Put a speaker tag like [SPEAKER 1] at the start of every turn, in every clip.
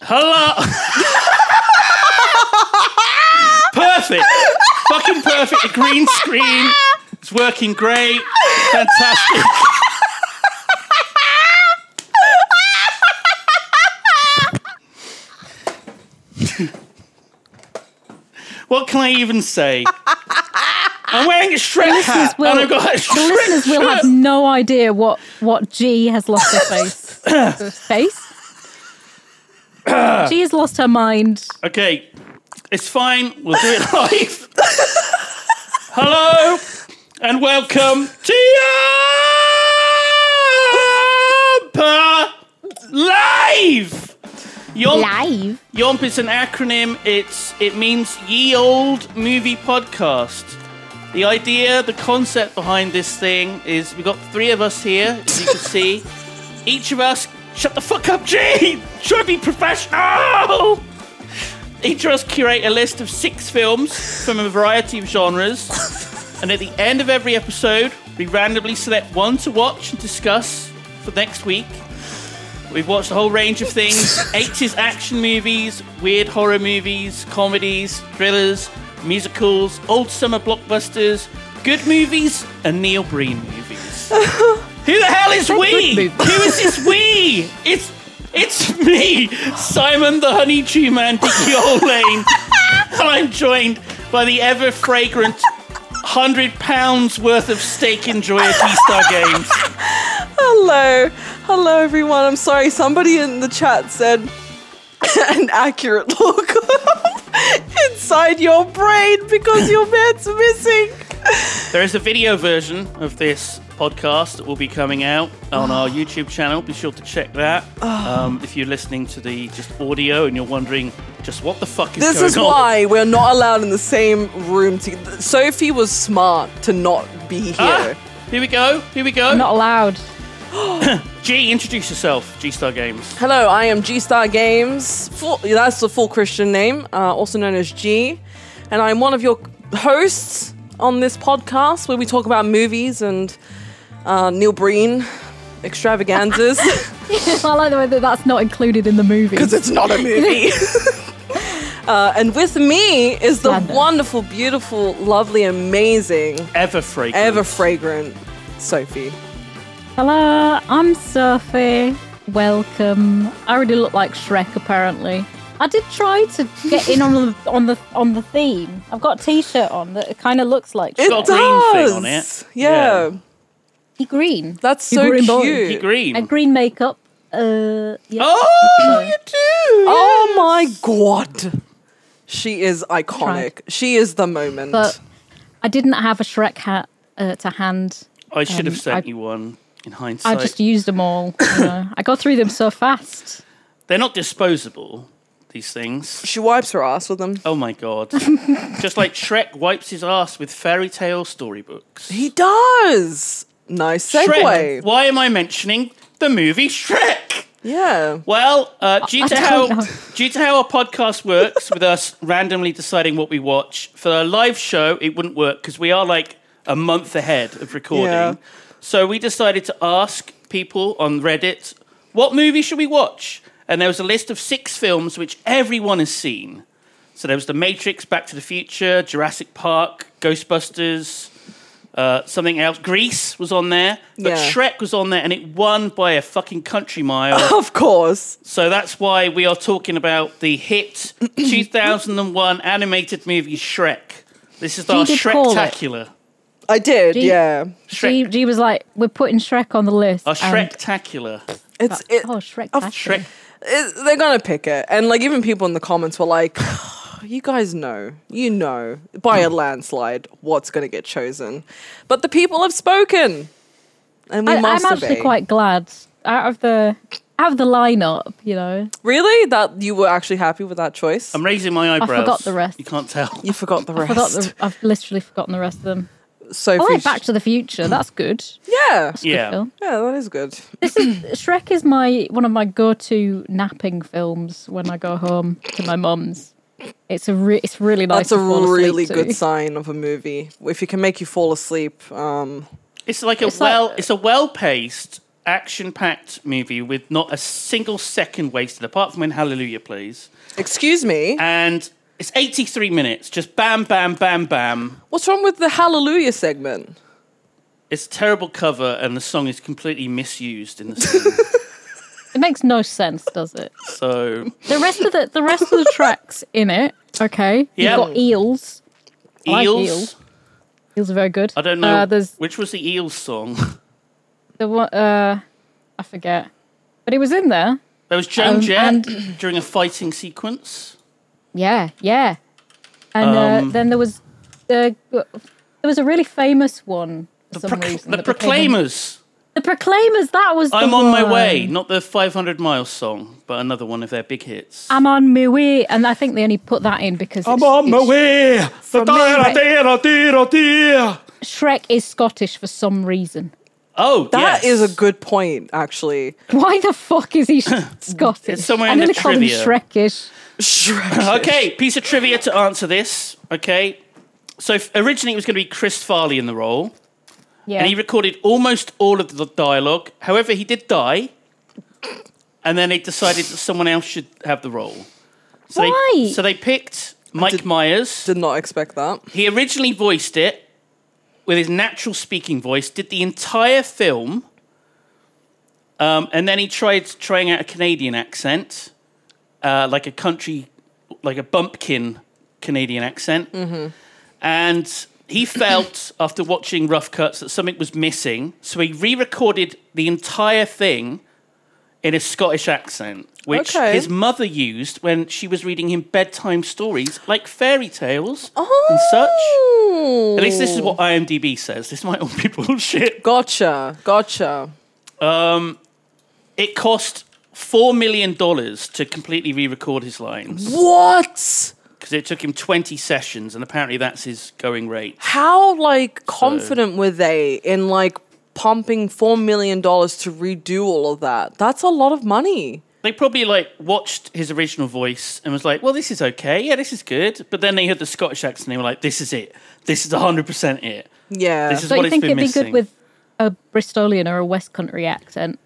[SPEAKER 1] Hello. perfect. Fucking perfect. The green screen. It's working great. Fantastic. what can I even say? I'm wearing a Shrek hat
[SPEAKER 2] will-
[SPEAKER 1] and I've got a
[SPEAKER 2] the
[SPEAKER 1] Shrek
[SPEAKER 2] listeners will
[SPEAKER 1] shirt.
[SPEAKER 2] have no idea what what G has lost her face. her face. G has lost her mind.
[SPEAKER 1] Okay, it's fine. We'll do it live. Hello and welcome to Yompa Live. Yomp,
[SPEAKER 3] Live.
[SPEAKER 1] Yomp is an acronym. It's it means Ye Old Movie Podcast. The idea, the concept behind this thing is we've got three of us here, as you can see. Each of us, shut the fuck up, G! Try to be professional! Each of us curate a list of six films from a variety of genres. and at the end of every episode, we randomly select one to watch and discuss for next week. We've watched a whole range of things 80s action movies, weird horror movies, comedies, thrillers, musicals, old summer blockbusters, good movies, and Neil Breen movies. Who the hell is we? Who is this we? It's it's me, Simon the Honeydew Man, Dickie O'Lane. and I'm joined by the ever fragrant hundred pounds worth of steak enjoyer T-Star Games.
[SPEAKER 4] Hello, hello everyone. I'm sorry, somebody in the chat said an accurate look inside your brain because your man's missing.
[SPEAKER 1] There is a video version of this podcast that will be coming out on our YouTube channel. Be sure to check that. Um, if you're listening to the just audio and you're wondering just what the fuck is
[SPEAKER 4] This
[SPEAKER 1] going
[SPEAKER 4] is
[SPEAKER 1] on.
[SPEAKER 4] why we're not allowed in the same room. To- Sophie was smart to not be here.
[SPEAKER 1] Ah, here we go. Here we go.
[SPEAKER 2] Not allowed.
[SPEAKER 1] G, introduce yourself. G Star Games.
[SPEAKER 4] Hello, I am G Star Games. Full, that's the full Christian name, uh, also known as G. And I'm one of your hosts on this podcast where we talk about movies and uh, Neil Breen extravaganzas.
[SPEAKER 2] I like the way that that's not included in the movie.
[SPEAKER 4] it's not a movie. uh, and with me is the
[SPEAKER 2] Slander.
[SPEAKER 4] wonderful, beautiful, lovely, amazing,
[SPEAKER 1] Ever fragrant.
[SPEAKER 4] ever fragrant Sophie.
[SPEAKER 2] Hello, I'm Sophie. Welcome. I already look like Shrek, apparently. I did try to get in on the on the on the theme. I've got a T-shirt on that kind of looks like
[SPEAKER 4] It
[SPEAKER 1] got a
[SPEAKER 4] does.
[SPEAKER 1] green thing on it.
[SPEAKER 4] Yeah,
[SPEAKER 1] Yeah.
[SPEAKER 2] Shrek. green.
[SPEAKER 4] that's
[SPEAKER 2] You
[SPEAKER 4] so
[SPEAKER 2] green boy.
[SPEAKER 4] cute.
[SPEAKER 1] Pea Green.
[SPEAKER 2] A green makeup. Uh, yeah.
[SPEAKER 1] Oh, you do.
[SPEAKER 4] Oh my god. She is iconic. She is the moment.
[SPEAKER 2] but I didn't have a Shrek hat uh, to hand.
[SPEAKER 1] I should have
[SPEAKER 2] Um,
[SPEAKER 1] sent
[SPEAKER 2] I-
[SPEAKER 1] you one. In
[SPEAKER 2] I
[SPEAKER 1] hindsight,
[SPEAKER 2] just used them all. you know. I got through them so fast.
[SPEAKER 1] they're not disposable. These things.
[SPEAKER 4] she wipes her ass with them.
[SPEAKER 1] Oh my god! just like Shrek wipes his ass with fairy tale storybooks.
[SPEAKER 4] He does. Nice segue.
[SPEAKER 1] Shrek. Why am I mentioning the movie Shrek?
[SPEAKER 4] Yeah.
[SPEAKER 1] Well, uh, due, to
[SPEAKER 2] don't
[SPEAKER 1] how,
[SPEAKER 2] know.
[SPEAKER 1] due to how our podcast works, with us randomly deciding what we watch, for a live show, it wouldn't work because we are like a month ahead of recording.
[SPEAKER 4] Yeah.
[SPEAKER 1] So we decided to ask people on Reddit, what movie should we watch? And there was a list of six films which everyone has seen. So there was The Matrix, Back to the Future, Jurassic Park, Ghostbusters, Uh, something else. Greece was on there, but
[SPEAKER 4] Yeah.
[SPEAKER 1] Shrek was on there, and it won by a fucking country mile.
[SPEAKER 4] Of course.
[SPEAKER 1] So that's why we are talking about the hit 2001 animated movie Shrek. This is our
[SPEAKER 2] did call it.
[SPEAKER 1] Shrektacular.
[SPEAKER 4] I did,
[SPEAKER 2] Gee.
[SPEAKER 4] yeah.
[SPEAKER 2] G,
[SPEAKER 1] Shrek,
[SPEAKER 2] G was like, we're putting Shrek on the list.
[SPEAKER 1] our
[SPEAKER 2] and-
[SPEAKER 1] Shrektacular.
[SPEAKER 4] It's it,
[SPEAKER 2] oh, Shrek.
[SPEAKER 4] of
[SPEAKER 2] Taxi.
[SPEAKER 1] Shrek.
[SPEAKER 4] it- they're gonna pick it, and like even people in the comments were like, "You guys know, you know, by a landslide, what's gonna get chosen." But the people have spoken, and we
[SPEAKER 2] I,
[SPEAKER 4] must
[SPEAKER 2] I'm actually
[SPEAKER 4] obey.
[SPEAKER 2] quite glad out of the out of the lineup. You know,
[SPEAKER 4] really that you were actually happy with that choice.
[SPEAKER 1] I'm raising my eyebrows.
[SPEAKER 2] forgot the rest.
[SPEAKER 1] You can't tell.
[SPEAKER 4] you forgot the
[SPEAKER 2] I
[SPEAKER 4] rest.
[SPEAKER 2] forgot the, I've literally forgotten the rest of them.
[SPEAKER 4] Sophie.
[SPEAKER 2] I like Back to the Future. That's good.
[SPEAKER 4] Oh, yeah,
[SPEAKER 2] Good
[SPEAKER 1] Yeah.
[SPEAKER 2] film.
[SPEAKER 4] yeah, that is good.
[SPEAKER 2] This is Shrek is my one of my go-to napping films when I go home to my mum's. It's a re- it's really nice.
[SPEAKER 4] That's a
[SPEAKER 2] to fall asleep
[SPEAKER 4] really
[SPEAKER 2] to.
[SPEAKER 4] good sign of a movie. If it can make you fall asleep, um,
[SPEAKER 1] It's like a
[SPEAKER 2] It's like-
[SPEAKER 1] well it's a well-paced, action-packed movie with not a single second wasted apart from when Hallelujah plays.
[SPEAKER 4] excuse me.
[SPEAKER 1] And it's 83 minutes, just bam bam bam bam.
[SPEAKER 4] What's wrong with the Hallelujah segment?
[SPEAKER 1] It's a terrible cover and the song is completely misused in the song.
[SPEAKER 2] It makes no sense, does it?
[SPEAKER 1] so
[SPEAKER 2] The rest of the the rest of the tracks in it. Okay,
[SPEAKER 1] Yeah.
[SPEAKER 2] you've got eels. I like
[SPEAKER 1] Eels.
[SPEAKER 2] Eels. Eels are very good.
[SPEAKER 1] I don't know
[SPEAKER 2] Uh, there's
[SPEAKER 1] which was the Eels song.
[SPEAKER 2] the one. Uh, I forget, but it was in there.
[SPEAKER 1] There was Joan
[SPEAKER 2] Um,
[SPEAKER 1] Jett
[SPEAKER 2] and-
[SPEAKER 1] during a fighting sequence.
[SPEAKER 2] Yeah, yeah. And
[SPEAKER 1] Um,
[SPEAKER 2] uh, then there was the there was a really famous one. For some
[SPEAKER 1] Proc-
[SPEAKER 2] reason,
[SPEAKER 1] the
[SPEAKER 2] that became-
[SPEAKER 1] Proclaimers.
[SPEAKER 2] The Proclaimers. That was. the
[SPEAKER 1] I'm on my
[SPEAKER 2] one.
[SPEAKER 1] way. Not the 500 miles song, but another one of their big hits.
[SPEAKER 2] I'm on my way, and I think they only put that in because it's- it's-
[SPEAKER 1] way.
[SPEAKER 2] me,
[SPEAKER 1] Oh,
[SPEAKER 2] Shrek is Scottish for some reason.
[SPEAKER 4] That is
[SPEAKER 1] Oh, yes.
[SPEAKER 4] a good point, actually.
[SPEAKER 2] Why the fuck is he Scottish?
[SPEAKER 1] It's somewhere
[SPEAKER 2] and
[SPEAKER 1] in
[SPEAKER 2] then
[SPEAKER 1] the
[SPEAKER 2] they call him
[SPEAKER 1] trivia.
[SPEAKER 2] Shrekish.
[SPEAKER 4] Shrek.
[SPEAKER 1] Okay, piece of trivia to answer this. Okay. So f- originally it was going to be Chris Farley in the role,
[SPEAKER 2] Yeah.
[SPEAKER 1] and he recorded almost all of the dialogue. However, he did die, and then they decided that someone else should have the role. So They,
[SPEAKER 2] Why?
[SPEAKER 1] so they picked Mike
[SPEAKER 4] Did-
[SPEAKER 1] Myers.
[SPEAKER 4] Did not expect that.
[SPEAKER 1] He originally voiced it with his natural speaking voice, did the entire film, um, and then he tried trying out a Canadian accent, uh, like a country, like a bumpkin Canadian accent. And he felt, after watching Rough Cuts, that something was missing, so he re recorded the entire thing in a Scottish accent, which
[SPEAKER 4] Okay.
[SPEAKER 1] his mother used when she was reading him bedtime stories like fairy tales and such. At least this is what IMDb says. This might all be bullshit.
[SPEAKER 4] Hmm. Gotcha. Gotcha.
[SPEAKER 1] It cost four million dollars to completely re-record his lines
[SPEAKER 4] What?
[SPEAKER 1] because it took him twenty sessions, and apparently that's his going rate.
[SPEAKER 4] How like confident were they in like pumping four million dollars to redo all of that? That's a lot of money.
[SPEAKER 1] They probably like watched his original voice and was like, "Well, this is okay. Yeah, this is good." But then they heard the Scottish accent, and they were like, "This is it. This is hundred percent it."
[SPEAKER 4] Yeah.
[SPEAKER 1] This is
[SPEAKER 2] so
[SPEAKER 1] what
[SPEAKER 2] you
[SPEAKER 1] it's
[SPEAKER 2] think
[SPEAKER 1] been
[SPEAKER 2] it'd be
[SPEAKER 1] missing.
[SPEAKER 2] good with a Bristolian or a West Country accent?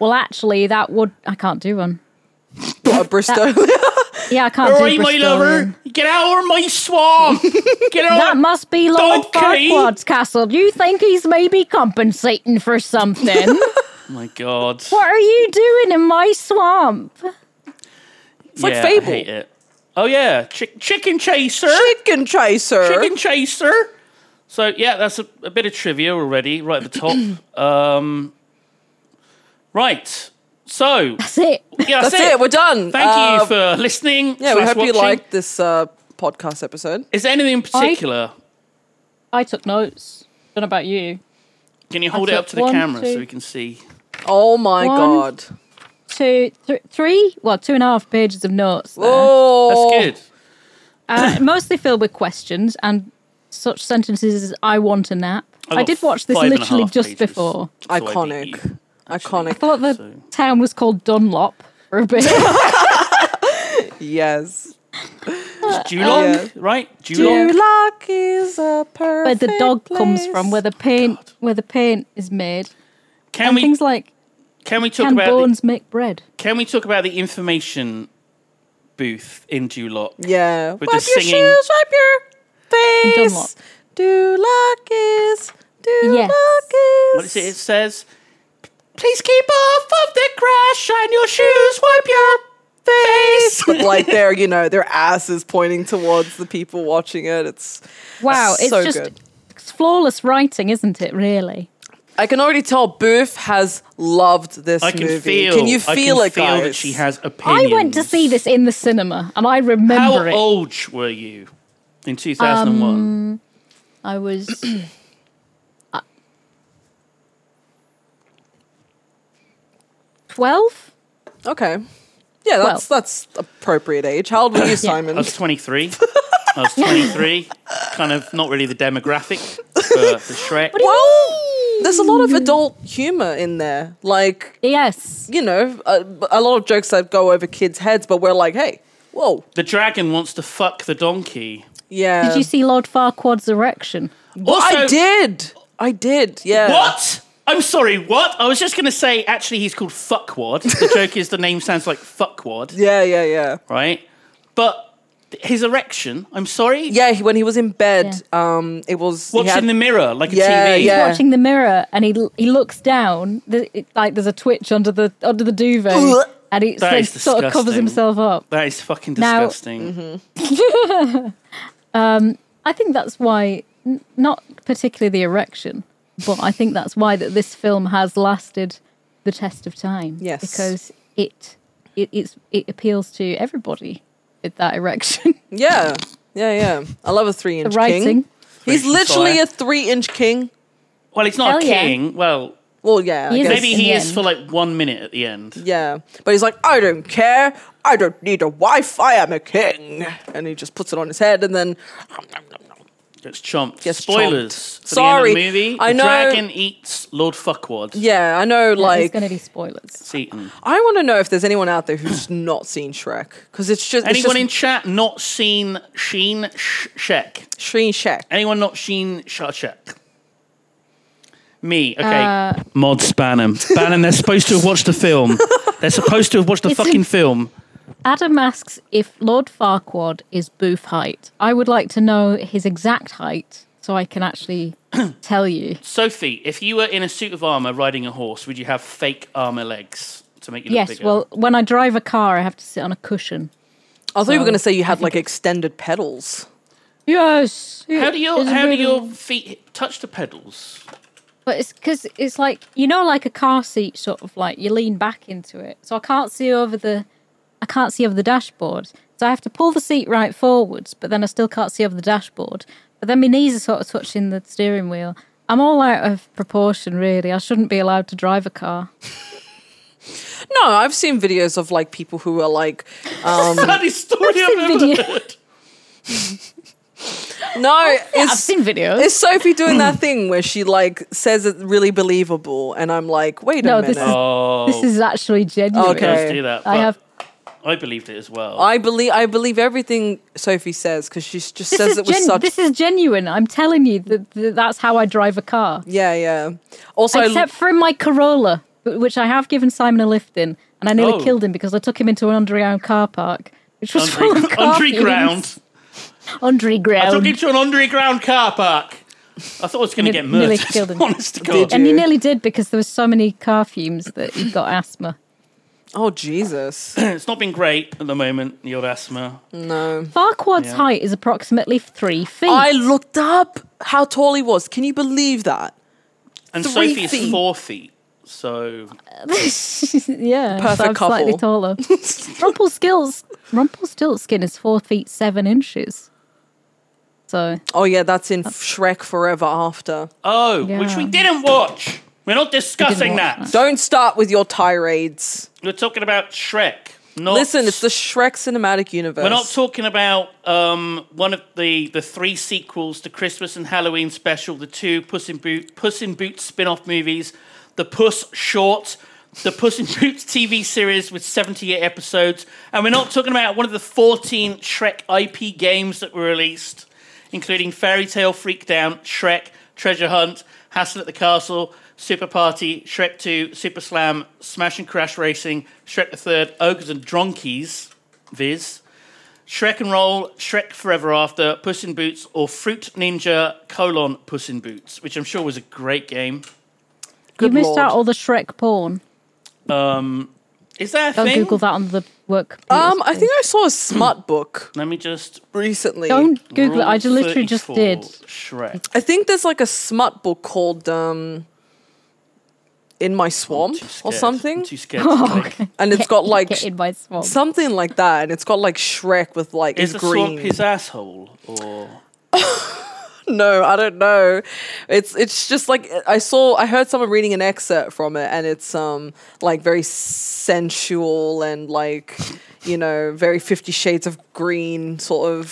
[SPEAKER 2] Well, actually, that would I can't do one.
[SPEAKER 4] a Bristol.
[SPEAKER 2] Yeah, I can't
[SPEAKER 1] All
[SPEAKER 2] do
[SPEAKER 1] right, my
[SPEAKER 2] Bristolian.
[SPEAKER 1] lover, get out of my swamp. Get out.
[SPEAKER 2] That must be Lord
[SPEAKER 1] Okay.
[SPEAKER 2] Farquaad's castle. You think he's maybe compensating for something?
[SPEAKER 1] oh my god.
[SPEAKER 2] what are you doing in my swamp?
[SPEAKER 1] It's
[SPEAKER 4] like
[SPEAKER 1] yeah,
[SPEAKER 4] Fable.
[SPEAKER 1] I hate it. Oh yeah, Chick- chicken chaser.
[SPEAKER 4] Chicken chaser.
[SPEAKER 1] Chicken Chaser. So yeah, that's a, a bit of trivia already, right at the top. um, right. So
[SPEAKER 2] That's it.
[SPEAKER 1] yeah, that's,
[SPEAKER 4] That's it. We're done.
[SPEAKER 1] Thank
[SPEAKER 4] Uh,
[SPEAKER 1] you for listening.
[SPEAKER 4] Yeah, we
[SPEAKER 1] slash
[SPEAKER 4] hope you
[SPEAKER 1] watching.
[SPEAKER 4] liked this uh, podcast episode.
[SPEAKER 1] Is there anything in particular?
[SPEAKER 2] I took notes. Don't know about you.
[SPEAKER 1] Can you hold it up
[SPEAKER 2] took
[SPEAKER 1] to the
[SPEAKER 2] one,
[SPEAKER 1] camera so
[SPEAKER 2] two-
[SPEAKER 1] we can see?
[SPEAKER 4] Oh my
[SPEAKER 2] One.
[SPEAKER 4] god.
[SPEAKER 2] Two, th- three, well, two and a half pages of notes. there.
[SPEAKER 4] Oh,
[SPEAKER 1] That's good.
[SPEAKER 2] Uh, mostly filled with questions and such sentences as "I want a nap."
[SPEAKER 1] I've
[SPEAKER 2] I
[SPEAKER 1] got
[SPEAKER 2] did watch this
[SPEAKER 1] five and a
[SPEAKER 2] literally
[SPEAKER 1] half
[SPEAKER 2] just
[SPEAKER 1] pages,
[SPEAKER 2] before.
[SPEAKER 1] so I beat
[SPEAKER 4] Iconic.
[SPEAKER 1] you.
[SPEAKER 4] Iconic.
[SPEAKER 2] I thought the
[SPEAKER 1] So-
[SPEAKER 2] town was called Dunlop for a bit.
[SPEAKER 4] Yes.
[SPEAKER 1] It's Duloc,
[SPEAKER 4] yeah.
[SPEAKER 1] right? Duloc.
[SPEAKER 4] Duloc is a perfect
[SPEAKER 2] where the dog comes
[SPEAKER 4] place.
[SPEAKER 2] from, where the paint, where the paint is made,
[SPEAKER 1] Can
[SPEAKER 2] and
[SPEAKER 1] we
[SPEAKER 2] things like
[SPEAKER 1] can we talk
[SPEAKER 2] can
[SPEAKER 1] about the,
[SPEAKER 2] bones make bread?
[SPEAKER 1] can we talk about the information booth in Duloc?
[SPEAKER 4] Yeah.
[SPEAKER 1] With
[SPEAKER 4] wipe
[SPEAKER 1] the
[SPEAKER 4] your
[SPEAKER 1] singing.
[SPEAKER 4] shoes, wipe your face.
[SPEAKER 2] Dunlop.
[SPEAKER 4] Do luck is. Do
[SPEAKER 2] Yes.
[SPEAKER 4] luck
[SPEAKER 1] What is
[SPEAKER 4] is.
[SPEAKER 1] it? It says, "Please keep off of the grass. Shine your shoes. Wipe your face."
[SPEAKER 4] like their, you know, their asses pointing towards the people watching it. It's
[SPEAKER 2] Wow, it's
[SPEAKER 4] so
[SPEAKER 2] just
[SPEAKER 4] good.
[SPEAKER 2] it's flawless writing, isn't it? Really?
[SPEAKER 4] I can already tell Booth has loved this
[SPEAKER 1] I can
[SPEAKER 4] movie.
[SPEAKER 1] feel.
[SPEAKER 4] can you feel
[SPEAKER 1] I
[SPEAKER 4] it,
[SPEAKER 1] can feel
[SPEAKER 4] guys?
[SPEAKER 1] that she has opinions.
[SPEAKER 2] I went to see this in the cinema, and I remember
[SPEAKER 1] How
[SPEAKER 2] it.
[SPEAKER 1] old were you in two thousand and one?
[SPEAKER 2] Um, I was. uh, Twelve.
[SPEAKER 4] Okay. Yeah, that's that's appropriate age. How old were you, Simon?
[SPEAKER 1] I was 23. I was 23. kind of not really the demographic for, for Shrek.
[SPEAKER 4] well, there's a lot of adult humor in there. Like,
[SPEAKER 2] Yes.
[SPEAKER 4] you know, a, a lot of jokes that go over kids' heads, but we're like, hey, whoa.
[SPEAKER 1] The dragon wants to fuck the donkey.
[SPEAKER 4] Yeah.
[SPEAKER 2] Did you see Lord Farquaad's erection?
[SPEAKER 1] also,
[SPEAKER 4] I did. I did. Yeah.
[SPEAKER 1] What? I'm sorry, what? I was just going to say, actually, he's called Fuckwad. The joke is the name sounds like Fuckwad,
[SPEAKER 4] Yeah, yeah, yeah.
[SPEAKER 1] right? But his erection, I'm sorry,
[SPEAKER 4] Yeah, he- when he was in bed, um, it was he
[SPEAKER 1] watching
[SPEAKER 4] had-
[SPEAKER 1] the mirror like a
[SPEAKER 4] Yeah,
[SPEAKER 1] TV.
[SPEAKER 4] yeah.
[SPEAKER 2] Watching the mirror, and he he looks down. The, it, like there's a twitch under the under the duvet,
[SPEAKER 4] Ugh.
[SPEAKER 2] and he
[SPEAKER 1] That
[SPEAKER 2] so-
[SPEAKER 1] is
[SPEAKER 2] sort of covers
[SPEAKER 1] disgusting.
[SPEAKER 2] himself up.
[SPEAKER 1] That is fucking
[SPEAKER 2] Now-
[SPEAKER 1] disgusting.
[SPEAKER 4] mm-hmm.
[SPEAKER 2] I think that's why, n- not particularly the erection, but I think that's why that this film has lasted the test of time.
[SPEAKER 4] Yes.
[SPEAKER 2] because it it it's, it appeals to everybody with that erection
[SPEAKER 4] Yeah, yeah, yeah. I love a three-inch
[SPEAKER 2] writing.
[SPEAKER 4] king. He's
[SPEAKER 1] Three-inch
[SPEAKER 4] literally
[SPEAKER 1] fire.
[SPEAKER 4] a three-inch king.
[SPEAKER 1] Well, it's not a
[SPEAKER 2] Hell yeah.
[SPEAKER 1] king. Well,
[SPEAKER 4] Well, yeah, I
[SPEAKER 2] He is a-
[SPEAKER 4] guess.
[SPEAKER 1] maybe
[SPEAKER 2] In
[SPEAKER 1] he
[SPEAKER 2] the
[SPEAKER 1] is
[SPEAKER 2] end.
[SPEAKER 1] for like one minute at the end.
[SPEAKER 4] Yeah, but he's like, I don't care. I don't need a wife. I am a king. And he just puts it on his head, and then
[SPEAKER 1] It's chomped.
[SPEAKER 4] Gets
[SPEAKER 1] Spoilers.
[SPEAKER 4] chomped.
[SPEAKER 1] For Sorry.
[SPEAKER 4] Sorry,
[SPEAKER 1] The end of the movie,
[SPEAKER 4] I
[SPEAKER 1] the
[SPEAKER 4] know-
[SPEAKER 1] dragon eats Lord Fuckwad.
[SPEAKER 4] yeah, I know.
[SPEAKER 2] There's
[SPEAKER 4] Like,
[SPEAKER 2] going to be spoilers.
[SPEAKER 1] It's eaten.
[SPEAKER 4] I want to know if there's anyone out there who's not seen Shrek because it's just it's
[SPEAKER 1] Anyone
[SPEAKER 4] just
[SPEAKER 1] in chat not seen Sheen Sh- Shek?
[SPEAKER 4] Shreen Shrek.
[SPEAKER 1] Anyone not Sheen Shek? Me. Okay.
[SPEAKER 2] Uh,
[SPEAKER 1] Mods ban them. Ban them. They're supposed to have watched the film. They're supposed to have watched the
[SPEAKER 2] It's
[SPEAKER 1] fucking
[SPEAKER 2] im-
[SPEAKER 1] film.
[SPEAKER 2] Adam asks if Lord Farquaad is booth height. I would like to know his exact height so I can actually tell you.
[SPEAKER 1] Sophie, if you were in a suit of armor riding a horse, would you have fake armor legs to make you look
[SPEAKER 2] Yes,
[SPEAKER 1] bigger?
[SPEAKER 2] well, when I drive a car, I have to sit on a cushion.
[SPEAKER 4] I thought you were going to say you had like extended pedals.
[SPEAKER 2] Yes.
[SPEAKER 1] how do your
[SPEAKER 2] it's
[SPEAKER 1] how do
[SPEAKER 2] really-
[SPEAKER 1] your feet touch the pedals?
[SPEAKER 2] But it's because it's like you know, like a car seat, sort of like you lean back into it. So I can't see over the, I can't see over the dashboard. So I have to pull the seat right forwards, but then I still can't see over the dashboard. But then my knees are sort of touching the steering wheel. I'm all out of proportion, really. I shouldn't be allowed to drive a car.
[SPEAKER 4] No, I've seen videos of like people who are like, Um,
[SPEAKER 1] saddest story I've ever
[SPEAKER 2] video.
[SPEAKER 1] heard.
[SPEAKER 4] no,
[SPEAKER 2] Oh, I've
[SPEAKER 4] it's
[SPEAKER 2] seen videos.
[SPEAKER 4] Is Sophie doing that thing where she like says it's really believable, and I'm like, wait a
[SPEAKER 2] No,
[SPEAKER 4] minute.
[SPEAKER 2] this is
[SPEAKER 1] Oh.
[SPEAKER 2] this is actually genuine.
[SPEAKER 4] Oh. Okay.
[SPEAKER 1] do that.
[SPEAKER 2] I
[SPEAKER 1] but
[SPEAKER 2] have.
[SPEAKER 1] I believed it as well.
[SPEAKER 4] I believe I believe everything Sophie says because she just
[SPEAKER 2] This
[SPEAKER 4] says
[SPEAKER 2] is,
[SPEAKER 4] it with
[SPEAKER 2] gen-
[SPEAKER 4] such.
[SPEAKER 2] this is genuine. I'm telling you that, that that's how I drive a car.
[SPEAKER 4] yeah, yeah. Also, I-
[SPEAKER 2] except for my Corolla, wh- which I have given Simon a lift in, and I nearly
[SPEAKER 1] Oh.
[SPEAKER 2] killed him because I took him into an underground car park, which was full of car
[SPEAKER 1] underground.
[SPEAKER 2] fumes. Underground.
[SPEAKER 1] I took him to an underground car park. I thought I was going to
[SPEAKER 2] Ne-
[SPEAKER 1] get
[SPEAKER 2] nearly
[SPEAKER 1] murdered.
[SPEAKER 2] killed him.
[SPEAKER 1] Honest to
[SPEAKER 4] Did
[SPEAKER 1] God.
[SPEAKER 2] and he
[SPEAKER 4] you.
[SPEAKER 2] nearly did because there was so many car fumes that he got asthma.
[SPEAKER 4] oh Jesus,
[SPEAKER 1] It's not been great at the moment, your asthma.
[SPEAKER 4] no!
[SPEAKER 2] Farquad's height is approximately three feet.
[SPEAKER 4] I looked up how tall he was. Can you believe that?
[SPEAKER 1] And
[SPEAKER 4] Three
[SPEAKER 1] Sophie
[SPEAKER 4] feet.
[SPEAKER 1] is four feet. So
[SPEAKER 2] yeah, so
[SPEAKER 4] Perfect
[SPEAKER 2] I'm slightly
[SPEAKER 4] couple.
[SPEAKER 2] taller. Rumpelstilts, Rumpelstiltskin is four feet seven inches. So
[SPEAKER 4] Oh yeah, that's in Shrek Forever After.
[SPEAKER 1] Oh, which
[SPEAKER 2] Yeah.
[SPEAKER 1] we didn't watch. We're not discussing that.
[SPEAKER 4] Don't start with your tirades.
[SPEAKER 1] We're talking about Shrek. Not,
[SPEAKER 4] Listen, it's the Shrek cinematic universe.
[SPEAKER 1] Oh. We're not talking about um, one of the, the three sequels, the Christmas and Halloween special, the two Puss in Boot Puss in Boots spin off movies, the Puss short, the Puss in Boots TV series with 78 episodes, and we're not talking about one of the 14 Shrek IP games that were released, including Fairy Tale Freakdown, Shrek, Treasure Hunt, Hassle at the Castle, Super Party, Shrek 2, Super Slam, Smash and Crash Racing, Shrek the Third, Ogres and Dronkies, viz. Shrek and Roll, Shrek Forever After, Puss in Boots, or Fruit Ninja colon Puss in Boots, which I'm sure was a great game.
[SPEAKER 2] You missed
[SPEAKER 4] lord.
[SPEAKER 2] out all the Shrek porn.
[SPEAKER 1] Is that a
[SPEAKER 2] Don't
[SPEAKER 1] thing?
[SPEAKER 2] Google that on the work.
[SPEAKER 4] Um,
[SPEAKER 2] computer
[SPEAKER 4] I think I saw a smut book
[SPEAKER 1] Let me just.
[SPEAKER 4] recently.
[SPEAKER 2] Don't Google it. I just
[SPEAKER 1] Rule
[SPEAKER 2] literally just
[SPEAKER 1] 34,
[SPEAKER 2] did.
[SPEAKER 1] Shrek.
[SPEAKER 4] I think there's like a smut book called um, In My Swamp
[SPEAKER 1] Too
[SPEAKER 4] or
[SPEAKER 1] scared.
[SPEAKER 4] something,
[SPEAKER 1] I'm too scared.
[SPEAKER 2] Oh,
[SPEAKER 1] To click.
[SPEAKER 4] and it's got like
[SPEAKER 2] Get in my swamp.
[SPEAKER 4] something like that, and it's got like Shrek with like
[SPEAKER 1] Is
[SPEAKER 4] his
[SPEAKER 1] the
[SPEAKER 4] green.
[SPEAKER 1] swamp his asshole? Or
[SPEAKER 4] no, I don't know. It's it's just like I saw. I heard someone reading an excerpt from it, and it's um like very sensual and like you know very Fifty Shades of Green sort of.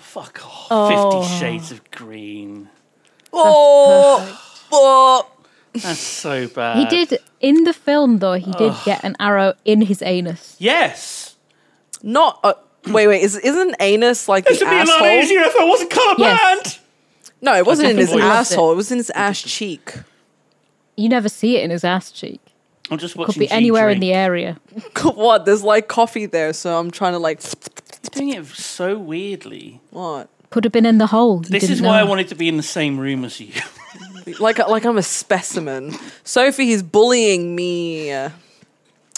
[SPEAKER 1] fuck off.
[SPEAKER 2] Oh.
[SPEAKER 1] Fifty Shades of Green.
[SPEAKER 4] Oh, oh.
[SPEAKER 1] That's so bad.
[SPEAKER 2] He did in the film though. He did get an arrow in his anus.
[SPEAKER 1] Yes.
[SPEAKER 4] not. Uh, wait, wait. Is isn't anus like the asshole?
[SPEAKER 1] if I wasn't colourblind.
[SPEAKER 2] Yes.
[SPEAKER 4] No, it wasn't in his
[SPEAKER 1] definitely
[SPEAKER 2] loved
[SPEAKER 4] asshole. It. was in his ass cheek.
[SPEAKER 2] You never see it in his ass cheek.
[SPEAKER 1] I'm just watching.
[SPEAKER 2] Could be anywhere in the
[SPEAKER 1] air.
[SPEAKER 2] area.
[SPEAKER 4] what? There's like coffee there, so I'm trying to like
[SPEAKER 1] Doing it so weirdly.
[SPEAKER 4] what?
[SPEAKER 2] Could have been in the hole. You
[SPEAKER 1] This
[SPEAKER 2] didn't
[SPEAKER 1] is why I
[SPEAKER 2] know.
[SPEAKER 1] wanted to be in the same room as you.
[SPEAKER 4] Like like I'm a specimen. Sophie, he's bullying me.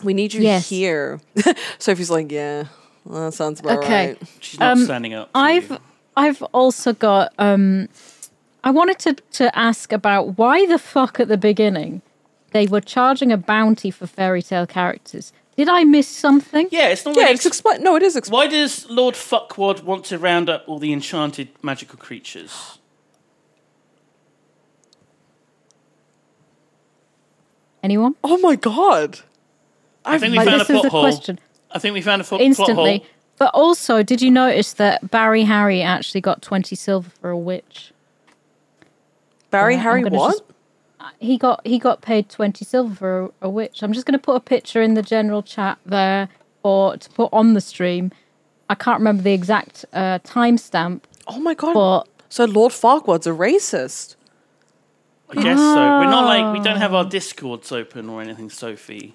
[SPEAKER 4] We need you
[SPEAKER 2] Yes.
[SPEAKER 4] here. Sophie's like, yeah, well, that sounds about
[SPEAKER 2] Okay.
[SPEAKER 4] right.
[SPEAKER 1] She's not standing up. for
[SPEAKER 2] Um, I've
[SPEAKER 1] you.
[SPEAKER 2] I've also got um I wanted to, to ask about why the fuck at the beginning they were charging a bounty for fairy tale characters. Did I miss something?
[SPEAKER 1] Yeah, it's not.
[SPEAKER 4] Yeah,
[SPEAKER 1] really
[SPEAKER 4] it's explained. No, it is explained.
[SPEAKER 1] Why does Lord Fuckwad want to round up all the enchanted magical creatures?
[SPEAKER 2] Anyone?
[SPEAKER 4] Oh my god.
[SPEAKER 1] I think we
[SPEAKER 2] Like,
[SPEAKER 1] found a
[SPEAKER 2] this is the
[SPEAKER 1] plot hole.
[SPEAKER 2] question.
[SPEAKER 1] I think we found a fo- plot hole.
[SPEAKER 2] Instantly. But also, did you notice that Barry Harry actually got 20 silver for a witch?
[SPEAKER 4] Barry
[SPEAKER 2] Yeah, I'm
[SPEAKER 4] Harry
[SPEAKER 2] gonna
[SPEAKER 4] what?
[SPEAKER 2] just- He got he got paid 20 silver for a, a witch. I'm just going to put a picture in the general chat there or to put on the stream. I can't remember the exact uh, timestamp,
[SPEAKER 4] oh my god.
[SPEAKER 2] but
[SPEAKER 4] So Lord Farquaad's a racist.
[SPEAKER 1] I guess so. We're not like we don't have
[SPEAKER 2] Ah.
[SPEAKER 1] our discords open or anything, Sophie.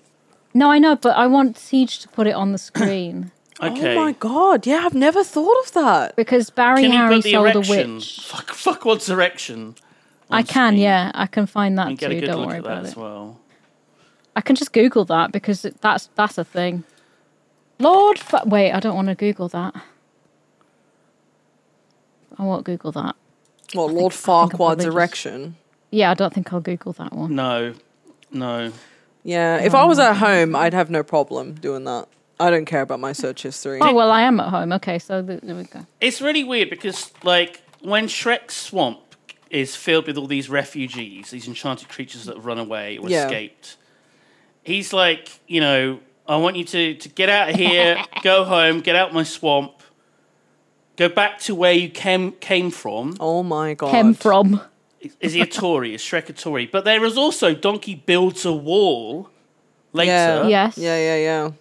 [SPEAKER 2] No, I know, but I want Siege to put it on the screen
[SPEAKER 1] Okay.
[SPEAKER 4] Oh my god. Yeah, I've never thought of that.
[SPEAKER 2] because Barry
[SPEAKER 1] Can you
[SPEAKER 2] Harry
[SPEAKER 1] put the
[SPEAKER 2] sold a
[SPEAKER 1] erection?
[SPEAKER 2] witch.
[SPEAKER 1] Fuck, fuck what's erection?
[SPEAKER 2] I
[SPEAKER 1] on
[SPEAKER 2] can,
[SPEAKER 1] screen?
[SPEAKER 2] yeah, I can find that
[SPEAKER 1] And get a
[SPEAKER 2] too.
[SPEAKER 1] good
[SPEAKER 2] Don't
[SPEAKER 1] look
[SPEAKER 2] worry
[SPEAKER 1] at that
[SPEAKER 2] about it.
[SPEAKER 1] as well.
[SPEAKER 2] I can just Google that because it, that's that's a thing. Lord, fa- wait, I don't want to Google that. I won't Google that.
[SPEAKER 4] Well, Lord
[SPEAKER 2] I think I'll
[SPEAKER 4] Farquaad's
[SPEAKER 2] probably just-
[SPEAKER 4] erection.
[SPEAKER 2] Yeah, I don't think I'll Google that one.
[SPEAKER 1] No, no.
[SPEAKER 4] Yeah,
[SPEAKER 2] Oh
[SPEAKER 4] if I was at home, I'd have no problem doing that. I don't care about my search history.
[SPEAKER 2] Oh well, I am at home. Okay, so th- there we go.
[SPEAKER 1] It's really weird because, like, when Shrek's swamp is filled with all these refugees, these enchanted creatures that have run away or
[SPEAKER 4] Yeah.
[SPEAKER 1] escaped, he's like, you know, I want you to, to get out of here, go home, get out my swamp, go back to where you came, came from.
[SPEAKER 4] Oh my god.
[SPEAKER 2] Chem from.
[SPEAKER 1] Is he a Tory? Is Shrek a Tory? But there is also Donkey builds a wall later.
[SPEAKER 4] Yeah.
[SPEAKER 2] Yes.
[SPEAKER 4] Yeah, yeah, yeah.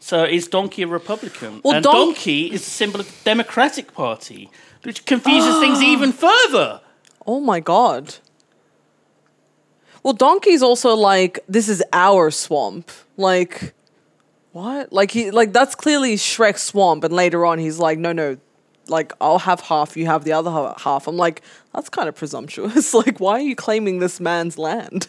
[SPEAKER 1] So is Donkey a Republican?
[SPEAKER 4] Well,
[SPEAKER 1] and
[SPEAKER 4] Don-
[SPEAKER 1] Donkey is a symbol of the Democratic Party, which confuses things even further.
[SPEAKER 4] Oh my god. Well, Donkey's also like this is our swamp. Like what? Like he like that's clearly Shrek's swamp and later on he's like no no like I'll have half, you have the other ha- half. I'm like that's kind of presumptuous. like why are you claiming this man's land?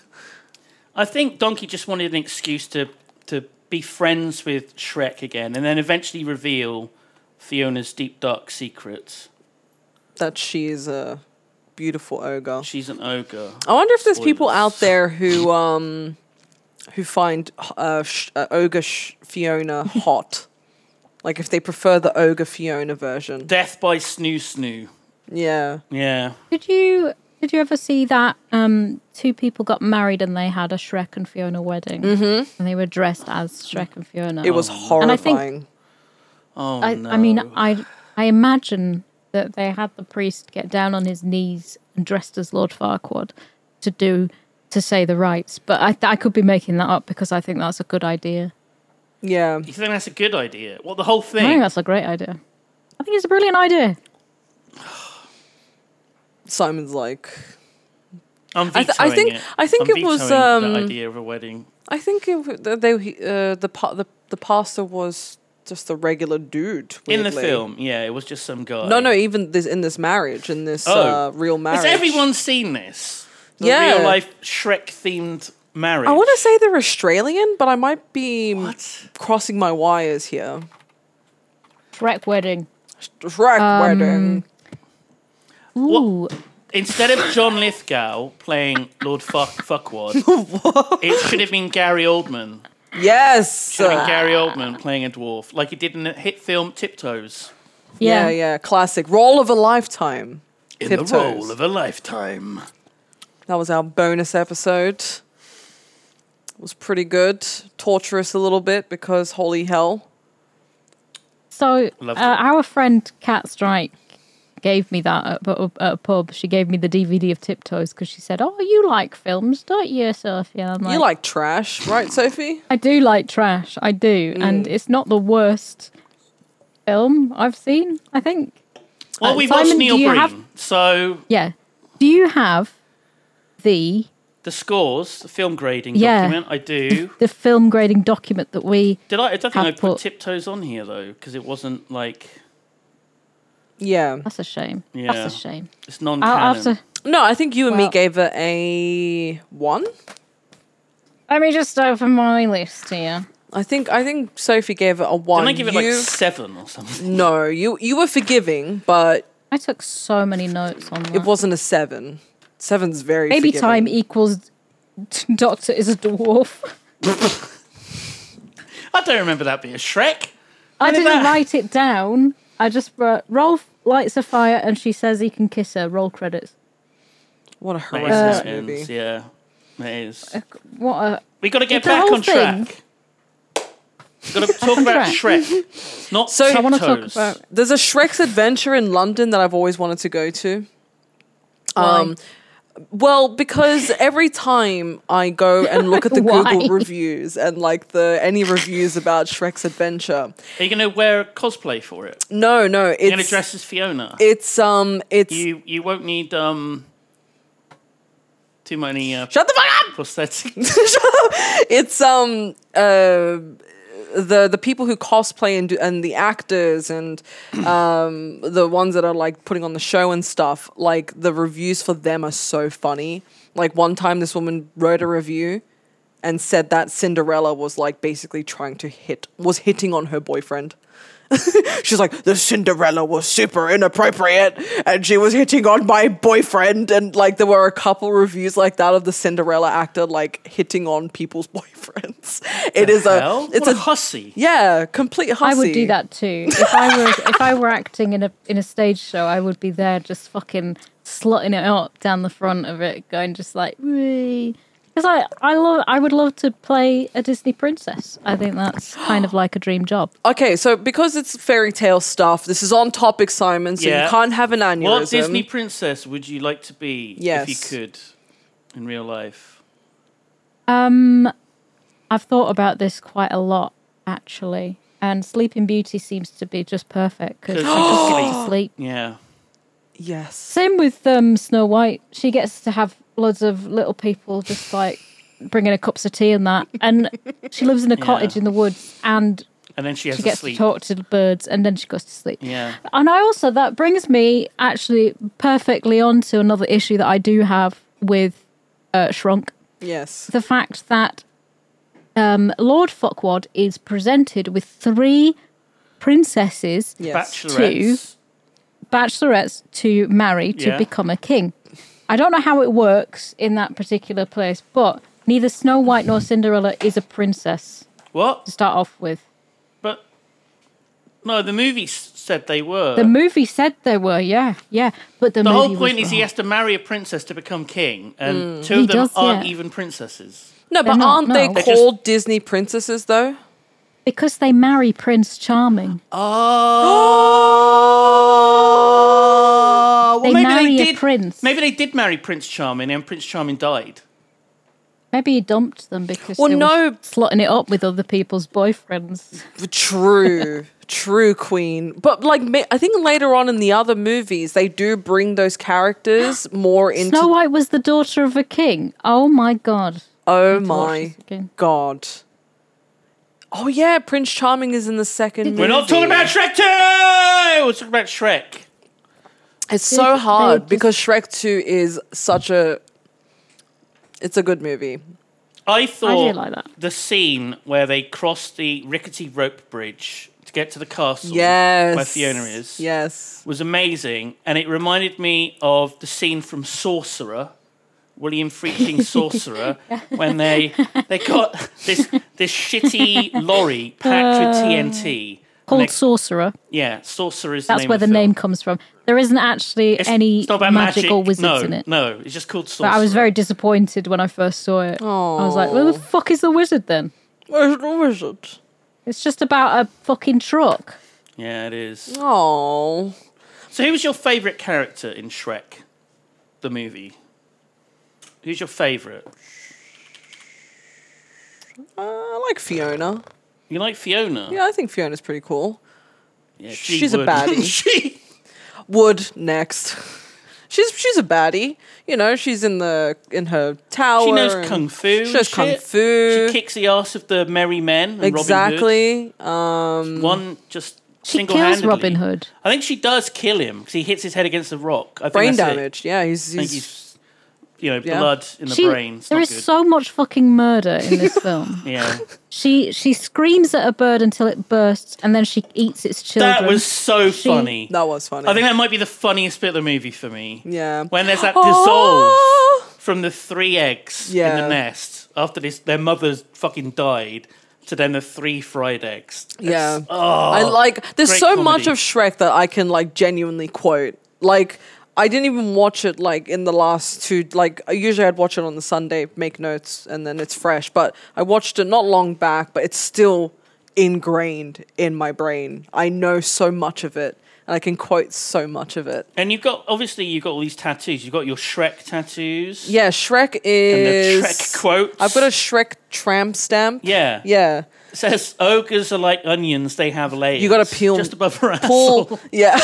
[SPEAKER 1] I think Donkey just wanted an excuse to to be friends with Shrek again, and then eventually reveal Fiona's deep dark secret.
[SPEAKER 4] That she's a beautiful ogre.
[SPEAKER 1] She's an ogre.
[SPEAKER 4] I wonder if there's people
[SPEAKER 1] Spoilers.
[SPEAKER 4] out there who um who find uh, sh- uh ogre sh- Fiona hot. Like if they prefer the ogre Fiona version.
[SPEAKER 1] Death by Snoo Snoo.
[SPEAKER 4] Yeah.
[SPEAKER 1] Yeah.
[SPEAKER 2] Did you did you ever see that um, two people got married and they had a Shrek and Fiona wedding and they were dressed as Shrek and Fiona?
[SPEAKER 4] Mm-hmm. It was
[SPEAKER 2] I think-
[SPEAKER 4] horrifying.
[SPEAKER 1] Oh
[SPEAKER 2] I,
[SPEAKER 1] no.
[SPEAKER 2] I mean, I I imagine that they had the priest get down on his knees and dressed as Lord Farquaad to do to say the rites, but I I could be making that up because I think that's a good idea.
[SPEAKER 4] yeah.
[SPEAKER 1] you think that's a good idea? What the whole
[SPEAKER 2] I think
[SPEAKER 1] thing?
[SPEAKER 2] that's a great idea. I think it's a brilliant idea.
[SPEAKER 4] Simon's like
[SPEAKER 1] I'm
[SPEAKER 4] I
[SPEAKER 1] vetoing
[SPEAKER 4] th- I think-
[SPEAKER 1] it.
[SPEAKER 4] I think
[SPEAKER 1] I'm
[SPEAKER 4] it was,
[SPEAKER 1] vetoing
[SPEAKER 4] um,
[SPEAKER 1] the idea of a wedding.
[SPEAKER 4] I think it, w- th- they uh, the pa- the the pastor was just a regular dude
[SPEAKER 1] in the
[SPEAKER 4] weirdly.
[SPEAKER 1] film. Yeah, it was just some guy.
[SPEAKER 4] No, no, even this in this marriage, in this
[SPEAKER 1] Oh.
[SPEAKER 4] uh, real marriage.
[SPEAKER 1] Has everyone seen this? The
[SPEAKER 4] Yeah.
[SPEAKER 1] real life Shrek themed marriage.
[SPEAKER 4] I want to say they're Australian, but I might be
[SPEAKER 1] What?
[SPEAKER 4] crossing my wires here.
[SPEAKER 2] Shrek wedding.
[SPEAKER 4] Shrek wedding.
[SPEAKER 2] Ooh,
[SPEAKER 1] Instead of John Lithgow playing Lord Fuck Fuckwad, it should have been Gary Oldman.
[SPEAKER 4] Yes.
[SPEAKER 1] Should have been Gary Oldman playing a dwarf, like he did in the hit film Tiptoes.
[SPEAKER 4] yeah,
[SPEAKER 2] yeah.
[SPEAKER 4] yeah, classic. Role of a lifetime.
[SPEAKER 1] In
[SPEAKER 4] Tiptoes.
[SPEAKER 1] the role of a lifetime.
[SPEAKER 4] That was our bonus episode. It was pretty good. Torturous a little bit because holy hell.
[SPEAKER 2] So uh,
[SPEAKER 1] Loved it.
[SPEAKER 2] our friend Cat Strike gave me that at, pu- at a pub. She gave me the DVD of Tiptoes because she said, "Oh, you like films, don't you, Sophie?" And I'm like,
[SPEAKER 4] You like trash, right, Sophie?
[SPEAKER 2] "I do like trash. I do, and it's not the worst film I've seen. I think."
[SPEAKER 1] Well,
[SPEAKER 2] Uh,
[SPEAKER 1] we
[SPEAKER 2] Simon,
[SPEAKER 1] watched
[SPEAKER 2] do
[SPEAKER 1] Neil
[SPEAKER 2] you
[SPEAKER 1] Breen,
[SPEAKER 2] have-
[SPEAKER 1] so
[SPEAKER 2] Yeah. Do you have the
[SPEAKER 1] the scores, the film grading
[SPEAKER 2] Yeah.
[SPEAKER 1] document, I do.
[SPEAKER 2] the film grading document that we?
[SPEAKER 1] Did I? I don't think
[SPEAKER 2] Have
[SPEAKER 1] I put,
[SPEAKER 2] put-
[SPEAKER 1] Tiptoes on here though, because it wasn't like
[SPEAKER 4] Yeah.
[SPEAKER 2] That's a shame.
[SPEAKER 1] Yeah.
[SPEAKER 2] That's a shame.
[SPEAKER 1] it's non-canon.
[SPEAKER 2] I'll have to.
[SPEAKER 4] No, I think you and me
[SPEAKER 2] Well-
[SPEAKER 4] gave it a one.
[SPEAKER 2] Let me just open my list here.
[SPEAKER 4] I think I think Sophie gave it a one.
[SPEAKER 1] Didn't I give it like
[SPEAKER 4] You-
[SPEAKER 1] seven or something?
[SPEAKER 4] no, you you were forgiving, but
[SPEAKER 2] I took so many notes on that.
[SPEAKER 4] it wasn't a seven. Seven's very
[SPEAKER 2] Maybe
[SPEAKER 4] forgiving.
[SPEAKER 2] time equals Doctor is a dwarf.
[SPEAKER 1] I don't remember that being a Shrek.
[SPEAKER 2] I
[SPEAKER 1] did that-
[SPEAKER 2] didn't write it down. I just wrote Rolf lights a fire and she says he can kiss her. Roll credits.
[SPEAKER 4] What
[SPEAKER 2] Uh,
[SPEAKER 4] a
[SPEAKER 1] It is how
[SPEAKER 4] horrendous
[SPEAKER 1] it ends,
[SPEAKER 4] movie.
[SPEAKER 1] yeah, it is.
[SPEAKER 2] What a
[SPEAKER 1] We got to get
[SPEAKER 2] the
[SPEAKER 1] back
[SPEAKER 2] whole
[SPEAKER 1] on track. Got to talk about Shrek, not
[SPEAKER 4] So- I
[SPEAKER 2] I want to talk
[SPEAKER 1] Tiptoes.
[SPEAKER 2] about.
[SPEAKER 4] There's a Shrek's Adventure in London that I've always wanted to go to.
[SPEAKER 2] Um,
[SPEAKER 4] Well, because every time I go and look at the
[SPEAKER 2] Why?
[SPEAKER 4] Google reviews and like the any reviews about Shrek's Adventure,
[SPEAKER 1] Are you going to wear cosplay for it? Are
[SPEAKER 4] no, no,
[SPEAKER 1] you going to
[SPEAKER 4] it's
[SPEAKER 1] dress as Fiona?
[SPEAKER 4] it's um it's
[SPEAKER 1] you you won't need um too many uh,
[SPEAKER 4] shut the fuck up.
[SPEAKER 1] prosthetics.
[SPEAKER 4] It's um uh the the people who cosplay and do, and the actors and um the ones that are like putting on the show and stuff. Like the reviews for them are so funny. Like one time, this woman wrote a review and said that Cinderella was like basically trying to hit was hitting on her boyfriend. She's like, the Cinderella was super inappropriate and she was hitting on my boyfriend. And like, there were a couple reviews like that of the Cinderella actor like hitting on people's boyfriends. It is
[SPEAKER 1] Hell,
[SPEAKER 4] a, it's
[SPEAKER 1] what a,
[SPEAKER 4] a,
[SPEAKER 1] hussy.
[SPEAKER 4] yeah, complete hussy.
[SPEAKER 2] I would do that too. If I were if I were acting in a in a stage show, I would be there just fucking slutting it up down the front of it, going just like because I I love I would love to play a Disney princess. I think that's kind of like a dream job.
[SPEAKER 4] Okay, so because it's fairy tale stuff, this is on topic, Simon, so
[SPEAKER 1] Yeah.
[SPEAKER 4] you can't have an aneurysm.
[SPEAKER 1] What Disney princess would you like to be if
[SPEAKER 4] Yes.
[SPEAKER 1] you could in real life?
[SPEAKER 2] I've thought about this quite a lot actually, and Sleeping Beauty seems to be just perfect because I just get to sleep.
[SPEAKER 1] Yeah.
[SPEAKER 4] Yes.
[SPEAKER 2] Same with um, Snow White. She gets to have loads of little people just like bringing her cups of tea and that. And she lives in a cottage in the woods and
[SPEAKER 1] And then she has
[SPEAKER 2] she
[SPEAKER 1] to
[SPEAKER 2] gets to
[SPEAKER 1] sleep.
[SPEAKER 2] talk to the birds and then she goes to sleep.
[SPEAKER 1] Yeah.
[SPEAKER 2] And I also, that brings me actually perfectly onto another issue that I do have with uh, Shrunk
[SPEAKER 4] Yes.
[SPEAKER 2] the fact that um, Lord Fuckwad is presented with three princesses,
[SPEAKER 4] Yes.
[SPEAKER 1] Bachelorettes.
[SPEAKER 2] bachelorettes, to marry to
[SPEAKER 1] Yeah.
[SPEAKER 2] become a king. I don't know how it works in that particular place, but neither Snow White nor Cinderella is a princess
[SPEAKER 1] What?
[SPEAKER 2] to start off with.
[SPEAKER 1] But no, the movie s- said they were.
[SPEAKER 2] The movie said they were, yeah, yeah, but the,
[SPEAKER 1] Uh. The
[SPEAKER 2] movie
[SPEAKER 1] whole point
[SPEAKER 2] was
[SPEAKER 1] is he
[SPEAKER 2] wrong. Mm.
[SPEAKER 1] has to marry a princess to become king, and two
[SPEAKER 2] He
[SPEAKER 1] of them
[SPEAKER 2] does,
[SPEAKER 1] aren't
[SPEAKER 2] yeah.
[SPEAKER 1] even princesses.
[SPEAKER 4] No,
[SPEAKER 2] They're
[SPEAKER 4] but
[SPEAKER 2] not,
[SPEAKER 4] aren't they
[SPEAKER 2] no. They're
[SPEAKER 1] just-
[SPEAKER 4] called Disney princesses though?
[SPEAKER 2] because they marry Prince Charming.
[SPEAKER 1] Oh, well,
[SPEAKER 2] They
[SPEAKER 1] maybe
[SPEAKER 2] marry
[SPEAKER 1] they
[SPEAKER 2] a
[SPEAKER 1] did.
[SPEAKER 2] prince.
[SPEAKER 1] Maybe they did marry Prince Charming, and Prince Charming died.
[SPEAKER 2] Maybe he dumped them because
[SPEAKER 4] Well,
[SPEAKER 2] they
[SPEAKER 4] no.
[SPEAKER 2] were slotting it up with other people's boyfriends.
[SPEAKER 4] True, true queen. But like, ma- I think later on in the other movies, they do bring those characters more into.
[SPEAKER 2] Snow White was the daughter of a king. Oh my god.
[SPEAKER 4] oh
[SPEAKER 2] watch
[SPEAKER 4] my
[SPEAKER 2] this again.
[SPEAKER 4] god! Oh yeah, Prince Charming is in the second.
[SPEAKER 1] We're not talking
[SPEAKER 4] movie.
[SPEAKER 1] about Shrek 2! We're talking about Shrek.
[SPEAKER 4] It's so
[SPEAKER 2] They-
[SPEAKER 4] hard
[SPEAKER 2] they
[SPEAKER 4] because Shrek Two is such a. It's a good movie.
[SPEAKER 1] I thought
[SPEAKER 2] like that.
[SPEAKER 1] the scene where they cross the rickety rope bridge to get to the castle
[SPEAKER 4] Yes.
[SPEAKER 1] where Fiona is
[SPEAKER 4] Yes.
[SPEAKER 1] was amazing, and it reminded me of the scene from Sorcerer, William Freaking Sorcerer, when they they got this this shitty lorry packed with TNT.
[SPEAKER 2] Uh, Called
[SPEAKER 1] Next-
[SPEAKER 2] Sorcerer.
[SPEAKER 1] Yeah, Sorcerer is the
[SPEAKER 2] That's
[SPEAKER 1] name
[SPEAKER 2] where
[SPEAKER 1] of
[SPEAKER 2] the
[SPEAKER 1] film.
[SPEAKER 2] name comes from. There isn't actually
[SPEAKER 1] It's
[SPEAKER 2] any
[SPEAKER 1] it's not about
[SPEAKER 2] magic or wizards
[SPEAKER 1] no,
[SPEAKER 2] in it.
[SPEAKER 1] No, it's just called Sorcerer.
[SPEAKER 2] But I was very disappointed when I first saw it. I was like, "Where the fuck is the wizard then?
[SPEAKER 4] Where's the wizard?
[SPEAKER 2] It's just about a fucking truck."
[SPEAKER 1] yeah, it is.
[SPEAKER 4] Oh,
[SPEAKER 1] So, who was your favourite character in Shrek, the movie? Who's your favourite?
[SPEAKER 4] I like Fiona.
[SPEAKER 1] You like Fiona?
[SPEAKER 4] Yeah, I think Fiona's pretty cool.
[SPEAKER 1] Yeah, she
[SPEAKER 4] she's a
[SPEAKER 1] would.
[SPEAKER 4] baddie.
[SPEAKER 1] she
[SPEAKER 4] Wood next. She's she's a baddie. You know, she's in the in her tower.
[SPEAKER 1] She knows
[SPEAKER 4] and
[SPEAKER 1] kung fu.
[SPEAKER 4] She knows
[SPEAKER 1] and
[SPEAKER 4] kung
[SPEAKER 1] shit.
[SPEAKER 4] fu.
[SPEAKER 1] She kicks the ass of the merry men. And
[SPEAKER 4] exactly.
[SPEAKER 1] Robin
[SPEAKER 4] Um,
[SPEAKER 1] Hood. One just
[SPEAKER 2] She
[SPEAKER 1] single
[SPEAKER 2] kills
[SPEAKER 1] handedly.
[SPEAKER 2] Robin Hood.
[SPEAKER 1] I think she does kill him because he hits his head against the rock. I think
[SPEAKER 4] brain
[SPEAKER 1] that's it.
[SPEAKER 4] damage. Yeah, he's,
[SPEAKER 1] I think
[SPEAKER 4] he's
[SPEAKER 1] he's, you know,
[SPEAKER 4] Yeah.
[SPEAKER 1] blood in the
[SPEAKER 2] She,
[SPEAKER 1] brain. It's
[SPEAKER 2] there
[SPEAKER 1] not
[SPEAKER 2] is
[SPEAKER 1] good.
[SPEAKER 2] so much fucking murder in this film.
[SPEAKER 1] yeah,
[SPEAKER 2] She she screams at a bird until it bursts, and then she eats its children.
[SPEAKER 1] that was so funny.
[SPEAKER 4] that was funny.
[SPEAKER 1] I think that might be the funniest bit of the movie for me.
[SPEAKER 4] Yeah.
[SPEAKER 1] When there's
[SPEAKER 2] Oh.
[SPEAKER 1] that dissolve
[SPEAKER 4] Oh!
[SPEAKER 1] from the three eggs in
[SPEAKER 4] Yeah.
[SPEAKER 1] the nest after this, their mother's fucking died, to then the three fried eggs.
[SPEAKER 4] Yeah. I like there's
[SPEAKER 1] oh, great
[SPEAKER 4] so much
[SPEAKER 1] comedy.
[SPEAKER 4] of Shrek that I can like genuinely quote. Like I didn't even watch it like in the last two like usually I'd watch it on the Sunday, make notes and then it's fresh, but I watched it not long back, but it's still ingrained in my brain. I know so much of it and I can quote so much of it.
[SPEAKER 1] And you've got obviously you've got all these tattoos. You've got your Shrek tattoos.
[SPEAKER 4] Yeah, Shrek
[SPEAKER 1] And the
[SPEAKER 4] is
[SPEAKER 1] Shrek quotes.
[SPEAKER 4] I've got a Shrek tramp stamp.
[SPEAKER 1] Yeah.
[SPEAKER 4] Yeah.
[SPEAKER 1] It says ogres are like onions; they have layers.
[SPEAKER 4] You gotta peel-
[SPEAKER 1] just above her asshole.
[SPEAKER 4] Pull yeah.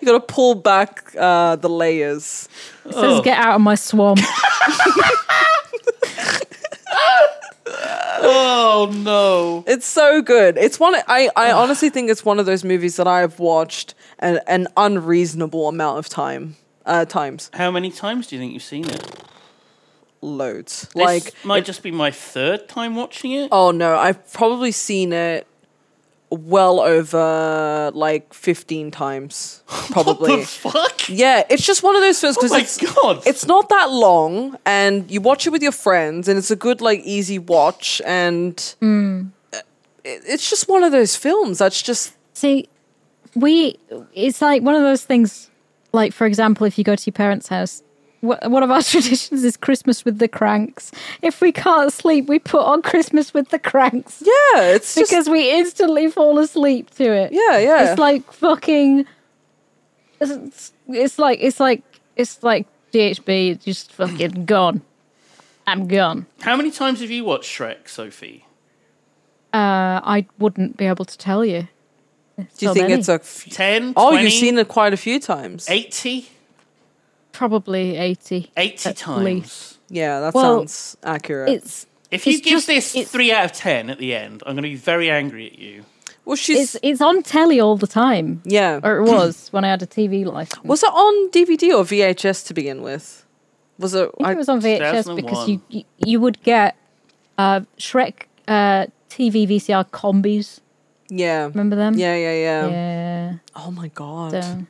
[SPEAKER 4] you gotta pull back uh, the layers.
[SPEAKER 2] It says, "Get out of my swamp."
[SPEAKER 1] Oh no!
[SPEAKER 4] It's so good. It's one. I, I honestly think it's one of those movies that I've watched an, an unreasonable amount of time. Uh, times
[SPEAKER 1] How many times do you think you've seen it?
[SPEAKER 4] loads.
[SPEAKER 1] Like
[SPEAKER 4] Like
[SPEAKER 1] this might just be my third time watching it.
[SPEAKER 4] oh no, I've probably seen it well over like fifteen times probably.
[SPEAKER 1] What the fuck?
[SPEAKER 4] Yeah, it's just one of those films
[SPEAKER 1] Oh
[SPEAKER 4] because
[SPEAKER 1] my
[SPEAKER 4] it's
[SPEAKER 1] God.
[SPEAKER 4] it's not that long, and you watch it with your friends, and it's a good like easy watch, and
[SPEAKER 2] Mm.
[SPEAKER 4] uh, it- it's just one of those films that's just
[SPEAKER 2] See, we it's like one of those things. Like for example, if you go to your parents' house, wh- one of our traditions is Christmas with the Cranks. If we can't sleep, we put on Christmas with the Cranks
[SPEAKER 4] yeah, it's just
[SPEAKER 2] because we instantly fall asleep to it.
[SPEAKER 4] yeah, yeah.
[SPEAKER 2] It's like fucking. It's, it's like it's like it's like DHB. It's just fucking gone. I'm gone.
[SPEAKER 1] How many times have you watched Shrek, Sophie?
[SPEAKER 2] Uh, I wouldn't be able to tell you.
[SPEAKER 4] Do you
[SPEAKER 2] So
[SPEAKER 4] think
[SPEAKER 2] many.
[SPEAKER 4] it's a? F-
[SPEAKER 1] Ten?
[SPEAKER 4] oh,
[SPEAKER 1] 20,
[SPEAKER 4] you've seen it quite a few times.
[SPEAKER 1] 80?
[SPEAKER 2] Probably eighty.
[SPEAKER 1] 80
[SPEAKER 2] At
[SPEAKER 1] times.
[SPEAKER 2] least.
[SPEAKER 4] Yeah, that
[SPEAKER 2] Well,
[SPEAKER 4] sounds accurate.
[SPEAKER 2] It's
[SPEAKER 1] If you
[SPEAKER 2] It's
[SPEAKER 1] give
[SPEAKER 2] just-
[SPEAKER 1] this
[SPEAKER 2] it's-
[SPEAKER 1] three out of ten at the end, I'm going to be very angry at you.
[SPEAKER 4] well,
[SPEAKER 2] it's
[SPEAKER 4] she's
[SPEAKER 2] it's on telly all the time.
[SPEAKER 4] yeah.
[SPEAKER 2] Or it was when I had a TV license.
[SPEAKER 4] was it on DVD or VHS to begin with? Was it?
[SPEAKER 2] I think it was on VHS
[SPEAKER 1] 2001.
[SPEAKER 2] because you you, you would get uh, Shrek uh, TV VCR combis.
[SPEAKER 4] yeah.
[SPEAKER 2] Remember them?
[SPEAKER 4] Yeah, yeah, yeah.
[SPEAKER 2] Yeah.
[SPEAKER 4] Oh my god.
[SPEAKER 2] So.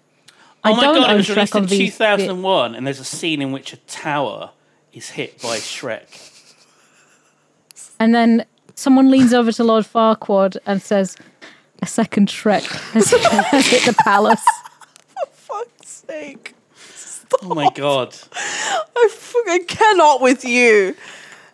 [SPEAKER 1] Oh my god, it
[SPEAKER 2] own
[SPEAKER 1] was released in
[SPEAKER 2] V-
[SPEAKER 1] 2001, and there's a scene in which a tower is hit by Shrek.
[SPEAKER 2] And then someone leans over to Lord Farquaad and says, "A second Shrek has has hit the palace."
[SPEAKER 4] Fuck's sake!
[SPEAKER 1] Oh my god.
[SPEAKER 4] I fucking cannot with you.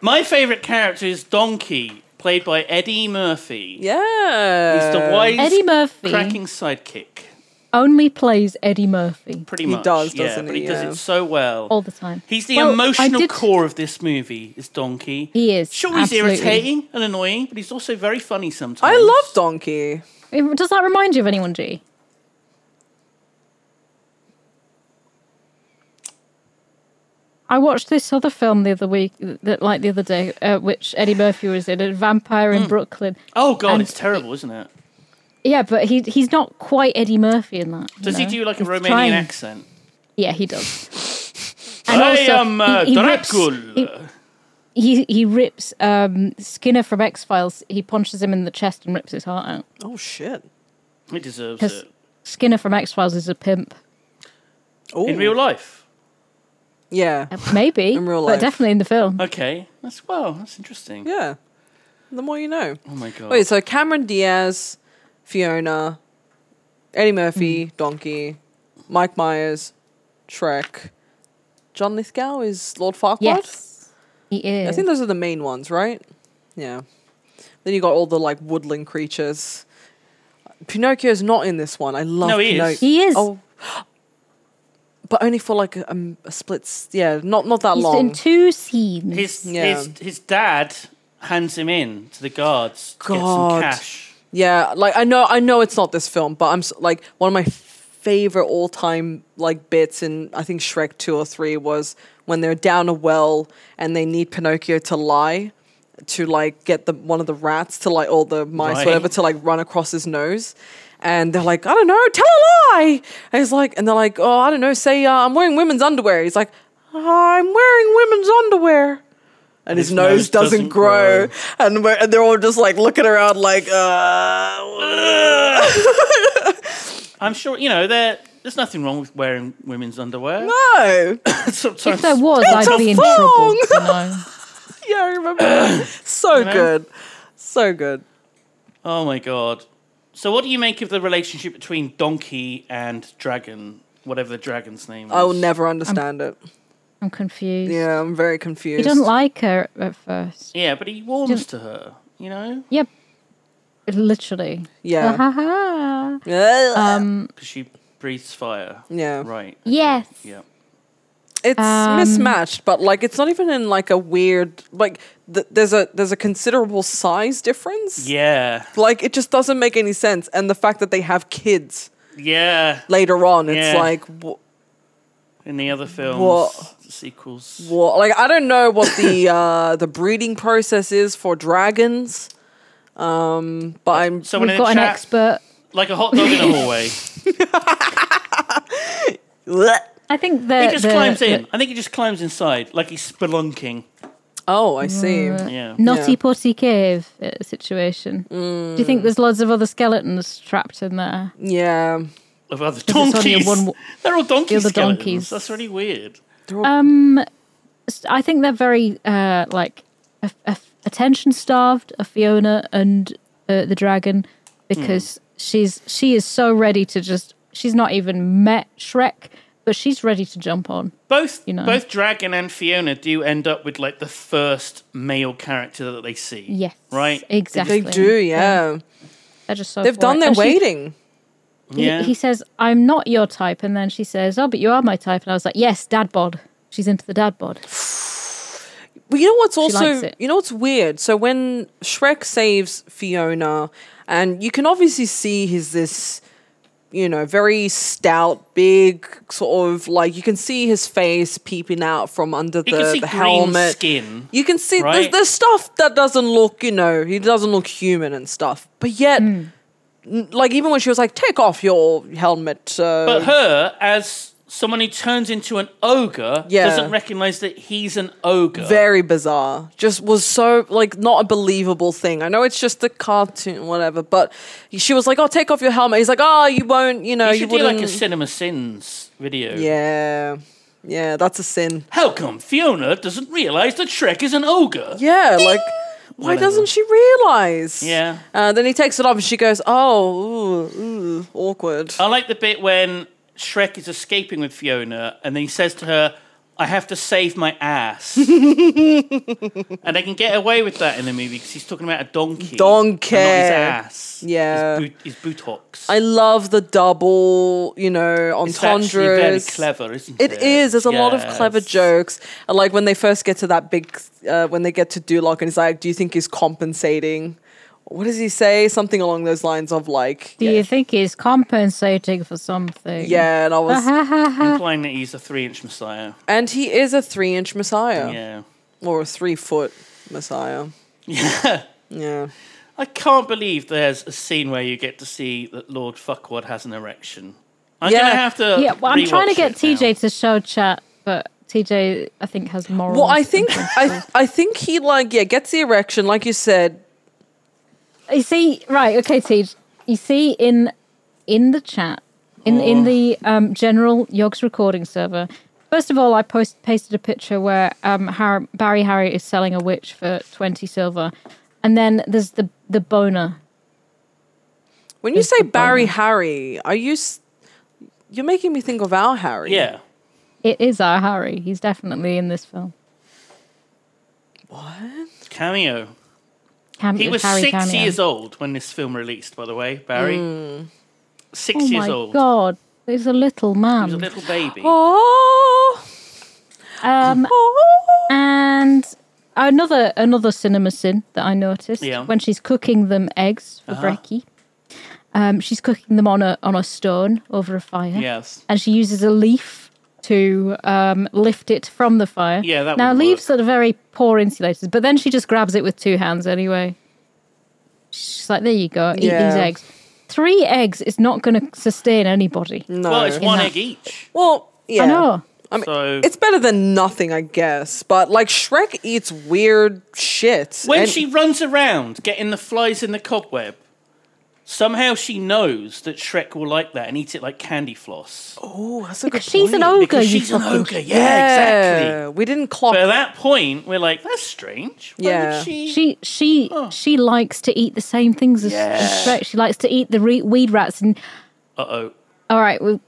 [SPEAKER 1] My favourite character is Donkey, played by Eddie Murphy.
[SPEAKER 4] Yeah.
[SPEAKER 1] He's the wise,
[SPEAKER 2] Eddie Murphy
[SPEAKER 1] cracking sidekick,
[SPEAKER 2] only plays Eddie Murphy
[SPEAKER 1] pretty
[SPEAKER 4] He
[SPEAKER 1] much.
[SPEAKER 4] does,
[SPEAKER 1] yeah,
[SPEAKER 4] doesn't
[SPEAKER 1] but
[SPEAKER 4] he?
[SPEAKER 1] he does
[SPEAKER 4] Yeah.
[SPEAKER 1] it so well.
[SPEAKER 2] all the time.
[SPEAKER 1] He's the
[SPEAKER 2] Well, I
[SPEAKER 1] emotional
[SPEAKER 2] did-
[SPEAKER 1] core of this movie, is Donkey.
[SPEAKER 2] He is,
[SPEAKER 1] Sure, he's
[SPEAKER 2] absolutely.
[SPEAKER 1] irritating and annoying, but he's also very funny sometimes.
[SPEAKER 4] I love Donkey.
[SPEAKER 2] Does that remind you of anyone, G? I watched this other film the other week, that like the other day, uh, which Eddie Murphy was in, a vampire in Brooklyn.
[SPEAKER 1] Oh god,
[SPEAKER 2] And-
[SPEAKER 1] it's terrible, isn't it?
[SPEAKER 2] Yeah, but he he's not quite Eddie Murphy in that. you
[SPEAKER 1] Does he
[SPEAKER 2] know?
[SPEAKER 1] do like a
[SPEAKER 2] He's
[SPEAKER 1] Romanian
[SPEAKER 2] trying.
[SPEAKER 1] accent?
[SPEAKER 2] Yeah, he does.
[SPEAKER 1] I am uh,
[SPEAKER 2] rips-
[SPEAKER 1] Dracul.
[SPEAKER 2] he- he he rips um, Skinner from X Files. He punches him in the chest and rips his heart out
[SPEAKER 4] Oh shit.
[SPEAKER 1] He deserves
[SPEAKER 2] because
[SPEAKER 1] it
[SPEAKER 2] Skinner from X Files is a pimp.
[SPEAKER 4] Oh.
[SPEAKER 1] in real life.
[SPEAKER 4] Yeah.
[SPEAKER 2] Uh, Maybe
[SPEAKER 4] In real
[SPEAKER 2] but
[SPEAKER 4] life.
[SPEAKER 2] definitely in the film.
[SPEAKER 1] Okay, that's wow, that's interesting.
[SPEAKER 4] Yeah. The more you know.
[SPEAKER 1] Oh my god.
[SPEAKER 4] Wait, so Cameron Diaz, Fiona, Eddie Murphy, Donkey, Mike Myers, Shrek, John Lithgow is Lord Farquaad.
[SPEAKER 2] Yes, he is.
[SPEAKER 4] I think those are the main ones, right? Yeah. Then you got all the like woodland creatures. Pinocchio's not in this one. I love
[SPEAKER 1] No, he
[SPEAKER 4] Pinoc-
[SPEAKER 1] is.
[SPEAKER 2] He is.
[SPEAKER 4] Oh. But only for like a, um, a split, s- yeah, not not that
[SPEAKER 2] He's
[SPEAKER 4] long.
[SPEAKER 2] in two scenes.
[SPEAKER 1] his
[SPEAKER 4] Yeah.
[SPEAKER 1] his his dad hands him in to the guards to get some
[SPEAKER 4] God.
[SPEAKER 1] cash.
[SPEAKER 4] Yeah, like I know, I know it's not this film, but I'm s- like one of my favorite all time like bits in I think Shrek two or three was when they're down a well and they need Pinocchio to lie to like get the one of the rats to like all the mice
[SPEAKER 1] Right.
[SPEAKER 4] whatever to like run across his nose. And they're like, I don't know, tell a lie. And he's like, and they're like, oh, I don't know, say uh, I'm wearing women's underwear. He's like, I'm wearing women's underwear. And his, nose, doesn't, grow. And, we're, and they're all just like looking around like, uh.
[SPEAKER 1] I'm sure you know there. There's nothing wrong with wearing women's underwear.
[SPEAKER 4] No.
[SPEAKER 1] Sometimes
[SPEAKER 2] if there was,
[SPEAKER 4] It's
[SPEAKER 2] I'd
[SPEAKER 4] a
[SPEAKER 2] be in
[SPEAKER 4] thong!
[SPEAKER 2] trouble. You know?
[SPEAKER 4] yeah, I remember. that. so
[SPEAKER 1] know?
[SPEAKER 4] good. So good.
[SPEAKER 1] Oh my god. So what do you make of the relationship between Donkey and Dragon, whatever the dragon's name is?
[SPEAKER 4] I will never understand it.
[SPEAKER 2] I'm confused.
[SPEAKER 4] Yeah, I'm very confused.
[SPEAKER 2] He doesn't like her at first.
[SPEAKER 1] Yeah, but he warms to her, you know?
[SPEAKER 2] Yep. Literally.
[SPEAKER 4] Yeah.
[SPEAKER 2] Ha ha.
[SPEAKER 4] Um,
[SPEAKER 1] Because she breathes fire.
[SPEAKER 4] yeah.
[SPEAKER 1] Right.
[SPEAKER 2] Yes.
[SPEAKER 1] Yeah.
[SPEAKER 4] It's mismatched, but like it's not even in like a weird like th- there's a there's a considerable size difference.
[SPEAKER 1] Yeah.
[SPEAKER 4] Like it just doesn't make any sense and the fact that they have kids
[SPEAKER 1] Yeah.
[SPEAKER 4] later on it's
[SPEAKER 1] Yeah.
[SPEAKER 4] like wh-
[SPEAKER 1] In the other films,
[SPEAKER 4] What?
[SPEAKER 1] the sequels.
[SPEAKER 4] Well, like I don't know what the uh, the breeding process is for dragons, um, but I'm
[SPEAKER 1] Someone
[SPEAKER 2] We've
[SPEAKER 1] in the
[SPEAKER 2] got an
[SPEAKER 1] chat,
[SPEAKER 2] expert.
[SPEAKER 1] like a hot dog in a hallway.
[SPEAKER 2] I think the,
[SPEAKER 1] he just
[SPEAKER 2] Uh, the-
[SPEAKER 1] climbs
[SPEAKER 2] the-
[SPEAKER 1] in. I think he just climbs inside, like he's spelunking.
[SPEAKER 4] oh, I see.
[SPEAKER 1] Yeah.
[SPEAKER 2] Notty
[SPEAKER 4] Yeah. Mm.
[SPEAKER 2] Potty Cave uh, situation. Do you think there's loads of other skeletons trapped in there?
[SPEAKER 4] Yeah,
[SPEAKER 1] Of other
[SPEAKER 2] only
[SPEAKER 1] donkeys.
[SPEAKER 2] one w-
[SPEAKER 1] They're all donkey
[SPEAKER 2] other
[SPEAKER 1] skeletons.
[SPEAKER 2] donkeys.
[SPEAKER 1] That's really weird.
[SPEAKER 2] Um, s- I think they're very uh, like a, attention starved. of Fiona and uh, the dragon
[SPEAKER 4] Hmm.
[SPEAKER 2] because she's she is so ready to just. She's not even met Shrek, but she's ready to jump on.
[SPEAKER 1] Both
[SPEAKER 2] know.
[SPEAKER 1] both Dragon and Fiona do end up with like the first male character that they see.
[SPEAKER 2] Yes.
[SPEAKER 1] Right?
[SPEAKER 2] Exactly.
[SPEAKER 4] they do. Yeah,
[SPEAKER 2] They're just so.
[SPEAKER 4] they've
[SPEAKER 2] for
[SPEAKER 4] done
[SPEAKER 2] it.
[SPEAKER 4] their
[SPEAKER 2] And she-
[SPEAKER 4] waiting.
[SPEAKER 2] he-
[SPEAKER 1] Yeah.
[SPEAKER 2] He, says, "I'm not your type," and then she says, "Oh, but you are my type." And I was like, "Yes, dad bod." She's into the dad bod.
[SPEAKER 4] But you know what's
[SPEAKER 2] likes
[SPEAKER 4] also
[SPEAKER 2] it.
[SPEAKER 4] you know what's weird. So when Shrek saves Fiona, and you can obviously see he's this, you know, very stout, big sort of like you can see his face peeping out from under
[SPEAKER 1] you can
[SPEAKER 4] the,
[SPEAKER 1] see
[SPEAKER 4] the
[SPEAKER 1] green
[SPEAKER 4] helmet.
[SPEAKER 1] skin.
[SPEAKER 4] You can see
[SPEAKER 1] Right?
[SPEAKER 4] there's, there's stuff that doesn't look, you know, he doesn't look human and stuff. But yet,
[SPEAKER 2] Hmm.
[SPEAKER 4] n- like even when she was like, "Take off your helmet," uh,
[SPEAKER 1] But her, as someone who turns into an ogre,
[SPEAKER 4] Yeah.
[SPEAKER 1] doesn't recognize that he's an ogre.
[SPEAKER 4] very bizarre. Just was so like not a believable thing. I know it's just a cartoon, whatever. But she was like, "Oh, take off your helmet." He's like, "Oh, you won't," you know,
[SPEAKER 1] you
[SPEAKER 4] you,
[SPEAKER 1] should do
[SPEAKER 4] wouldn't.
[SPEAKER 1] like a Cinema Sins video.
[SPEAKER 4] yeah, yeah, that's a sin.
[SPEAKER 1] How come Fiona doesn't realize that Shrek is an ogre?
[SPEAKER 4] Yeah, like. Why
[SPEAKER 1] Whatever.
[SPEAKER 4] doesn't she realize?
[SPEAKER 1] Yeah.
[SPEAKER 4] Uh, then he takes it off and she goes, "Oh, ooh, ooh, awkward."
[SPEAKER 1] I like the bit when Shrek is escaping with Fiona and then he says to her, I have to save my ass. and they can get away with that in the movie because he's talking about a donkey.
[SPEAKER 4] Donkey.
[SPEAKER 1] and not his ass.
[SPEAKER 4] Yeah.
[SPEAKER 1] His, boot, his buttocks.
[SPEAKER 4] I love the double, you know,
[SPEAKER 1] it's actually very
[SPEAKER 4] entendres.
[SPEAKER 1] clever, isn't
[SPEAKER 4] It
[SPEAKER 1] it?
[SPEAKER 4] is. There's a lot of clever
[SPEAKER 1] Yes.
[SPEAKER 4] jokes. And, Like when they first get to that big, uh, when they get to Duloc, and he's like, "Do you think he's compensating?" what does he say? Something along those lines of like,
[SPEAKER 2] Do
[SPEAKER 4] yeah,
[SPEAKER 2] you think he's compensating for something?
[SPEAKER 4] yeah, and I was,
[SPEAKER 2] Uh-huh.
[SPEAKER 1] implying that he's a three-inch messiah.
[SPEAKER 4] and he is a three-inch messiah
[SPEAKER 1] Yeah.
[SPEAKER 4] or a three-foot messiah. Yeah, yeah.
[SPEAKER 1] I can't believe there's a scene where you get to see that Lord Fuckwad has an erection. I'm
[SPEAKER 4] Yeah.
[SPEAKER 1] gonna have to.
[SPEAKER 2] Yeah, well, I'm trying to
[SPEAKER 1] rewatch
[SPEAKER 2] get
[SPEAKER 1] it now.
[SPEAKER 2] TJ to show chat, but TJ, I think, has more.
[SPEAKER 4] Well, I think I, I think he like yeah gets the erection, like you said.
[SPEAKER 2] You see, right? Okay, TJ. You see, in in the chat, in in the um, general Yogs recording server. First of all, I post pasted a picture where um, Har- Barry Harry is selling a witch for twenty silver, and then there's the the boner.
[SPEAKER 4] When you
[SPEAKER 2] It's
[SPEAKER 4] say
[SPEAKER 2] the
[SPEAKER 4] Barry
[SPEAKER 2] boner.
[SPEAKER 4] Harry, are you? S- you're making me think of our Harry.
[SPEAKER 1] Yeah.
[SPEAKER 2] It is our Harry. He's definitely in this film.
[SPEAKER 1] Cameo.
[SPEAKER 2] Cam-
[SPEAKER 1] He
[SPEAKER 2] it's
[SPEAKER 1] was
[SPEAKER 2] Harry
[SPEAKER 1] six
[SPEAKER 2] cameo.
[SPEAKER 1] years old when this film released, by the way, Barry.
[SPEAKER 4] Hmm.
[SPEAKER 1] Six
[SPEAKER 2] Oh
[SPEAKER 1] years
[SPEAKER 2] my
[SPEAKER 1] old.
[SPEAKER 2] god, he's a little
[SPEAKER 1] He
[SPEAKER 2] man.
[SPEAKER 1] was a little baby.
[SPEAKER 4] Oh,
[SPEAKER 2] um,
[SPEAKER 4] oh.
[SPEAKER 2] And another another cinema sin that I noticed
[SPEAKER 1] Yeah. Uh-huh.
[SPEAKER 2] when she's cooking them eggs for brekkie. Um, she's cooking them on a on a stone over a fire.
[SPEAKER 1] Yes.
[SPEAKER 2] And she uses a leaf to um, lift it from the fire.
[SPEAKER 1] Yeah, that
[SPEAKER 2] Now
[SPEAKER 1] would
[SPEAKER 2] leaves
[SPEAKER 1] work.
[SPEAKER 2] are very poor insulators, but then she just grabs it with two hands anyway. She's like, "There you go, eat
[SPEAKER 4] Yeah.
[SPEAKER 2] these eggs." Three eggs is not going to sustain anybody.
[SPEAKER 4] no.
[SPEAKER 1] Well, it's one
[SPEAKER 2] that-
[SPEAKER 1] egg each.
[SPEAKER 4] Well, yeah.
[SPEAKER 2] I know.
[SPEAKER 4] I mean,
[SPEAKER 1] So-
[SPEAKER 4] it's better than nothing, I guess. But like Shrek eats weird shit.
[SPEAKER 1] When
[SPEAKER 4] and-
[SPEAKER 1] she runs around getting the flies in the cobweb, somehow she knows that Shrek will like that and eat it like candy floss.
[SPEAKER 4] Ooh, that's a good
[SPEAKER 2] She's an
[SPEAKER 4] point.
[SPEAKER 2] ogre.
[SPEAKER 1] because
[SPEAKER 2] you
[SPEAKER 1] she's an
[SPEAKER 2] fucking-
[SPEAKER 1] ogre. Yeah, exactly.
[SPEAKER 4] We didn't clock.
[SPEAKER 1] But at that point, we're like, that's strange. Why
[SPEAKER 4] Yeah.
[SPEAKER 1] Would she...
[SPEAKER 2] She she she likes to eat the same things as, as
[SPEAKER 1] Yeah.
[SPEAKER 2] Shrek. She likes to eat the re- weed rats. And
[SPEAKER 1] Uh oh.
[SPEAKER 2] all right, we,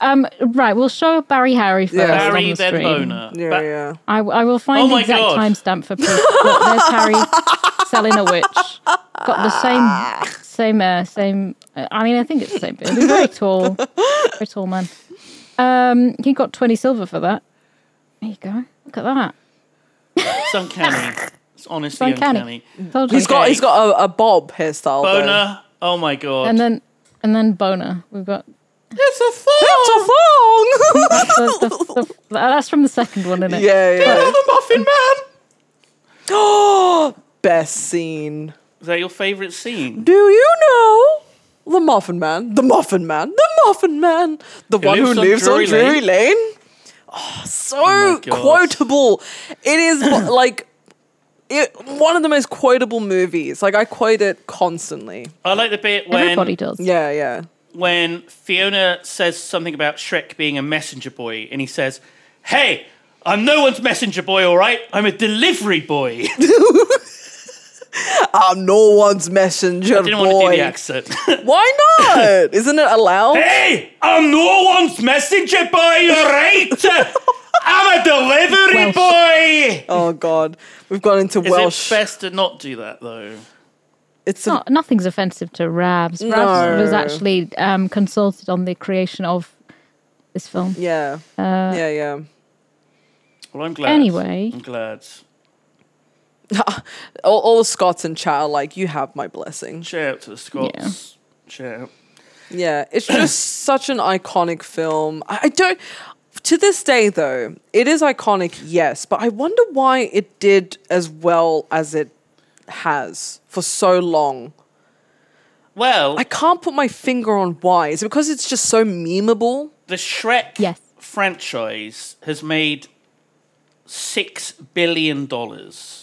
[SPEAKER 2] um, right, we'll show Barry Harry first.
[SPEAKER 4] Yeah.
[SPEAKER 2] on
[SPEAKER 1] Barry,
[SPEAKER 2] the
[SPEAKER 1] then
[SPEAKER 2] screen.
[SPEAKER 1] Boner.
[SPEAKER 4] yeah,
[SPEAKER 1] Ba-
[SPEAKER 4] yeah.
[SPEAKER 2] I, w- I will
[SPEAKER 1] Oh
[SPEAKER 2] find the
[SPEAKER 1] my
[SPEAKER 2] exact
[SPEAKER 1] God.
[SPEAKER 2] timestamp for people. Look, there's Harry selling a witch. Got the same same uh, same. Uh, I mean, I think it's the same. Bit. He's very tall, very tall man. Um, he got twenty silver for that. There you go. Look at that.
[SPEAKER 1] It's uncanny. It's honestly
[SPEAKER 2] It's uncanny.
[SPEAKER 1] uncanny.
[SPEAKER 2] Told you.
[SPEAKER 4] He's got
[SPEAKER 1] Okay.
[SPEAKER 4] he's got a, a bob hairstyle. though.
[SPEAKER 1] Boner. Oh my god.
[SPEAKER 2] and then and then boner. We've got
[SPEAKER 1] it's a four.
[SPEAKER 4] That's a thong.
[SPEAKER 2] the, the, the, that's from the second one, isn't it?
[SPEAKER 4] yeah, yeah.
[SPEAKER 1] Another muffin man.
[SPEAKER 4] Oh, best scene.
[SPEAKER 1] Is that your favourite scene?
[SPEAKER 4] Do you know the Muffin Man? The Muffin Man. The Muffin Man. The one who
[SPEAKER 1] lives on
[SPEAKER 4] lives on
[SPEAKER 1] Drury
[SPEAKER 4] Drury
[SPEAKER 1] Lane?
[SPEAKER 4] Lane. Oh, so
[SPEAKER 1] God.
[SPEAKER 4] quotable. It is like it, one of the most quotable movies. Like I quote it constantly.
[SPEAKER 1] I like the bit
[SPEAKER 2] Everybody
[SPEAKER 1] when
[SPEAKER 2] does.
[SPEAKER 4] Yeah, yeah.
[SPEAKER 1] when Fiona says something about Shrek being a messenger boy, and he says, "Hey, I'm no one's messenger boy, all right? I'm a delivery boy." I
[SPEAKER 4] I'm Ah, no one's messenger
[SPEAKER 1] didn't
[SPEAKER 4] boy.
[SPEAKER 1] want to do the accent.
[SPEAKER 4] Why not? Isn't it allowed?
[SPEAKER 1] hey, I'm no one's messenger boy, all right? I'm a delivery boy.
[SPEAKER 4] Oh God, we've gone into
[SPEAKER 1] Is
[SPEAKER 4] Welsh.
[SPEAKER 1] it best to not do that though?
[SPEAKER 4] it's a,
[SPEAKER 2] Not, nothing's offensive to Rabs. Rabs
[SPEAKER 4] No.
[SPEAKER 2] was actually um, consulted on the creation of this film.
[SPEAKER 4] yeah,
[SPEAKER 1] Uh.
[SPEAKER 4] yeah, yeah.
[SPEAKER 1] Well, I'm glad.
[SPEAKER 2] Anyway.
[SPEAKER 1] I'm glad.
[SPEAKER 4] All, all the Scots and Chow, like you have my blessing.
[SPEAKER 1] Shout out to the Scots. Shout out.
[SPEAKER 4] Yeah, it's just such an iconic film. I, I don't. To this day, though, it is iconic, yes, but I wonder why it did as well as it has for so long.
[SPEAKER 1] Well,
[SPEAKER 4] I can't put my finger on why. Is it because it's just so memeable?
[SPEAKER 1] the Shrek
[SPEAKER 2] Yes.
[SPEAKER 1] franchise has made six billion dollars.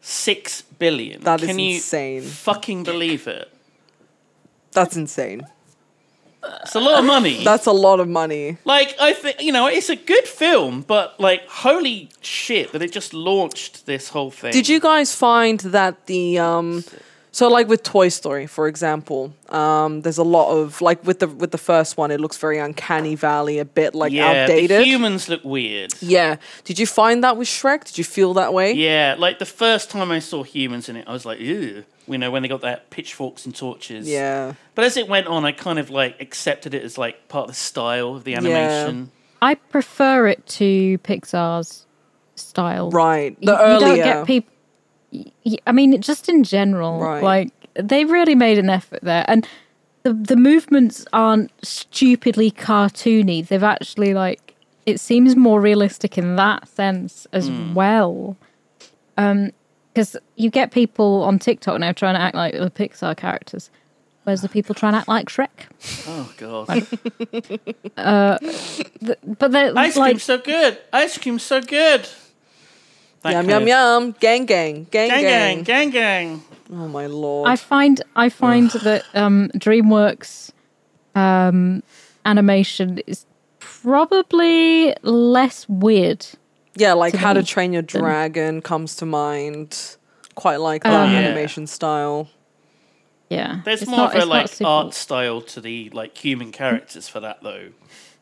[SPEAKER 1] Six billion.
[SPEAKER 4] That is
[SPEAKER 1] Can you
[SPEAKER 4] insane.
[SPEAKER 1] Fucking believe it.
[SPEAKER 4] That's insane.
[SPEAKER 1] It's a lot of money.
[SPEAKER 4] That's a lot of money.
[SPEAKER 1] like I think you know, it's a good film, but like holy shit that it just launched this whole thing.
[SPEAKER 4] Did you guys find that the um so like with Toy Story, for example, um, there's a lot of like with the with the first one, it looks very uncanny valley, a bit like
[SPEAKER 1] yeah,
[SPEAKER 4] outdated.
[SPEAKER 1] The humans look weird.
[SPEAKER 4] yeah. Did you find that with Shrek? Did you feel that way?
[SPEAKER 1] Yeah, like the first time I saw humans in it, I was like, ew. You know, when they got that pitchforks and torches.
[SPEAKER 4] Yeah.
[SPEAKER 1] But as it went on, I kind of like accepted it as like part of the style of the animation.
[SPEAKER 2] I prefer it to Pixar's style.
[SPEAKER 4] Right.
[SPEAKER 2] You-
[SPEAKER 4] The
[SPEAKER 2] you
[SPEAKER 4] earlier.
[SPEAKER 2] don't get people. I mean, it- just in general,
[SPEAKER 4] Right.
[SPEAKER 2] like they really made an effort there, and the the movements aren't stupidly cartoony. They've actually like it seems more realistic in that sense as
[SPEAKER 4] Hmm.
[SPEAKER 2] well. Um, because you get people on TikTok now trying to act like the Pixar characters, whereas the people trying to act like Shrek.
[SPEAKER 1] Oh god.
[SPEAKER 2] But they're
[SPEAKER 1] Ice
[SPEAKER 2] like
[SPEAKER 1] cream's so good. Ice cream's so good. That
[SPEAKER 4] Yum
[SPEAKER 1] kind
[SPEAKER 4] yum
[SPEAKER 1] of-
[SPEAKER 4] yum. Gang gang. Gang
[SPEAKER 1] Gang
[SPEAKER 4] gang.
[SPEAKER 1] gang, gang gang.
[SPEAKER 4] Oh my lord.
[SPEAKER 2] I find I find that um, DreamWorks um, animation is probably less weird.
[SPEAKER 4] yeah, like
[SPEAKER 2] to
[SPEAKER 4] How to
[SPEAKER 2] me,
[SPEAKER 4] Train Your Dragon comes to mind. Quite like that
[SPEAKER 2] Um,
[SPEAKER 1] Yeah.
[SPEAKER 4] animation style.
[SPEAKER 2] Yeah,
[SPEAKER 1] There's
[SPEAKER 2] It's
[SPEAKER 1] more
[SPEAKER 2] not-
[SPEAKER 1] of a
[SPEAKER 2] it's not
[SPEAKER 1] like
[SPEAKER 2] super-
[SPEAKER 1] art style to the like human characters for that though.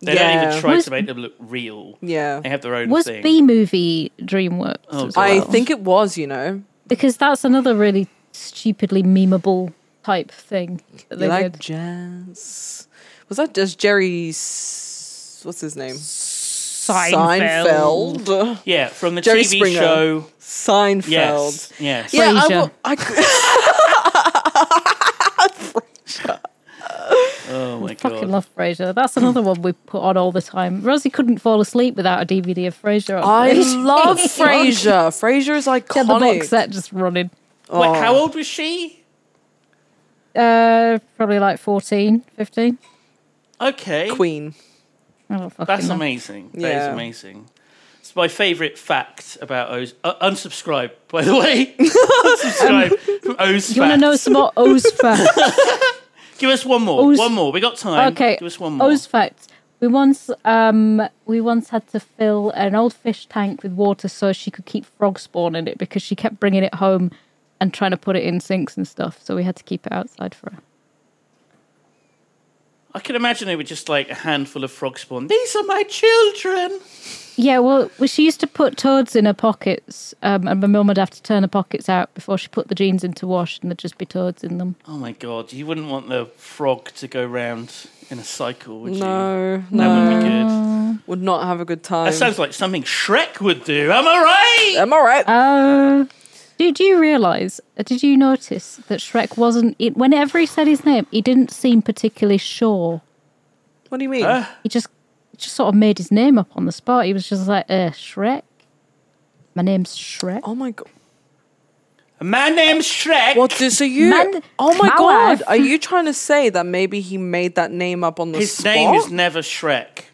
[SPEAKER 1] They don't
[SPEAKER 4] Yeah.
[SPEAKER 1] even try
[SPEAKER 2] Was-
[SPEAKER 1] to make them look real.
[SPEAKER 4] Yeah.
[SPEAKER 1] They have their own
[SPEAKER 2] Was
[SPEAKER 1] thing.
[SPEAKER 2] B movie DreamWorks?
[SPEAKER 1] Oh,
[SPEAKER 2] as
[SPEAKER 1] God.
[SPEAKER 4] I
[SPEAKER 2] well?
[SPEAKER 4] think it was, you know.
[SPEAKER 2] because that's another really stupidly memeable type thing that they
[SPEAKER 4] You like
[SPEAKER 2] did.
[SPEAKER 4] jazz. Was that just Jerry? S- What's his name?
[SPEAKER 2] Seinfeld.
[SPEAKER 4] Seinfeld.
[SPEAKER 1] yeah, from the
[SPEAKER 4] Jerry
[SPEAKER 1] TV
[SPEAKER 4] Springer.
[SPEAKER 1] show.
[SPEAKER 4] Seinfeld.
[SPEAKER 1] Yes. Yes.
[SPEAKER 4] Yeah, I
[SPEAKER 2] Frasier.
[SPEAKER 4] wa- I c-
[SPEAKER 1] Oh my
[SPEAKER 2] Fucking
[SPEAKER 1] god.
[SPEAKER 2] love Frasier. That's another one we put on all the time. Rosie couldn't fall asleep without a DVD of Frasier. on
[SPEAKER 4] I
[SPEAKER 2] it.
[SPEAKER 4] love Frasier. Frasier is iconic.
[SPEAKER 2] She had the box set just running.
[SPEAKER 1] Wait, how old was she?
[SPEAKER 2] Uh, probably like 14, 15.
[SPEAKER 1] Okay.
[SPEAKER 4] Queen.
[SPEAKER 2] I don't Oh, fucking
[SPEAKER 1] That's
[SPEAKER 2] know.
[SPEAKER 1] amazing. That
[SPEAKER 4] Yeah.
[SPEAKER 1] is amazing. It's my favourite fact about O's. Uh, unsubscribe, by the way. unsubscribe from O's.
[SPEAKER 2] You want to know
[SPEAKER 1] facts.
[SPEAKER 2] some more O's facts?
[SPEAKER 1] Give us one more.
[SPEAKER 2] O's-
[SPEAKER 1] One more. We got time.
[SPEAKER 2] okay.
[SPEAKER 1] Give us one more.
[SPEAKER 2] O's facts. We once, um, we once had to fill an old fish tank with water so she could keep frog spawn in it because she kept bringing it home and trying to put it in sinks and stuff. So we had to keep it outside for her.
[SPEAKER 1] I can imagine they were just like a handful of frog spawn. These are my children.
[SPEAKER 2] Yeah, well, well, she used to put toads in her pockets, um, and my mum would have to turn her pockets out before she put the jeans into wash, and there'd just be toads in them.
[SPEAKER 1] Oh my god! You wouldn't want the frog to go round in a cycle, would you?
[SPEAKER 4] No,
[SPEAKER 1] That
[SPEAKER 4] no,
[SPEAKER 1] wouldn't be good.
[SPEAKER 4] would not have a good time.
[SPEAKER 1] That sounds like something Shrek would do. Am I right?
[SPEAKER 4] Am I right?
[SPEAKER 2] Uh, did you realize? uh, Did you notice that Shrek wasn't? It, whenever he said his name, he didn't seem particularly sure.
[SPEAKER 4] what do you mean?
[SPEAKER 2] He just just sort of made his name up on the spot. He was just like, uh, Shrek. My name's Shrek.
[SPEAKER 4] oh my god.
[SPEAKER 1] A man named Shrek.
[SPEAKER 4] What do so you?
[SPEAKER 2] Man-
[SPEAKER 4] oh my
[SPEAKER 2] my
[SPEAKER 4] god!
[SPEAKER 2] wife.
[SPEAKER 4] Are you trying to say that maybe he made that name up on the
[SPEAKER 1] His
[SPEAKER 4] spot?
[SPEAKER 1] name is never Shrek.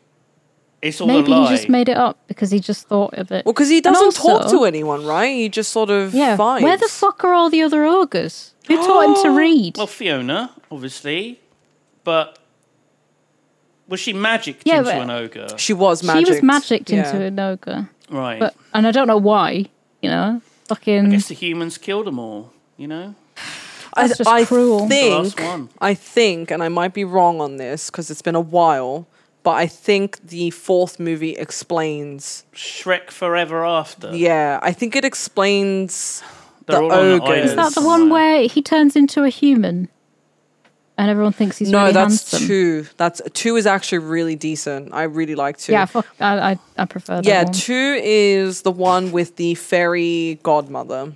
[SPEAKER 1] It's all
[SPEAKER 2] Maybe
[SPEAKER 1] a lie.
[SPEAKER 2] he just made it up because he just thought of it.
[SPEAKER 4] well, because he
[SPEAKER 2] And
[SPEAKER 4] doesn't talk
[SPEAKER 2] also-
[SPEAKER 4] to anyone, right? He just sort of
[SPEAKER 2] Yeah.
[SPEAKER 4] vibes.
[SPEAKER 2] Where the fuck are all the other ogres? Who taught him to read?
[SPEAKER 1] Well, Fiona, obviously, but was she magicked
[SPEAKER 2] Yeah,
[SPEAKER 1] into
[SPEAKER 2] but-
[SPEAKER 1] an ogre?
[SPEAKER 4] She was
[SPEAKER 2] she
[SPEAKER 4] magic.
[SPEAKER 2] was magicked into an ogre,
[SPEAKER 1] Right.
[SPEAKER 2] but and I don't know why. You know, fucking.
[SPEAKER 1] I guess the humans killed them all. You know.
[SPEAKER 4] I,
[SPEAKER 2] That's just
[SPEAKER 4] I
[SPEAKER 2] cruel.
[SPEAKER 4] think,
[SPEAKER 1] The last one.
[SPEAKER 4] I think, and I might be wrong on this because it's been a while, but I think the fourth movie explains.
[SPEAKER 1] Shrek Forever After.
[SPEAKER 4] Yeah, I think it explains.
[SPEAKER 1] They're
[SPEAKER 4] the
[SPEAKER 1] all on the
[SPEAKER 4] ogres.
[SPEAKER 1] island
[SPEAKER 4] Is
[SPEAKER 2] Is that the
[SPEAKER 1] somewhere.
[SPEAKER 2] one where he turns into a human and everyone thinks he's
[SPEAKER 4] no,
[SPEAKER 2] really
[SPEAKER 4] that's
[SPEAKER 2] handsome?
[SPEAKER 4] two. That's two is actually really decent. I really like two.
[SPEAKER 2] Yeah, fuck, I, I, I prefer that.
[SPEAKER 4] Yeah,
[SPEAKER 2] one.
[SPEAKER 4] two is the one with the fairy godmother,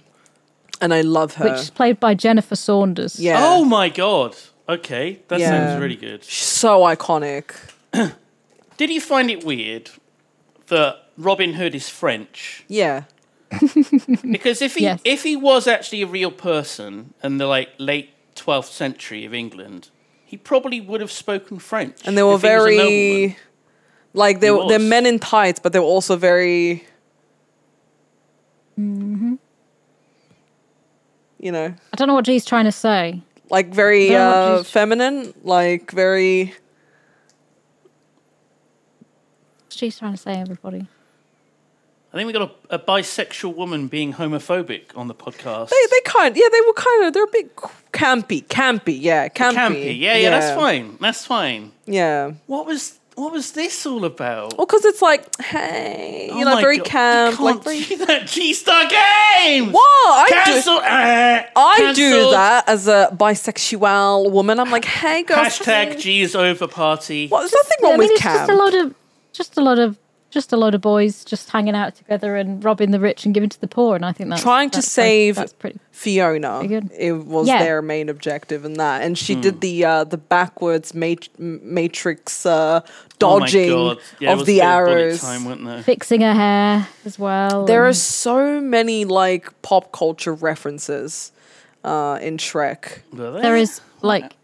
[SPEAKER 4] and I love her.
[SPEAKER 2] which is played by Jennifer Saunders.
[SPEAKER 4] yeah,
[SPEAKER 1] Oh my god. Okay, that
[SPEAKER 4] Yeah.
[SPEAKER 1] sounds really good.
[SPEAKER 4] she's so iconic.
[SPEAKER 1] Did you find it weird that Robin Hood is French?
[SPEAKER 4] Yeah,
[SPEAKER 1] Because if he
[SPEAKER 2] Yes.
[SPEAKER 1] if he was actually a real person in the like late twelfth century of England, he probably would have spoken French.
[SPEAKER 4] and they were
[SPEAKER 1] if he was a nobleman.
[SPEAKER 4] very, like they
[SPEAKER 1] He
[SPEAKER 4] were- they're
[SPEAKER 1] was.
[SPEAKER 4] men in tights, but they were also very,
[SPEAKER 2] Mm-hmm.
[SPEAKER 4] you know,
[SPEAKER 2] I don't know what G's trying to say.
[SPEAKER 4] like very
[SPEAKER 2] They're
[SPEAKER 4] uh,
[SPEAKER 2] just-
[SPEAKER 4] feminine, like very
[SPEAKER 2] she's trying to say, everybody.
[SPEAKER 1] I think we got a, a bisexual woman being homophobic on the podcast.
[SPEAKER 4] They, they kind, yeah, they were kind of. They're a bit campy, campy, yeah, campy,
[SPEAKER 1] Campy. Yeah, yeah, that's fine. That's fine.
[SPEAKER 4] Yeah,
[SPEAKER 1] What was what was this all about?
[SPEAKER 4] well, because it's like, hey, Oh, you
[SPEAKER 1] Oh
[SPEAKER 4] know,
[SPEAKER 1] my
[SPEAKER 4] very
[SPEAKER 1] God,
[SPEAKER 4] camp,
[SPEAKER 1] You
[SPEAKER 4] like
[SPEAKER 1] can't
[SPEAKER 4] very
[SPEAKER 1] do that G Star Games.
[SPEAKER 4] What? I do-
[SPEAKER 1] Cancel. uh, I
[SPEAKER 4] I do that as a bisexual woman. I'm like, hey, girls.
[SPEAKER 1] Hashtag G is over party.
[SPEAKER 4] What, there's nothing wrong
[SPEAKER 2] I mean,
[SPEAKER 4] with
[SPEAKER 2] it's
[SPEAKER 4] camp.
[SPEAKER 2] just a load of, just a lot of, just a lot of boys just hanging out together and robbing the rich and giving to the poor. And I think that's
[SPEAKER 4] Trying to
[SPEAKER 2] that's-
[SPEAKER 4] save
[SPEAKER 2] That's pretty.
[SPEAKER 4] Fiona.
[SPEAKER 2] good.
[SPEAKER 4] It was
[SPEAKER 2] Yeah.
[SPEAKER 4] their main objective in that, and she
[SPEAKER 1] Hmm.
[SPEAKER 4] did the uh, the backwards mat- matrix uh, dodging
[SPEAKER 1] oh my God. Yeah, it
[SPEAKER 4] of
[SPEAKER 1] was
[SPEAKER 4] the
[SPEAKER 1] a bullet
[SPEAKER 4] arrows.
[SPEAKER 1] Time, wasn't there?
[SPEAKER 2] Fixing her hair as well.
[SPEAKER 4] There are
[SPEAKER 2] and-
[SPEAKER 4] so many like pop culture references uh, in Shrek.
[SPEAKER 1] Were
[SPEAKER 2] there is like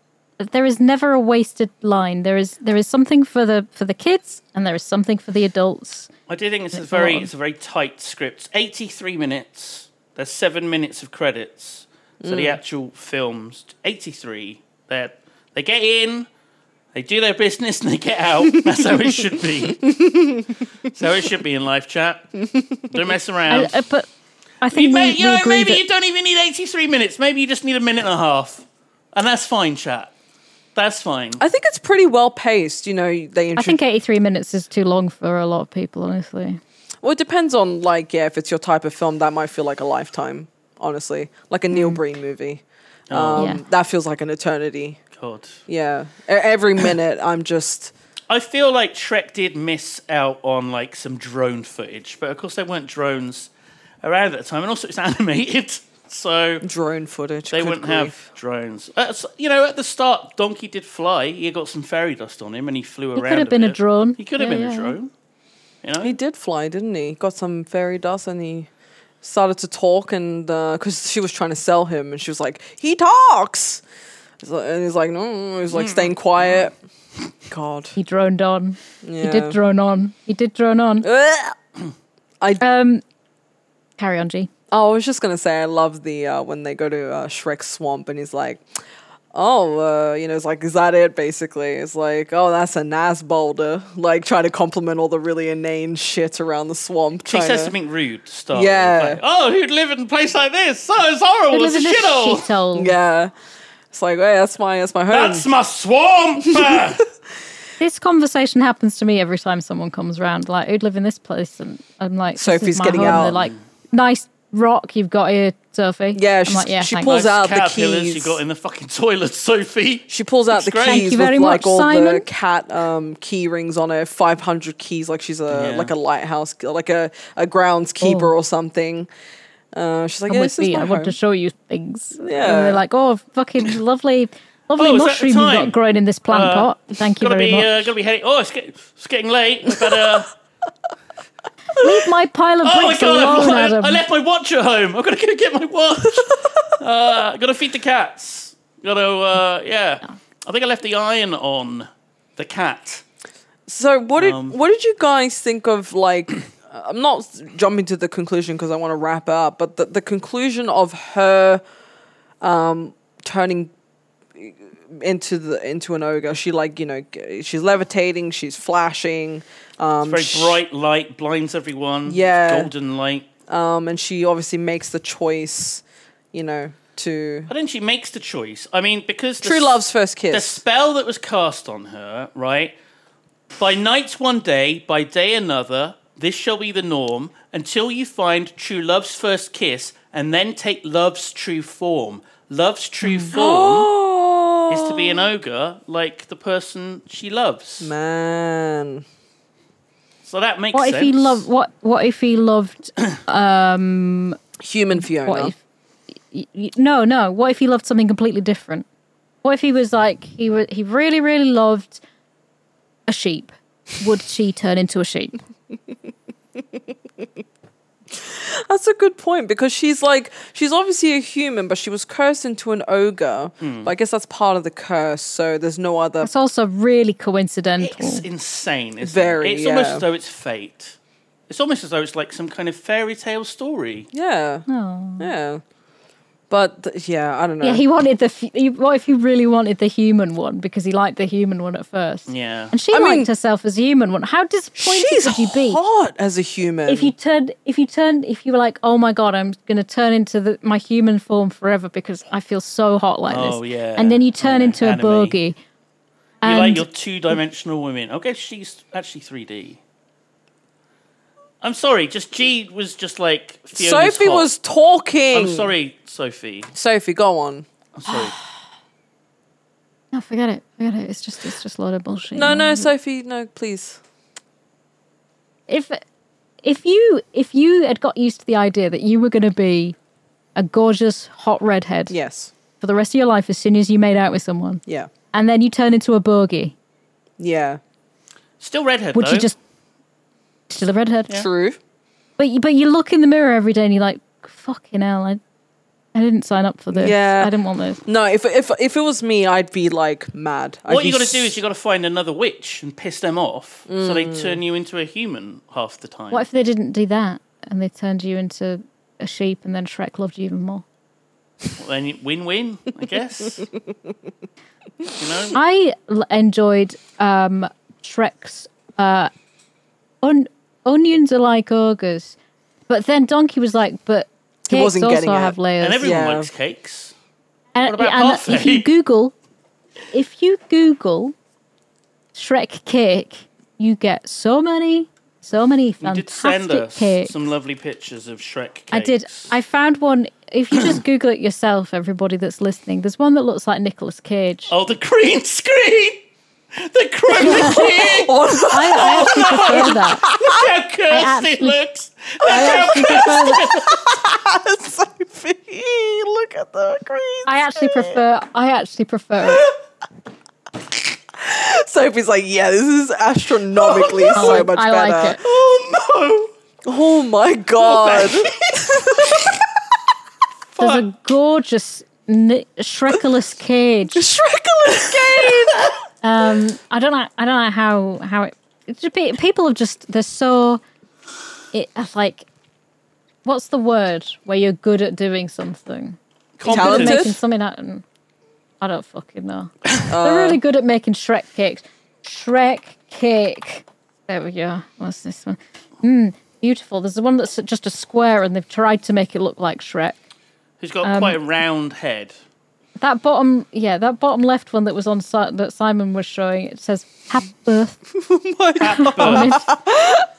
[SPEAKER 2] there is never a wasted line there is there is something for the for the kids and there is something for the adults
[SPEAKER 1] I do think this is
[SPEAKER 2] Go
[SPEAKER 1] very
[SPEAKER 2] on.
[SPEAKER 1] it's a very tight script. Eighty three minutes. There's seven minutes of credits. So
[SPEAKER 2] Mm.
[SPEAKER 1] the actual films eighty three. They they get in, they do their business, and they get out. That's how it should be. That's how it should be in life, chat. Don't mess
[SPEAKER 2] I,
[SPEAKER 1] around.
[SPEAKER 2] I- but i think
[SPEAKER 1] you
[SPEAKER 2] we,
[SPEAKER 1] may, you
[SPEAKER 2] we
[SPEAKER 1] know,
[SPEAKER 2] agree
[SPEAKER 1] maybe
[SPEAKER 2] that
[SPEAKER 1] you don't even need eighty three minutes. Maybe you just need a minute and a half, and that's fine, chat. That's fine.
[SPEAKER 4] I think it's pretty well paced. You know, they
[SPEAKER 2] i
[SPEAKER 4] introduce.
[SPEAKER 2] think 83 minutes is too long for a lot of people honestly
[SPEAKER 4] Well, it depends on like yeah, if it's your type of film, that might feel like a lifetime. Honestly, like a Neil Breen movie, um,
[SPEAKER 2] Mm. Yeah.
[SPEAKER 4] that feels like an eternity.
[SPEAKER 1] God.
[SPEAKER 4] Yeah, E- every minute I'm just
[SPEAKER 1] I feel like Shrek did miss out on like some drone footage, but of course there weren't drones around at the time, and also it's animated, so
[SPEAKER 4] drone footage.
[SPEAKER 1] they
[SPEAKER 4] Good
[SPEAKER 1] wouldn't
[SPEAKER 4] grief.
[SPEAKER 1] have drones. Uh, so, you know, at the start, Donkey did fly. He got some fairy dust on him, and he flew around.
[SPEAKER 2] could have been a
[SPEAKER 1] bit.
[SPEAKER 2] drone.
[SPEAKER 1] He could have
[SPEAKER 2] Yeah,
[SPEAKER 1] been a
[SPEAKER 2] yeah.
[SPEAKER 1] drone. You know,
[SPEAKER 4] He did fly, didn't he? Got some fairy dust and he started to talk, and because she was trying to sell him, and she was like, "He talks," He's like- and he's like, "No," he's like staying quiet. God,
[SPEAKER 2] he droned on he
[SPEAKER 4] Yeah.
[SPEAKER 2] did drone on he did drone on
[SPEAKER 4] Ugh. I
[SPEAKER 2] um carry on g
[SPEAKER 4] Oh, I was just gonna say I love the uh, when they go to uh, Shrek's swamp and he's like, "Oh, uh, you know, it's like is that it?" Basically, it's like, "Oh, that's a Nas boulder." Like trying to compliment all the really inane shit around the swamp.
[SPEAKER 1] she
[SPEAKER 4] trying
[SPEAKER 1] says
[SPEAKER 4] to-
[SPEAKER 1] something rude. To start
[SPEAKER 4] Yeah.
[SPEAKER 1] with, like, oh, who'd live in a place like this? So it's horrible. Oh, It's a
[SPEAKER 2] Live in a
[SPEAKER 1] shithole.
[SPEAKER 2] shithole.
[SPEAKER 4] Yeah, it's like, "Hey, that's my that's my home."
[SPEAKER 1] That's my swamp.
[SPEAKER 2] This conversation happens to me every time someone comes round. Like, who'd live in this place? And I'm like, this is
[SPEAKER 4] Sophie's
[SPEAKER 2] my
[SPEAKER 4] getting
[SPEAKER 2] home.
[SPEAKER 4] out.
[SPEAKER 2] They're like, nice rock you've got here, Sophie.
[SPEAKER 4] Yeah,
[SPEAKER 2] I'm
[SPEAKER 4] she's-
[SPEAKER 2] like, yeah,
[SPEAKER 4] she
[SPEAKER 2] thanks.
[SPEAKER 4] pulls out the
[SPEAKER 1] Caterpillars you
[SPEAKER 4] keys.
[SPEAKER 1] got in the fucking toilet, Sophie.
[SPEAKER 4] she pulls out
[SPEAKER 1] Looks
[SPEAKER 4] the
[SPEAKER 1] great.
[SPEAKER 4] keys
[SPEAKER 1] Thank
[SPEAKER 2] you
[SPEAKER 4] with
[SPEAKER 2] very
[SPEAKER 4] like
[SPEAKER 2] much,
[SPEAKER 4] all the
[SPEAKER 2] Simon.
[SPEAKER 4] cat um, key rings on her, five hundred keys, like she's a
[SPEAKER 1] Yeah.
[SPEAKER 4] like a lighthouse, like a a groundskeeper
[SPEAKER 2] Oh.
[SPEAKER 4] or something. Uh, she's like,
[SPEAKER 2] Come
[SPEAKER 4] yeah,
[SPEAKER 2] with
[SPEAKER 4] this is
[SPEAKER 2] me.
[SPEAKER 4] my
[SPEAKER 2] I want
[SPEAKER 4] home."
[SPEAKER 2] to show you things.
[SPEAKER 4] Yeah.
[SPEAKER 2] And they're like, oh, fucking lovely, lovely
[SPEAKER 1] Oh, is that the
[SPEAKER 2] mushroom you've
[SPEAKER 1] time?
[SPEAKER 2] got growing in this plant
[SPEAKER 1] Uh,
[SPEAKER 2] pot. Thank you
[SPEAKER 1] gotta
[SPEAKER 2] very
[SPEAKER 1] be
[SPEAKER 2] much.
[SPEAKER 1] Uh, gotta be heading. Oh, it's, get, it's getting late. I better.
[SPEAKER 2] Leave my pile of
[SPEAKER 1] uh, oh my
[SPEAKER 2] bricks
[SPEAKER 1] god! I've-
[SPEAKER 2] alone,
[SPEAKER 1] I,
[SPEAKER 2] Adam.
[SPEAKER 1] I left my watch at home. I've got to go get my watch. uh, gotta feed the cats. Gotta. Uh, yeah. I think I left the iron on the cat.
[SPEAKER 4] So what did what did you guys think of like? I'm not s- jumping to the conclusion because I want to wrap it up, but the, the conclusion of her um, turning into the into an ogre. She like you know g- she's levitating, she's flashing, um,
[SPEAKER 1] Very
[SPEAKER 4] sh-
[SPEAKER 1] bright light blinds everyone. It's
[SPEAKER 4] Yeah.
[SPEAKER 1] golden light.
[SPEAKER 4] um, and she obviously makes the choice, you know, to
[SPEAKER 1] But then she makes the choice. I mean, because the
[SPEAKER 4] true
[SPEAKER 1] s-
[SPEAKER 4] love's first
[SPEAKER 1] the
[SPEAKER 4] kiss.
[SPEAKER 1] spell that was cast on her, right? By night one day, by day another, this shall be the norm until you find true love's first kiss and then take love's true form. Love's true
[SPEAKER 2] Mm.
[SPEAKER 1] form
[SPEAKER 2] Oh.
[SPEAKER 1] is to be an ogre like the person she loves.
[SPEAKER 4] Man,
[SPEAKER 1] So that makes
[SPEAKER 2] what
[SPEAKER 1] sense.
[SPEAKER 2] if he loved? What What if he loved?
[SPEAKER 4] human Fiona.
[SPEAKER 2] What if? y- y- No, no. What if he loved something completely different? What if he was like he wa he really really loved a sheep? Would she turn into a sheep?
[SPEAKER 4] That's a good point because she's like she's obviously a human, but she was cursed into an ogre. But I guess that's part of the curse. So there's no other.
[SPEAKER 2] Hmm. That's also really coincidental.
[SPEAKER 1] It's insane. Isn't
[SPEAKER 4] Very,
[SPEAKER 1] It? It's almost
[SPEAKER 4] yeah.
[SPEAKER 1] as though it's fate. It's almost as though it's like some kind of fairy tale story.
[SPEAKER 4] Yeah, yeah. But th- yeah, I don't know.
[SPEAKER 2] Oh. Yeah, he wanted the. f- He, what if he really wanted the human one because he liked the human one at first?
[SPEAKER 1] Yeah.
[SPEAKER 2] and she
[SPEAKER 4] I
[SPEAKER 2] liked
[SPEAKER 4] mean-
[SPEAKER 2] herself as human one. How disappointed
[SPEAKER 4] She's
[SPEAKER 2] would you be
[SPEAKER 4] hot as a human.
[SPEAKER 2] if you turned? If you turned? If you were like, oh my god, I'm gonna turn into the, my human form forever because I feel so hot like this.
[SPEAKER 1] Oh, yeah.
[SPEAKER 2] and then you turn
[SPEAKER 1] Yeah,
[SPEAKER 2] into
[SPEAKER 1] anime.
[SPEAKER 2] a boogie.
[SPEAKER 1] You
[SPEAKER 2] And
[SPEAKER 1] like your two-dimensional women. Okay, she's actually 3D. I'm sorry, just G was just like Fiona's
[SPEAKER 4] Sophie
[SPEAKER 1] hot.
[SPEAKER 4] was talking.
[SPEAKER 1] I'm sorry, Sophie.
[SPEAKER 4] Sophie, go on.
[SPEAKER 1] I'm sorry.
[SPEAKER 2] no, forget it. Forget it. It's just it's just a lot of bullshit.
[SPEAKER 4] No, no, Sophie, no, please.
[SPEAKER 2] if if you if you had got used to the idea that you were going to be a gorgeous hot redhead
[SPEAKER 4] Yes.
[SPEAKER 2] for the rest of your life as soon as you made out with someone
[SPEAKER 4] Yeah.
[SPEAKER 2] and then you turn into a boogie
[SPEAKER 4] Yeah.
[SPEAKER 1] Still redhead
[SPEAKER 2] would
[SPEAKER 1] though.
[SPEAKER 2] you just still a redhead
[SPEAKER 4] True.
[SPEAKER 2] but you, but you look in the mirror every day and you're like fucking hell I I didn't sign up for this
[SPEAKER 4] Yeah.
[SPEAKER 2] I didn't want this
[SPEAKER 4] No, if if if it was me, I'd be like mad. I'd
[SPEAKER 1] What
[SPEAKER 4] be
[SPEAKER 1] you got to
[SPEAKER 4] s-
[SPEAKER 1] do is you got to find another witch and piss them off so they turn you into a human half the time.
[SPEAKER 2] Mm. what if they didn't do that and they turned you into a sheep and then Shrek loved you even more
[SPEAKER 1] Then you- win-win, I guess. you know,
[SPEAKER 2] I l- enjoyed um, Shrek's uh, on- onions are like ogres, but then Donkey was like, but
[SPEAKER 4] He
[SPEAKER 2] cakes
[SPEAKER 4] wasn't
[SPEAKER 2] also
[SPEAKER 4] getting it.
[SPEAKER 2] have layers.
[SPEAKER 1] and everyone
[SPEAKER 4] Yeah.
[SPEAKER 1] likes cakes.
[SPEAKER 2] And-
[SPEAKER 1] What about
[SPEAKER 2] and
[SPEAKER 1] parfait?
[SPEAKER 2] if you Google, if you Google Shrek cake, you get so many, so many
[SPEAKER 1] You
[SPEAKER 2] fantastic
[SPEAKER 1] did send us
[SPEAKER 2] cakes.
[SPEAKER 1] some lovely pictures of Shrek cakes.
[SPEAKER 2] I did. I found one. If you just Google it yourself, everybody that's listening, there's one that looks like Nicolas Cage.
[SPEAKER 1] Oh, the green screen! The chroma key! Look
[SPEAKER 2] I, I actually prefer that.
[SPEAKER 1] how cursed it
[SPEAKER 2] actually-
[SPEAKER 1] looks!
[SPEAKER 4] Sophie, look at the green.
[SPEAKER 2] I actually prefer. I actually prefer.
[SPEAKER 4] Sophie's like, yeah, this is astronomically
[SPEAKER 2] Oh, I
[SPEAKER 4] so
[SPEAKER 2] like-
[SPEAKER 4] much
[SPEAKER 2] I
[SPEAKER 4] better.
[SPEAKER 2] like it.
[SPEAKER 1] Oh no!
[SPEAKER 4] Oh my god.
[SPEAKER 2] There's a gorgeous n- Shrekless cage.
[SPEAKER 4] Shrekless game.
[SPEAKER 2] Um, I don't know. I don't know how how it. It's just, pe- people have just they're so. It like, what's the word where you're good at doing something?
[SPEAKER 4] Talented?
[SPEAKER 1] Competent.
[SPEAKER 2] Making something happen. I don't fucking know. they're really good at making Shrek cakes. Shrek cake. There we go. What's this one? Mm, beautiful. There's the one that's just a square, and they've tried to make it look like Shrek.
[SPEAKER 1] Who's got
[SPEAKER 2] Um,
[SPEAKER 1] quite a round head.
[SPEAKER 2] That bottom, yeah, that bottom left one that was on Si- that Simon was showing. It says "Happy Birth." on it.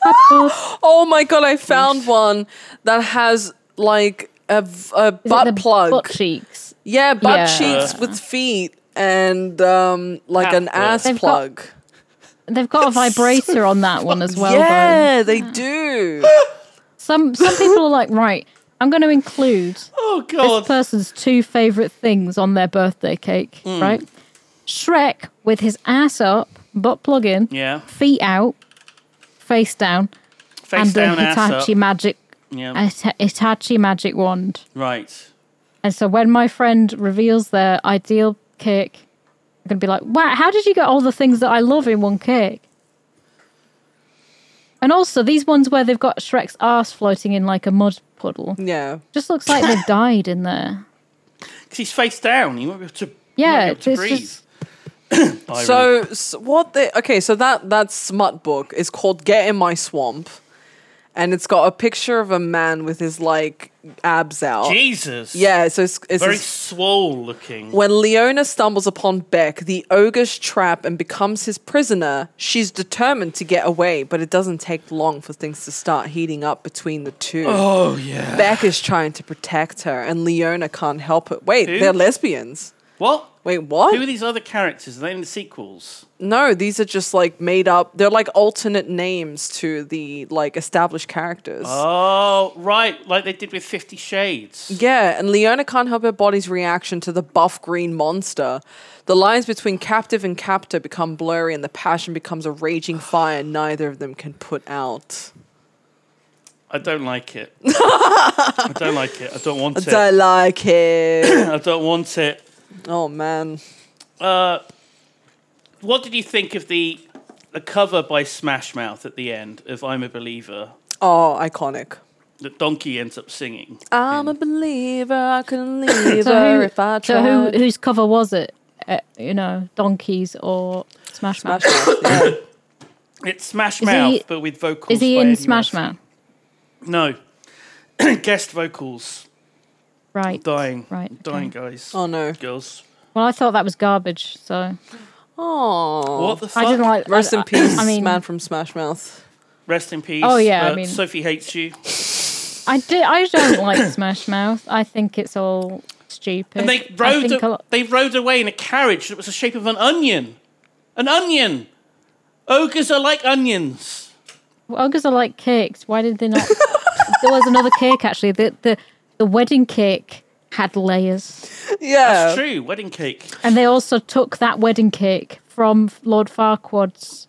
[SPEAKER 4] Oh my god, I found one that has like a, v- a
[SPEAKER 2] Is it
[SPEAKER 4] butt
[SPEAKER 2] the
[SPEAKER 4] plug.
[SPEAKER 2] butt cheeks.
[SPEAKER 4] Yeah, butt
[SPEAKER 2] Yeah.
[SPEAKER 4] cheeks with feet and um, like
[SPEAKER 1] Uh. Half
[SPEAKER 4] an
[SPEAKER 1] plug.
[SPEAKER 4] ass
[SPEAKER 2] They've got-
[SPEAKER 4] plug.
[SPEAKER 2] They've got a vibrator on that one as well. Though.
[SPEAKER 4] yeah,
[SPEAKER 1] Mm-hmm.
[SPEAKER 4] they do.
[SPEAKER 2] Some some people are like, right, I'm going to include
[SPEAKER 1] Oh
[SPEAKER 2] this
[SPEAKER 1] god!
[SPEAKER 2] person's two favorite things on their birthday cake,
[SPEAKER 1] Hmm.
[SPEAKER 2] right? Shrek with his ass up, butt plug in,
[SPEAKER 1] Yeah.
[SPEAKER 2] feet out, face down,
[SPEAKER 1] Face
[SPEAKER 2] and
[SPEAKER 1] down,
[SPEAKER 2] the
[SPEAKER 1] ass up.
[SPEAKER 2] Hitachi magic,
[SPEAKER 1] Yeah.
[SPEAKER 2] a Hita- Hitachi magic wand.
[SPEAKER 1] Right.
[SPEAKER 2] And so when my friend reveals their ideal cake, I'm going to be like, wow, how did you get all the things that I love in one cake? And also, these ones where they've got Shrek's ass floating in like a mud puddle
[SPEAKER 4] Yeah.
[SPEAKER 2] just looks like they died in there.
[SPEAKER 1] Because he's face down. You won't be able to,
[SPEAKER 2] Yeah,
[SPEAKER 1] you won't be able to
[SPEAKER 2] it's
[SPEAKER 1] breathe.
[SPEAKER 2] just-
[SPEAKER 1] Irony.
[SPEAKER 4] So, s what they okay? So that that smut book is called "Get in My Swamp," and it's got a picture of a man with his like abs out.
[SPEAKER 1] Jesus.
[SPEAKER 4] uh, Yeah, so it's, it's
[SPEAKER 1] Very
[SPEAKER 4] this-
[SPEAKER 1] swole looking.
[SPEAKER 4] when Leona stumbles upon Beck, the ogre's trap, and becomes his prisoner. She's determined to get away, but it doesn't take long for things to start heating up between the two.
[SPEAKER 1] oh yeah.
[SPEAKER 4] Beck is trying to protect her, and Leona can't help it. Wait,
[SPEAKER 1] Who?
[SPEAKER 4] they're lesbians.
[SPEAKER 1] What?
[SPEAKER 4] Wait, what?
[SPEAKER 1] Who are these other characters? Are they in the sequels?
[SPEAKER 4] No, these are just like made up. They're like alternate names to the like established characters.
[SPEAKER 1] Oh, right. Like they did with Fifty Shades.
[SPEAKER 4] Yeah, and Leona can't help her body's reaction to the buff green monster. The lines between captive and captor become blurry, and the passion becomes a raging fire neither of them can put out.
[SPEAKER 1] I don't like it. I don't like it. I don't want it.
[SPEAKER 4] I like it.
[SPEAKER 1] I don't want it.
[SPEAKER 4] oh man.
[SPEAKER 1] What did you think of the the cover by Smash Mouth at the end of I'm a Believer?
[SPEAKER 4] Oh, iconic.
[SPEAKER 1] the donkey ends up singing.
[SPEAKER 2] Uh,
[SPEAKER 4] I'm a believer. I couldn't leave
[SPEAKER 2] Mm. So,
[SPEAKER 4] her
[SPEAKER 2] who,
[SPEAKER 4] if I tried.
[SPEAKER 2] so who, whose cover was it? Uh, you know, Donkeys or Smash,
[SPEAKER 4] Smash
[SPEAKER 2] Mouth?
[SPEAKER 4] Mouth, yeah.
[SPEAKER 1] It's Smash
[SPEAKER 2] Is
[SPEAKER 1] Mouth,
[SPEAKER 2] he-
[SPEAKER 1] but with vocals.
[SPEAKER 2] Is he
[SPEAKER 1] by
[SPEAKER 2] in
[SPEAKER 1] Eddie
[SPEAKER 2] Smash
[SPEAKER 1] Murphy.
[SPEAKER 2] Mouth?
[SPEAKER 1] No, guest vocals.
[SPEAKER 2] Right.
[SPEAKER 1] Dying,
[SPEAKER 2] Right. okay.
[SPEAKER 1] dying guys.
[SPEAKER 4] Oh no.
[SPEAKER 1] girls.
[SPEAKER 2] Well, I thought that was garbage, so
[SPEAKER 4] Oh.
[SPEAKER 1] What the fuck?
[SPEAKER 2] I didn't like.
[SPEAKER 4] Rest
[SPEAKER 2] I,
[SPEAKER 4] in peace,
[SPEAKER 2] I mean,
[SPEAKER 4] man from Smash Mouth.
[SPEAKER 1] Rest in peace.
[SPEAKER 2] Oh, yeah, I
[SPEAKER 1] Uh,
[SPEAKER 2] mean-
[SPEAKER 1] Sophie hates you.
[SPEAKER 2] I do. I don't like Smash Mouth. I think it's all stupid.
[SPEAKER 1] And they
[SPEAKER 2] I
[SPEAKER 1] rode.
[SPEAKER 2] think a
[SPEAKER 1] A,
[SPEAKER 2] lot-
[SPEAKER 1] they rode away in a carriage that was the shape of an onion. An onion. Ogres are like onions.
[SPEAKER 2] ogres are like cakes. Why did they not? there was another cake actually. The the the wedding cake had layers,
[SPEAKER 4] Yeah.
[SPEAKER 1] It's true. Wedding cake.
[SPEAKER 2] and they also took that wedding cake from Lord Farquaad's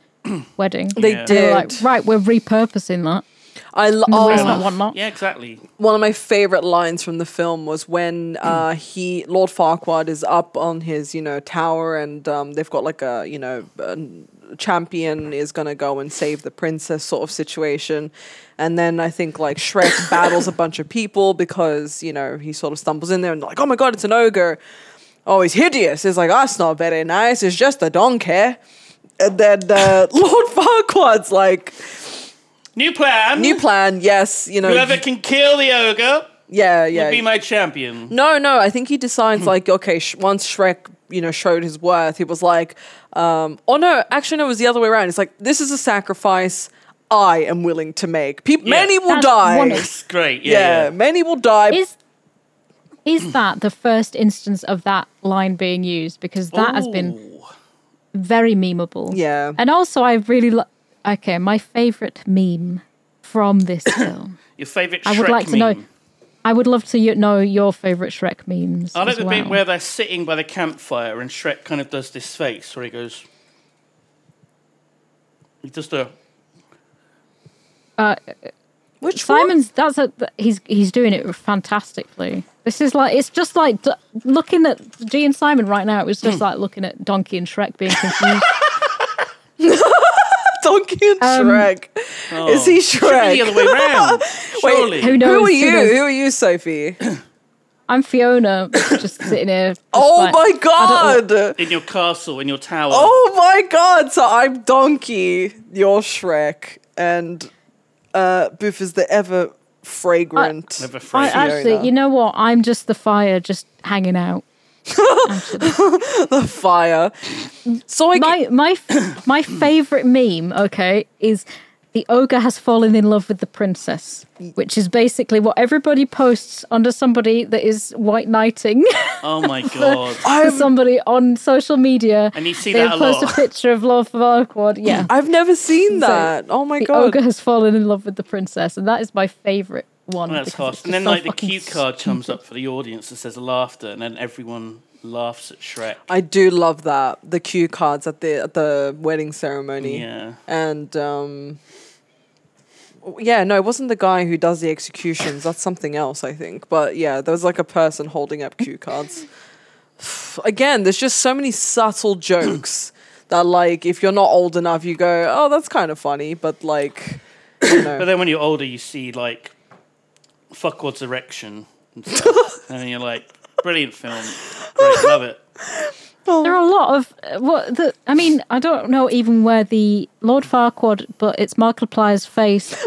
[SPEAKER 2] wedding.
[SPEAKER 4] They
[SPEAKER 1] Yeah.
[SPEAKER 2] They were
[SPEAKER 4] did.
[SPEAKER 2] like, right, we're repurposing that.
[SPEAKER 4] I lo-
[SPEAKER 2] Where's
[SPEAKER 4] oh,
[SPEAKER 2] not one lot?
[SPEAKER 1] Yeah, exactly.
[SPEAKER 4] one of my favorite lines from the film was when
[SPEAKER 1] Mm.
[SPEAKER 4] uh, he Lord Farquaad is up on his you know tower and um, they've got like a you know an- champion is gonna go and save the princess sort of situation, and then I think like Shrek battles a bunch of people because you know he sort of stumbles in there and like oh my god it's an ogre, oh he's hideous it's like that's not very nice it's just a donkey, and then uh, Lord Farquaad's like
[SPEAKER 1] New plan.
[SPEAKER 4] new plan yes you know
[SPEAKER 1] Whoever can kill the ogre
[SPEAKER 4] yeah
[SPEAKER 1] will
[SPEAKER 4] yeah
[SPEAKER 1] be my champion.
[SPEAKER 4] No, no. I think he decides like, okay, sh- once Shrek, you know, showed his worth, he was like, um, oh no, actually, no, it was the other way around. It's like this is a sacrifice I am willing to make. Peop many will
[SPEAKER 2] That's
[SPEAKER 4] die.
[SPEAKER 2] one-
[SPEAKER 4] yeah,
[SPEAKER 1] It's great. Yeah. yeah.
[SPEAKER 4] many will die.
[SPEAKER 2] Is is that the first instance of that line being used? Because that has been
[SPEAKER 1] Ooh.
[SPEAKER 2] very memeable.
[SPEAKER 4] Yeah.
[SPEAKER 2] And also, I really lo- okay. My favorite meme from this film.
[SPEAKER 1] Your favourite Shrek
[SPEAKER 2] I would like
[SPEAKER 1] meme.
[SPEAKER 2] to know. I would love to y- know your favorite Shrek memes.
[SPEAKER 1] I like
[SPEAKER 2] as
[SPEAKER 1] the
[SPEAKER 2] well.
[SPEAKER 1] bit where they're sitting by the campfire and Shrek kind of does this face where he goes. He does the.
[SPEAKER 4] Which one?
[SPEAKER 2] Simon's. That's a. th- He's he's doing it fantastically. This is like it's just like d- looking at G and Simon right now. It was
[SPEAKER 1] Hmm.
[SPEAKER 2] just like looking at Donkey and Shrek being confused.
[SPEAKER 4] Donkey and
[SPEAKER 2] Um,
[SPEAKER 4] Shrek. Is he
[SPEAKER 1] Oh. Should
[SPEAKER 4] Shrek?
[SPEAKER 1] be the other way round.
[SPEAKER 4] Wait, Oh.
[SPEAKER 1] Surely.
[SPEAKER 2] Who knows?
[SPEAKER 4] Who are you?
[SPEAKER 2] knows?
[SPEAKER 4] Who are you, Sophie?
[SPEAKER 2] I'm Fiona, just sitting here. just
[SPEAKER 4] oh
[SPEAKER 2] like, I
[SPEAKER 4] my
[SPEAKER 2] don't know-
[SPEAKER 4] god!
[SPEAKER 1] in your castle, in your tower.
[SPEAKER 4] Oh my god! So I'm Donkey, you're Shrek, and uh, Boof is the ever fragrant.
[SPEAKER 1] Never
[SPEAKER 2] I
[SPEAKER 1] afraid.
[SPEAKER 2] actually,
[SPEAKER 4] Fiona.
[SPEAKER 2] you know what? I'm just the fire, just hanging out. Actually.
[SPEAKER 4] fire. So I
[SPEAKER 2] my my f- my favorite meme, okay, is the ogre has fallen in love with the princess, which is basically what everybody posts under somebody that is white knighting
[SPEAKER 1] oh my god.
[SPEAKER 2] for somebody on social media.
[SPEAKER 1] And you see
[SPEAKER 2] they
[SPEAKER 1] that a
[SPEAKER 2] post
[SPEAKER 1] lot.
[SPEAKER 2] a picture of Lord Farquaad. Yeah,
[SPEAKER 4] I've never seen that. oh my
[SPEAKER 2] the
[SPEAKER 4] god!
[SPEAKER 2] ogre has fallen in love with the princess, and that is my favorite one.
[SPEAKER 1] That's
[SPEAKER 2] because
[SPEAKER 1] harsh.
[SPEAKER 2] it's
[SPEAKER 1] And then
[SPEAKER 2] just so
[SPEAKER 1] like the
[SPEAKER 2] fucking
[SPEAKER 1] cue card comes up for the audience and says laughter, and then everyone laughs at Shrek.
[SPEAKER 4] I do love that the cue cards at the at the wedding ceremony.
[SPEAKER 1] Yeah.
[SPEAKER 4] and um, yeah, no, it wasn't the guy who does the executions. That's something else, I think. But yeah, there was like a person holding up cue cards. Again, there's just so many subtle jokes that, like, if you're not old enough, you go, "Oh, that's kind of funny," but like, you
[SPEAKER 1] But
[SPEAKER 4] know,
[SPEAKER 1] then when you're older, you see like fuckwad's erection, and, stuff, and then you're like, brilliant film, great, love it.
[SPEAKER 2] There are a lot of uh, what the. I mean, I don't know even where the Lord Farquaad, but it's Markiplier's face.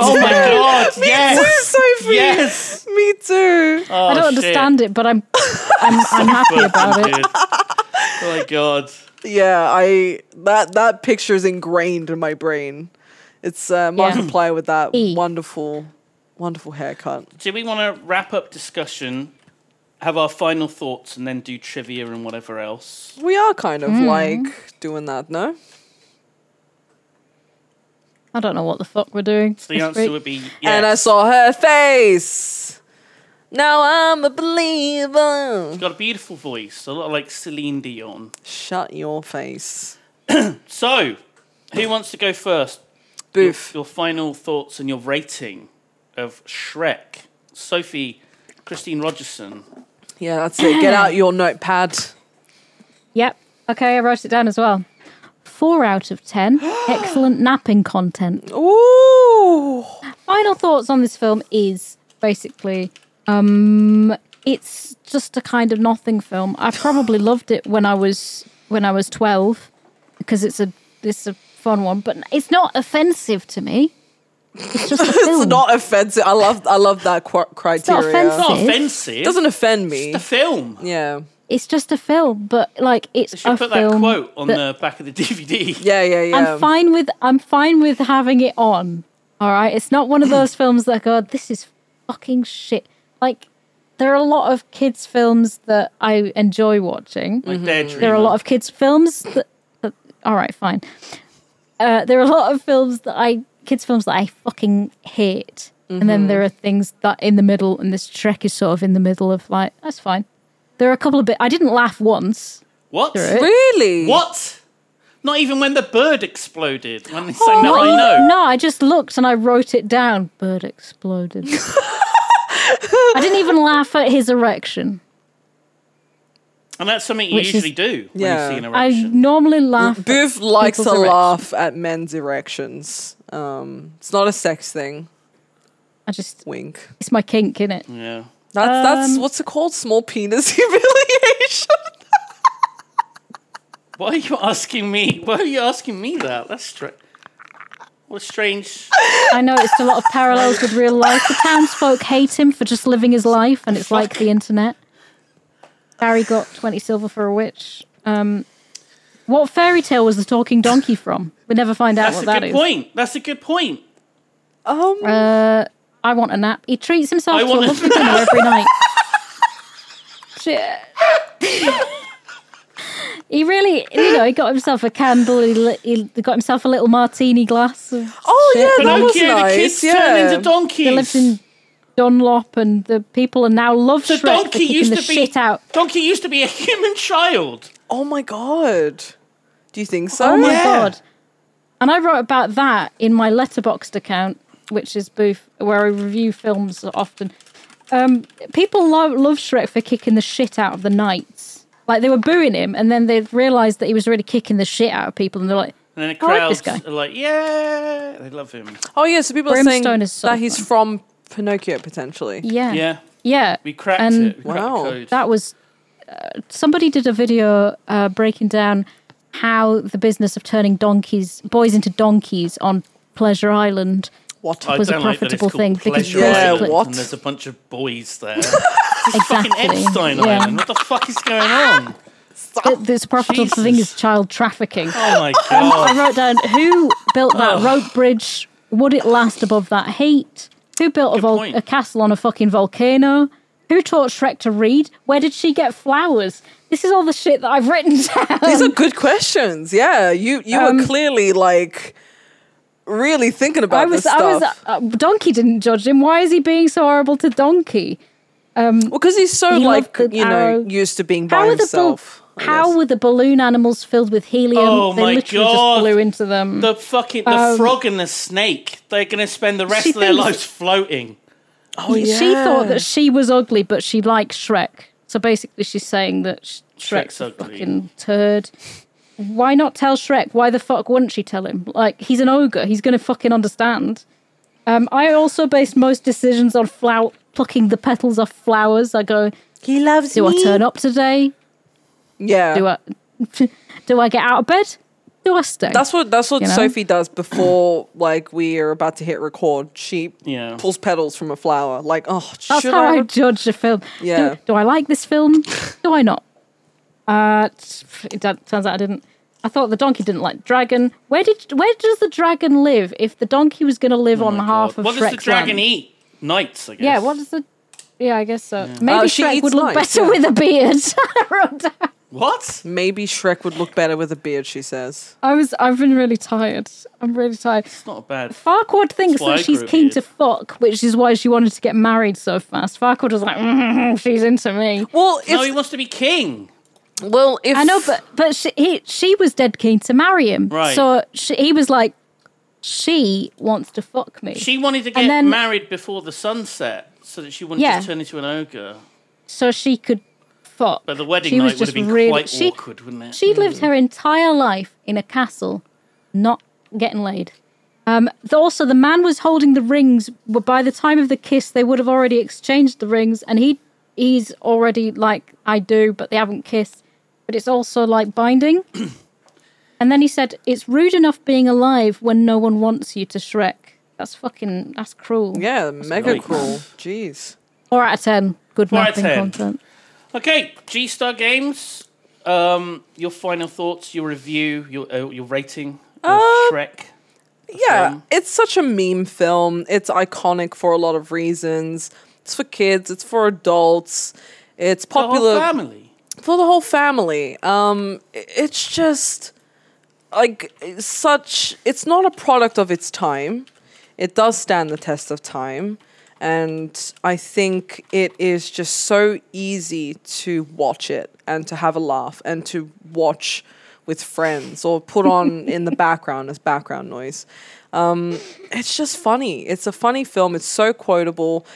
[SPEAKER 1] Oh my god, yes,
[SPEAKER 4] Sophie,
[SPEAKER 1] yes.
[SPEAKER 4] me too.
[SPEAKER 1] Oh,
[SPEAKER 2] I don't understand it, but I'm I'm, I'm happy about it.
[SPEAKER 1] Oh my god.
[SPEAKER 4] Yeah, I that that picture is ingrained in my brain. It's uh, Markiplier with that
[SPEAKER 2] E.
[SPEAKER 4] wonderful, wonderful haircut.
[SPEAKER 1] Do we want to wrap up discussion, have our final thoughts, and then do trivia and whatever else?
[SPEAKER 4] We are kind
[SPEAKER 2] Mm-hmm.
[SPEAKER 4] of like doing that, no?
[SPEAKER 2] I don't know what the fuck we're doing.
[SPEAKER 1] So the
[SPEAKER 2] this
[SPEAKER 1] answer
[SPEAKER 2] week.
[SPEAKER 1] would be yes.
[SPEAKER 4] And I saw her face. Now I'm a believer.
[SPEAKER 1] Got a beautiful voice, a lot like Celine Dion.
[SPEAKER 4] Shut your face.
[SPEAKER 1] So, who wants to go first? Your,
[SPEAKER 4] Boof.
[SPEAKER 1] your final thoughts and your rating of Shrek. Sophie, Christine Rogerson.
[SPEAKER 4] Yeah, that's it. Get out your notepad.
[SPEAKER 2] Yep. Okay, I wrote it down as well. Four out of ten. Excellent napping content.
[SPEAKER 4] Ooh.
[SPEAKER 2] final thoughts on this film is basically um, it's just a kind of nothing film. I probably loved it when I was when I was twelve because it's a it's a fun one, but it's not offensive to me. It's just a film.
[SPEAKER 4] It's not offensive. I love I love that qu- criteria.
[SPEAKER 2] offensive.
[SPEAKER 1] Not
[SPEAKER 2] Yes.
[SPEAKER 1] offensive.
[SPEAKER 4] It doesn't offend me.
[SPEAKER 1] It's a film.
[SPEAKER 4] Yeah.
[SPEAKER 2] It's just a film, but like it's
[SPEAKER 1] They should
[SPEAKER 2] a
[SPEAKER 1] put that
[SPEAKER 2] film.
[SPEAKER 1] quote on
[SPEAKER 2] that-
[SPEAKER 1] the back of the DVD.
[SPEAKER 4] Yeah, yeah, yeah.
[SPEAKER 2] I'm fine with I'm fine with having it on. All right, it's not one of those films that go, this is fucking shit. Like there are a lot of kids films that I enjoy watching.
[SPEAKER 1] Like Dare
[SPEAKER 2] Mm-hmm. There are a
[SPEAKER 1] Dreamer.
[SPEAKER 2] lot of kids films that, that all right, fine. Uh, there are a lot of films that I kids films that I fucking hate. And then there are things that in the middle and this Shrek is sort of in the middle of like that's fine. There are a couple of bit I didn't laugh once.
[SPEAKER 1] What?
[SPEAKER 2] through it.
[SPEAKER 4] Really?
[SPEAKER 1] What? Not even when the bird exploded. When they sang that
[SPEAKER 2] Not
[SPEAKER 1] I
[SPEAKER 2] even-
[SPEAKER 1] know.
[SPEAKER 2] Oh, No, I just looked and I wrote it down. Bird exploded. I didn't even laugh at his erection.
[SPEAKER 1] And that's something you
[SPEAKER 2] Which is-
[SPEAKER 1] usually do when
[SPEAKER 4] Yeah.
[SPEAKER 1] you see an
[SPEAKER 2] I
[SPEAKER 1] erection.
[SPEAKER 2] normally laugh. at
[SPEAKER 4] Booth likes to
[SPEAKER 2] people's erections.
[SPEAKER 4] laugh at men's erections. Um, it's not a sex thing.
[SPEAKER 2] I just,
[SPEAKER 4] Wink.
[SPEAKER 2] it's my kink, in it.
[SPEAKER 1] yeah.
[SPEAKER 4] That's
[SPEAKER 1] Um,
[SPEAKER 4] that's what's it called? Small penis humiliation.
[SPEAKER 1] Why are you asking me? Why are you asking me that? That's strange. What a strange.
[SPEAKER 2] I noticed a lot of parallels with real life. The townsfolk hate him for just living his life, and it's like the internet. Barry got 20 silver for a witch. Um, what fairy tale was the talking donkey from? We never find out
[SPEAKER 1] That's
[SPEAKER 2] what
[SPEAKER 1] a
[SPEAKER 2] that
[SPEAKER 1] good
[SPEAKER 2] is.
[SPEAKER 1] point. That's a good point.
[SPEAKER 4] Um,
[SPEAKER 2] Uh, I want a nap. He treats himself
[SPEAKER 1] I
[SPEAKER 2] to a
[SPEAKER 1] want a
[SPEAKER 2] lovely dinner every night. Shit. he really, you know, he got himself a candle. He, lit, he got himself a little martini glass. Of
[SPEAKER 4] oh
[SPEAKER 2] shit.
[SPEAKER 4] yeah, that was
[SPEAKER 1] Pinocchio, the
[SPEAKER 4] nice.
[SPEAKER 1] kids turn
[SPEAKER 4] Yeah.
[SPEAKER 1] into donkeys.
[SPEAKER 2] They lived in Dunlop, and the people are now love
[SPEAKER 1] the
[SPEAKER 2] Shrek for
[SPEAKER 1] donkey
[SPEAKER 2] kicking
[SPEAKER 1] used
[SPEAKER 2] the
[SPEAKER 1] to be
[SPEAKER 2] shit out.
[SPEAKER 1] Donkey used to be a human child.
[SPEAKER 4] oh my god. Do you think so?
[SPEAKER 2] Oh my
[SPEAKER 1] Yeah.
[SPEAKER 2] god! And I wrote about that in my Letterboxd account, which is Booth, where I review films often. Um, people love love Shrek for kicking the shit out of the knights. Like they were booing him, and then they realised that he was really kicking the shit out of people, and they're like,
[SPEAKER 1] And then the
[SPEAKER 2] I like this
[SPEAKER 1] crowds are like, yeah, they love him.
[SPEAKER 4] Oh yeah, so people are saying
[SPEAKER 2] Brimstone is so
[SPEAKER 4] that he's from Pinocchio potentially.
[SPEAKER 2] "Yeah,
[SPEAKER 1] Yeah,
[SPEAKER 2] yeah."
[SPEAKER 1] we cracked
[SPEAKER 2] and
[SPEAKER 1] it. We cracked
[SPEAKER 4] Wow.
[SPEAKER 1] the code.
[SPEAKER 2] Um, That was uh, somebody did a video uh, breaking down how the business of turning donkeys, boys into donkeys, on Pleasure Island.
[SPEAKER 4] What?
[SPEAKER 1] I
[SPEAKER 2] was a
[SPEAKER 1] don't like that it's
[SPEAKER 2] profitable
[SPEAKER 1] called
[SPEAKER 2] thing because
[SPEAKER 1] Pleasure Island
[SPEAKER 4] basically- Yeah, what?
[SPEAKER 1] and there's a bunch of boys there. This is fucking
[SPEAKER 2] Exactly,
[SPEAKER 1] Epstein
[SPEAKER 2] yeah.
[SPEAKER 1] Island. What the fuck is going on?
[SPEAKER 2] Th- This profitable
[SPEAKER 1] Oh, Jesus.
[SPEAKER 2] thing is child trafficking.
[SPEAKER 1] Oh my god.
[SPEAKER 2] I wrote down who built that rope bridge? Would it last above that heat? Who built a,
[SPEAKER 1] Good
[SPEAKER 2] vol-
[SPEAKER 1] point.
[SPEAKER 2] a castle on a fucking volcano? Who taught Shrek to read? Where did she get flowers? This is all the shit that I've written down.
[SPEAKER 4] These are good questions. Yeah, you you were clearly like really thinking about
[SPEAKER 2] Um, I was,
[SPEAKER 4] this
[SPEAKER 2] I
[SPEAKER 4] stuff.
[SPEAKER 2] was. Uh, Donkey didn't judge him. Why is he being so horrible to Donkey?
[SPEAKER 4] well, because he's so
[SPEAKER 2] he
[SPEAKER 4] like
[SPEAKER 2] loved the
[SPEAKER 4] you know
[SPEAKER 2] arrow.
[SPEAKER 4] used to being by
[SPEAKER 2] How are the bal-
[SPEAKER 4] himself. I
[SPEAKER 2] how
[SPEAKER 4] guess.
[SPEAKER 2] were the balloon animals filled with helium?
[SPEAKER 1] Oh
[SPEAKER 2] they
[SPEAKER 1] my
[SPEAKER 2] literally
[SPEAKER 1] God.
[SPEAKER 2] just blew into them.
[SPEAKER 1] The fucking the
[SPEAKER 2] Um,
[SPEAKER 1] frog and the snake. They're gonna spend the rest
[SPEAKER 2] She
[SPEAKER 1] of their
[SPEAKER 2] thinks-
[SPEAKER 1] lives floating.
[SPEAKER 2] She thought
[SPEAKER 4] Oh, yeah.
[SPEAKER 2] that she was ugly, but she liked Shrek. So basically, she's saying that Sh- Shrek's,
[SPEAKER 1] Shrek's
[SPEAKER 2] a
[SPEAKER 1] ugly.
[SPEAKER 2] fucking turd. Why not tell Shrek? Why the fuck wouldn't she tell him? Like he's an ogre. He's gonna fucking understand. Um, I also based most decisions on flower plucking the petals off flowers. I go,
[SPEAKER 4] he loves
[SPEAKER 2] do I turn up today?
[SPEAKER 4] Yeah,
[SPEAKER 2] Do I do I get out of bed? Do I stay?
[SPEAKER 4] That's what that's what
[SPEAKER 2] You know?
[SPEAKER 4] Sophie does before like we are about to hit record. She
[SPEAKER 1] Yeah.
[SPEAKER 4] pulls petals from a flower. Like, oh,
[SPEAKER 2] That's
[SPEAKER 4] should
[SPEAKER 2] how
[SPEAKER 4] I?
[SPEAKER 2] I,
[SPEAKER 4] re-
[SPEAKER 2] judge a film.
[SPEAKER 4] Yeah.
[SPEAKER 2] Do, do I like this film? do I not? Uh, t- it d- turns out I didn't. I thought the donkey didn't like dragon. Where did where does the dragon live? If the donkey was going to live on half of
[SPEAKER 1] what
[SPEAKER 2] Shrek's
[SPEAKER 1] does the dragon
[SPEAKER 2] land?
[SPEAKER 1] eat? Knights, I guess.
[SPEAKER 2] Yeah. What does the yeah, Oh, I guess so. Maybe
[SPEAKER 4] Uh, she
[SPEAKER 2] Shrek
[SPEAKER 4] eats
[SPEAKER 2] would look
[SPEAKER 4] mice,
[SPEAKER 2] better
[SPEAKER 4] yeah.
[SPEAKER 2] with a beard. I wrote down-
[SPEAKER 1] What?
[SPEAKER 4] Maybe Shrek would look better with a beard. She says.
[SPEAKER 2] I was. I've been really tired. I'm really tired.
[SPEAKER 1] It's not bad.
[SPEAKER 2] Farquaad thinks
[SPEAKER 1] That's why I
[SPEAKER 2] that she's
[SPEAKER 1] grew a
[SPEAKER 2] keen
[SPEAKER 1] beard.
[SPEAKER 2] to fuck, which is why she wanted to get married so fast. Farquaad was like, "Mhm, she's into me.
[SPEAKER 4] Well, if
[SPEAKER 1] No, he wants to be king.
[SPEAKER 4] well, if
[SPEAKER 2] I know, but but she he, she was dead keen to marry him.
[SPEAKER 1] Right.
[SPEAKER 2] So she, he was like, she wants to fuck me.
[SPEAKER 1] She wanted to get
[SPEAKER 2] then-
[SPEAKER 1] married before the sunset so that she wouldn't
[SPEAKER 2] Yeah.
[SPEAKER 1] just turn into an ogre.
[SPEAKER 2] so she could fuck.
[SPEAKER 1] But the wedding
[SPEAKER 2] She was
[SPEAKER 1] night would have
[SPEAKER 2] just
[SPEAKER 1] been
[SPEAKER 2] really-
[SPEAKER 1] quite
[SPEAKER 2] she-
[SPEAKER 1] awkward, wouldn't it?
[SPEAKER 2] She lived her entire life in a castle, not getting laid. Um, th- also, the man was holding the rings. But by the time of the kiss, they would have already exchanged the rings, and he he's already like, "I do," but they haven't kissed. But it's also like binding. and then he said, "It's rude enough being alive when no one wants you to Shrek." That's fucking. That's cruel.
[SPEAKER 4] Yeah, mega
[SPEAKER 1] great.
[SPEAKER 4] cool. Jeez.
[SPEAKER 2] Four out of ten. Good
[SPEAKER 1] Four out of
[SPEAKER 2] mapping
[SPEAKER 1] 10.
[SPEAKER 2] content.
[SPEAKER 1] Okay, G Star Games. Um, your final thoughts, your review, your uh, your rating of
[SPEAKER 4] Uh,
[SPEAKER 1] Shrek.
[SPEAKER 4] Yeah, it's such a meme film. It's iconic for a lot of reasons. It's for kids, it's for adults. It's
[SPEAKER 1] The whole
[SPEAKER 4] popular
[SPEAKER 1] family.
[SPEAKER 4] for the whole family. Um i- it's just like such it's not a product of its time. It does stand the test of time. And I think it is just so easy to watch it and to have a laugh and to watch with friends or put on in the background as background noise Um, it's just funny. It's a funny film. It's so quotable.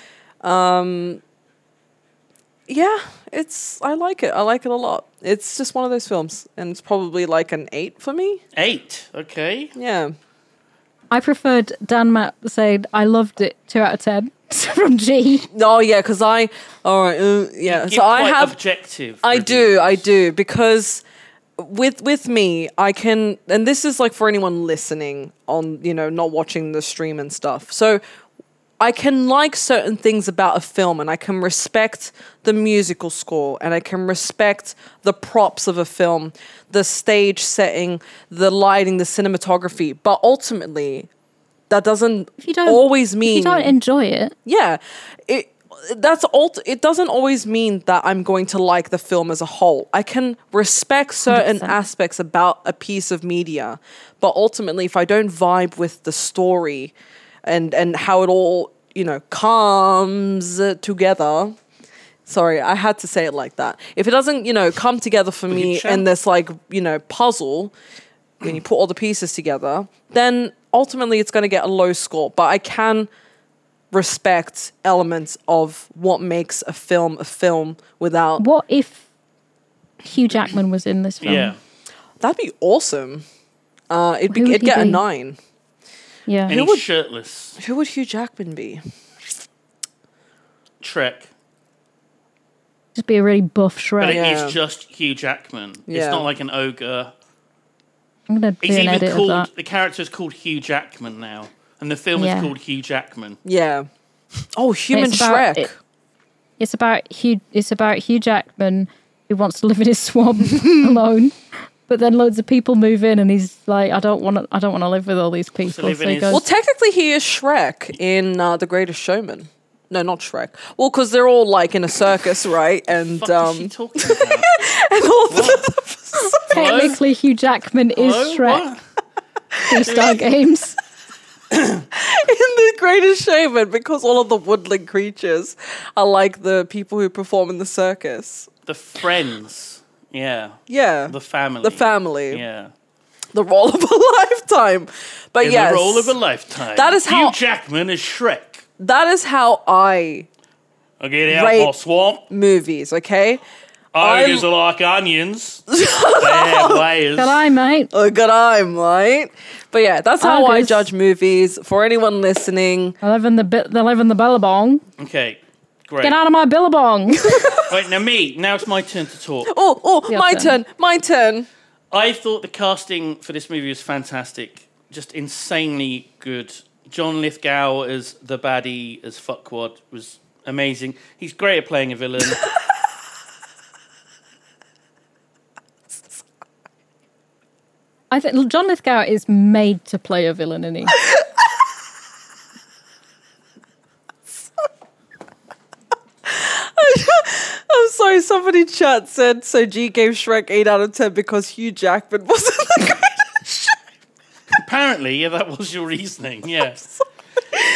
[SPEAKER 4] Um, yeah, it's. I like it. I like it a lot. It's just one of those films, and it's probably like an eight for me.
[SPEAKER 1] Eight. Okay.
[SPEAKER 4] Yeah,
[SPEAKER 2] I preferred Dan Matt saying, "I loved it." Two out of ten from G.
[SPEAKER 4] Oh yeah, because I. All right. Uh, yeah.
[SPEAKER 1] Give
[SPEAKER 4] So I
[SPEAKER 1] quite
[SPEAKER 4] have.
[SPEAKER 1] objective.
[SPEAKER 4] I
[SPEAKER 1] review.
[SPEAKER 4] do. I do because with with me, I can, and this is like for anyone listening on, you know, not watching the stream and stuff. So I can like certain things about a film, and I can respect the musical score, and I can respect the props of a film, the stage setting, the lighting, the cinematography. But ultimately, that doesn't
[SPEAKER 2] If you don't
[SPEAKER 4] always mean
[SPEAKER 2] if you don't enjoy it,
[SPEAKER 4] yeah it that's alt it doesn't always mean that i'm going to like the film as a whole i can respect certain
[SPEAKER 2] 100%.
[SPEAKER 4] aspects about a piece of media but ultimately if i don't vibe with the story and and how it all you know comes together sorry i had to say it like that if it doesn't you know come together for me
[SPEAKER 1] Picture.
[SPEAKER 4] in this like you know puzzle when you put all the pieces together then ultimately it's going to get a low score but i can respect elements of what makes a film a film without
[SPEAKER 2] what if Hugh Jackman was in this film?
[SPEAKER 4] Um,
[SPEAKER 1] Yeah.
[SPEAKER 4] that'd be awesome uh, it'd be
[SPEAKER 2] Who would
[SPEAKER 4] it'd
[SPEAKER 2] he
[SPEAKER 4] get a
[SPEAKER 2] be?
[SPEAKER 4] nine
[SPEAKER 2] Yeah.
[SPEAKER 1] And he's shirtless.
[SPEAKER 4] who would hugh jackman be
[SPEAKER 1] Shrek.
[SPEAKER 2] just be a really buff
[SPEAKER 1] But
[SPEAKER 2] Shrek.
[SPEAKER 1] it
[SPEAKER 4] Oh, Yeah.
[SPEAKER 1] is just Hugh Jackman.
[SPEAKER 4] Yeah.
[SPEAKER 1] It's not like an ogre.
[SPEAKER 2] I'm gonna do
[SPEAKER 1] He's
[SPEAKER 2] an
[SPEAKER 1] even
[SPEAKER 2] edit of that.
[SPEAKER 1] called the character is called Hugh Jackman now, and the film
[SPEAKER 2] Yeah.
[SPEAKER 1] is called Hugh Jackman.
[SPEAKER 4] yeah oh human
[SPEAKER 2] It's about-
[SPEAKER 4] shrek
[SPEAKER 2] it- It's about Hugh. It's about Hugh Jackman who wants to live in his swamp alone, but then loads of people move in, and he's like, "I don't want to. I don't want to live with all these people."
[SPEAKER 1] live
[SPEAKER 2] So
[SPEAKER 1] in
[SPEAKER 2] he
[SPEAKER 1] his-
[SPEAKER 2] goes,
[SPEAKER 4] well technically he is shrek in uh, the greatest showman no not shrek well because they're all like in a circus right and
[SPEAKER 1] Fuck is she
[SPEAKER 4] um
[SPEAKER 1] talking about?
[SPEAKER 4] and all the,
[SPEAKER 2] "Technically, Hugh Jackman is
[SPEAKER 1] Hello?
[SPEAKER 2] Shrek."
[SPEAKER 1] What?
[SPEAKER 2] Two Star Games.
[SPEAKER 4] in the greatest showman because all of the woodland creatures are like the people who perform in the circus
[SPEAKER 1] The friends. Yeah.
[SPEAKER 4] yeah
[SPEAKER 1] The family.
[SPEAKER 4] the family
[SPEAKER 1] Yeah.
[SPEAKER 4] the role of a lifetime. But
[SPEAKER 1] In
[SPEAKER 4] yes,
[SPEAKER 1] the role of a lifetime.
[SPEAKER 4] That is how-
[SPEAKER 1] Hugh Jackman is Shrek.
[SPEAKER 4] that is how I
[SPEAKER 1] I get out
[SPEAKER 4] Right.
[SPEAKER 1] my swamp.
[SPEAKER 4] movies. Okay,
[SPEAKER 1] Ogres are like onions. they have layers.
[SPEAKER 2] Good eye, mate.
[SPEAKER 4] a good time, right? But yeah,
[SPEAKER 1] Ah,
[SPEAKER 4] that's how I
[SPEAKER 2] Ogres.
[SPEAKER 4] judge movies. For anyone listening,
[SPEAKER 2] I live in the bi- I live in the Billabong.
[SPEAKER 1] Okay. Great.
[SPEAKER 2] Get out of my Billabong.
[SPEAKER 1] Wait, now me. Now it's my turn to talk.
[SPEAKER 4] oh, oh,
[SPEAKER 2] Yeah,
[SPEAKER 4] my
[SPEAKER 2] fair.
[SPEAKER 4] turn, my turn.
[SPEAKER 1] I thought the casting for this movie was fantastic, just insanely good. John Lithgow as the baddie as fuckwad was amazing. He's great at playing a villain.
[SPEAKER 2] I think John Lithgow is made to play a villain, isn't he?
[SPEAKER 4] I'm sorry, somebody in chat said so. G gave Shrek eight out of ten because Hugh Jackman wasn't. The greatest
[SPEAKER 1] Apparently, yeah, that was your reasoning. Yeah.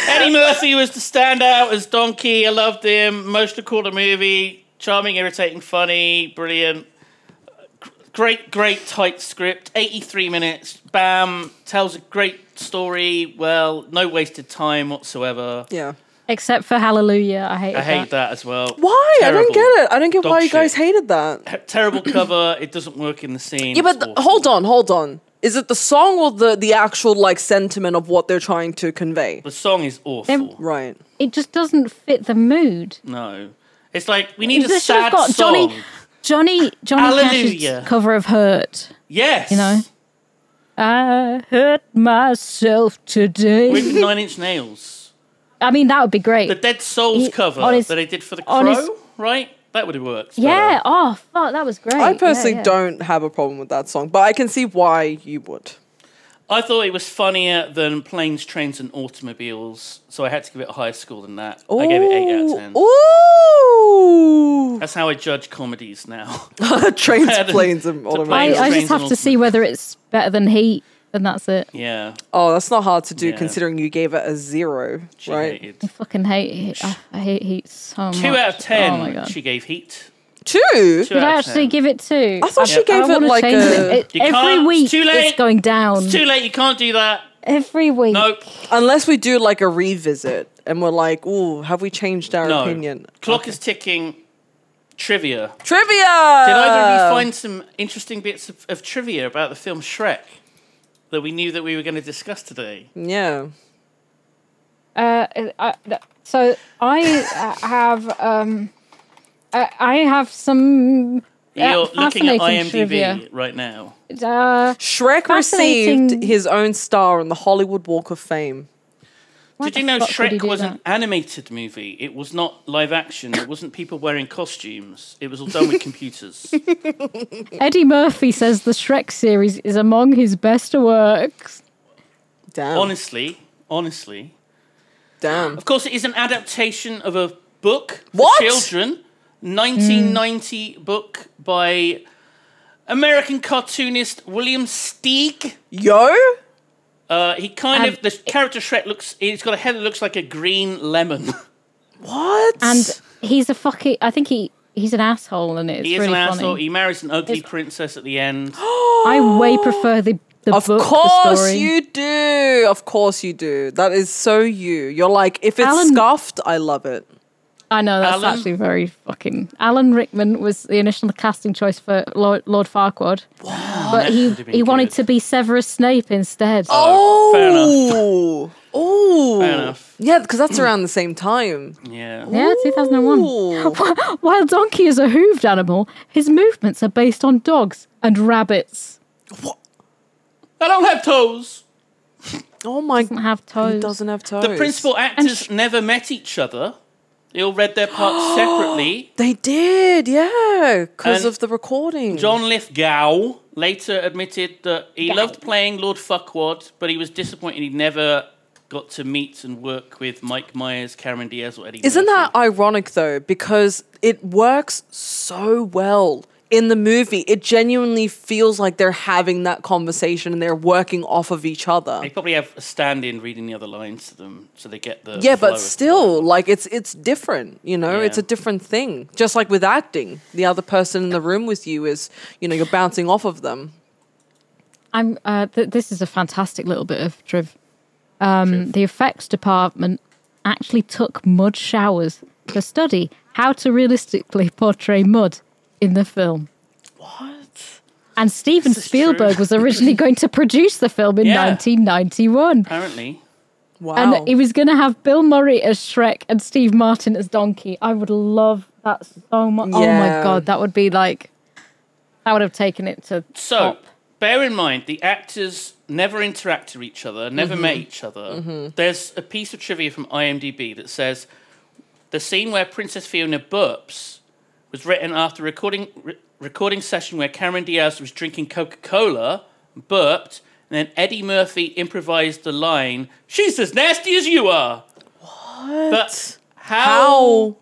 [SPEAKER 1] Eddie Murphy was the standout as Donkey. I loved him. Most of the quarter movie. Charming, irritating, funny, brilliant. G- Great, great tight script. 83 minutes. Bam. Tells a great story. Well, no wasted time whatsoever.
[SPEAKER 4] yeah.
[SPEAKER 2] Except for Hallelujah. I hate.
[SPEAKER 1] I hate that as well.
[SPEAKER 4] Why? I
[SPEAKER 1] Terrible.
[SPEAKER 4] don't get it. I don't get
[SPEAKER 1] Dog
[SPEAKER 4] why you
[SPEAKER 1] shit.
[SPEAKER 4] guys hated that.
[SPEAKER 1] Terrible cover. It doesn't work in the scene.
[SPEAKER 4] Yeah,
[SPEAKER 1] It's
[SPEAKER 4] but th-
[SPEAKER 1] awful.
[SPEAKER 4] hold on, hold on. Is it the song or the the actual like sentiment of what they're trying to convey?
[SPEAKER 1] The song is awful.
[SPEAKER 2] Then-
[SPEAKER 4] Right.
[SPEAKER 2] It just doesn't fit the mood.
[SPEAKER 1] No. It's like we need a
[SPEAKER 2] They should
[SPEAKER 1] sad
[SPEAKER 2] have got
[SPEAKER 1] song.
[SPEAKER 2] Johnny, Johnny, Johnny
[SPEAKER 1] Hallelujah.
[SPEAKER 2] Cash's cover of "Hurt."
[SPEAKER 1] yes.
[SPEAKER 2] You know. I hurt myself today.
[SPEAKER 1] With Nine Inch Nails.
[SPEAKER 2] I mean, that would be great.
[SPEAKER 1] The Dead Souls
[SPEAKER 2] He-
[SPEAKER 1] cover
[SPEAKER 2] on his-
[SPEAKER 1] that I did for the Crow,
[SPEAKER 2] on his-
[SPEAKER 1] right? That would have worked.
[SPEAKER 2] yeah.
[SPEAKER 1] better.
[SPEAKER 2] Oh, fuck, that was great.
[SPEAKER 4] I
[SPEAKER 2] Yeah,
[SPEAKER 4] personally
[SPEAKER 2] yeah.
[SPEAKER 4] don't have a problem with that song, but I can see why you would.
[SPEAKER 1] I thought it was funnier than Planes, Trains, and Automobiles, so I had to give it a higher score than that. I gave it 8 out of 10.
[SPEAKER 4] Ooh!
[SPEAKER 1] That's how I judge comedies now.
[SPEAKER 4] Trains,
[SPEAKER 1] Yeah, the-
[SPEAKER 4] planes, and
[SPEAKER 1] the
[SPEAKER 4] automobiles.
[SPEAKER 2] I,
[SPEAKER 1] Planes,
[SPEAKER 2] I
[SPEAKER 1] Trains,
[SPEAKER 2] just have
[SPEAKER 1] and
[SPEAKER 2] to see whether it's better than Heat, and that's it.
[SPEAKER 1] yeah.
[SPEAKER 4] Oh, that's not hard to do
[SPEAKER 1] Yeah.
[SPEAKER 4] considering you gave it a zero,
[SPEAKER 1] She
[SPEAKER 4] right?
[SPEAKER 1] hated.
[SPEAKER 2] I fucking hate Heat. I, I hate Heat so much.
[SPEAKER 1] Two out of ten.
[SPEAKER 2] Oh my god.
[SPEAKER 1] She gave heat.
[SPEAKER 4] Two?
[SPEAKER 1] Two
[SPEAKER 2] Did
[SPEAKER 1] out
[SPEAKER 2] I
[SPEAKER 1] of
[SPEAKER 2] actually
[SPEAKER 1] 10.
[SPEAKER 2] give it two?
[SPEAKER 4] I thought she gave it
[SPEAKER 2] wanna
[SPEAKER 4] like
[SPEAKER 2] change
[SPEAKER 4] a.
[SPEAKER 2] it.
[SPEAKER 1] You
[SPEAKER 2] It- every
[SPEAKER 1] can't,
[SPEAKER 2] week
[SPEAKER 1] it's too late.
[SPEAKER 2] it's going down.
[SPEAKER 1] It's too late. You can't do that.
[SPEAKER 2] Every week.
[SPEAKER 1] Nope.
[SPEAKER 4] Unless we do like a revisit and we're like, ooh, have we changed our
[SPEAKER 1] No.
[SPEAKER 4] opinion?
[SPEAKER 1] Clock is ticking. Trivia.
[SPEAKER 4] Trivia!
[SPEAKER 1] Did
[SPEAKER 2] Uh,
[SPEAKER 1] either of you find some interesting bits of, of trivia about the film Shrek that we knew that we were going to discuss today?
[SPEAKER 4] Yeah.
[SPEAKER 2] Uh, I, so I uh, have um, I, I have some. Yeah,
[SPEAKER 1] You're looking at
[SPEAKER 2] fascinating
[SPEAKER 1] IMDb
[SPEAKER 2] trivia.
[SPEAKER 1] right now.
[SPEAKER 2] Uh,
[SPEAKER 4] Shrek
[SPEAKER 2] Fascinating.
[SPEAKER 4] received his own star on the Hollywood Walk of Fame.
[SPEAKER 2] why
[SPEAKER 1] Did you
[SPEAKER 2] the
[SPEAKER 1] know
[SPEAKER 2] fuck would he
[SPEAKER 1] Shrek
[SPEAKER 2] do
[SPEAKER 1] was
[SPEAKER 2] that?
[SPEAKER 1] an animated movie? It was not live action. It wasn't people wearing costumes. It was all done with computers.
[SPEAKER 2] Eddie Murphy says the Shrek series is among his best works.
[SPEAKER 4] Damn.
[SPEAKER 1] honestly, honestly.
[SPEAKER 4] Damn.
[SPEAKER 1] Of course, it is an adaptation of a book for
[SPEAKER 4] What?
[SPEAKER 1] children, 1990 book by American cartoonist William Steig.
[SPEAKER 4] Yo?
[SPEAKER 1] Uh, he kind
[SPEAKER 2] Um,
[SPEAKER 1] of the character Shrek looks. He's got a head that looks like a green lemon.
[SPEAKER 4] What?
[SPEAKER 2] And he's a fucking. I think he he's an asshole, and it's
[SPEAKER 1] he is
[SPEAKER 2] really
[SPEAKER 1] an
[SPEAKER 2] funny. Oh!
[SPEAKER 1] asshole. He marries an ugly princess at the end.
[SPEAKER 2] I way prefer the the
[SPEAKER 4] Of
[SPEAKER 2] book. the
[SPEAKER 4] course
[SPEAKER 2] story.
[SPEAKER 4] you do. Of course you do. That is so you. You're like, if it's
[SPEAKER 2] Alan-
[SPEAKER 4] scuffed, I love it.
[SPEAKER 2] I know that's
[SPEAKER 1] Alan-
[SPEAKER 2] actually very fucking. Alan Rickman was the initial casting choice for Lord, Lord Farquaad, wow. but he
[SPEAKER 1] have been
[SPEAKER 2] he wanted
[SPEAKER 1] good.
[SPEAKER 2] to be Severus Snape instead.
[SPEAKER 4] Oh,
[SPEAKER 1] fair enough.
[SPEAKER 4] Oh,
[SPEAKER 1] Fair enough.
[SPEAKER 4] Yeah, because that's around the same time.
[SPEAKER 1] Yeah.
[SPEAKER 2] Yeah, 2001.
[SPEAKER 4] Ooh.
[SPEAKER 2] While Donkey is a hooved animal, his movements are based on dogs and rabbits.
[SPEAKER 1] I don't have toes.
[SPEAKER 4] Oh my!
[SPEAKER 2] Doesn't have
[SPEAKER 4] He
[SPEAKER 2] toes.
[SPEAKER 4] doesn't have toes.
[SPEAKER 1] The principal actors never met each other. They all read their parts separately.
[SPEAKER 4] They did, yeah, because
[SPEAKER 1] And
[SPEAKER 4] of the recording.
[SPEAKER 1] John Lithgow later admitted that he loved playing Lord Fuckwad, but he was disappointed he never got to meet and work with Mike Myers, Cameron Diaz, or Eddie.
[SPEAKER 4] Isn't
[SPEAKER 1] Murphy.
[SPEAKER 4] that ironic though? Because it works so well in the movie. It genuinely feels like they're having that conversation and they're working off of each other.
[SPEAKER 1] They probably have a stand-in reading the other lines to them, so they get the.
[SPEAKER 4] yeah
[SPEAKER 1] flow
[SPEAKER 4] but
[SPEAKER 1] of-
[SPEAKER 4] still like it's it's different you know it's
[SPEAKER 1] Yeah.
[SPEAKER 4] a different thing just like with acting the other person in the room with you is you know you're bouncing off of them
[SPEAKER 2] I'm. Uh, th- this is a fantastic little bit of triv. Um, The effects department actually took mud showers to study how to realistically portray mud in the film.
[SPEAKER 1] What?
[SPEAKER 2] And Steven
[SPEAKER 1] This is true.
[SPEAKER 2] Spielberg was originally going to produce the film in
[SPEAKER 1] Yeah.
[SPEAKER 2] 1991.
[SPEAKER 1] Apparently,
[SPEAKER 4] wow
[SPEAKER 2] And he was going to have Bill Murray as Shrek and Steve Martin as Donkey. I would love that so much. Oh
[SPEAKER 4] Yeah.
[SPEAKER 2] my God, that would be like, that would have taken it to
[SPEAKER 1] so
[SPEAKER 2] top.
[SPEAKER 1] bear in mind the actors never interact with each other, never
[SPEAKER 4] Mm-hmm.
[SPEAKER 1] met each other. There's a piece of trivia from IMDb that says the scene where Princess Fiona burps was written after a recording re- recording session where Cameron Diaz was drinking Coca Cola, burped, and then Eddie Murphy improvised the line, "She's as nasty as you are." What? But
[SPEAKER 4] how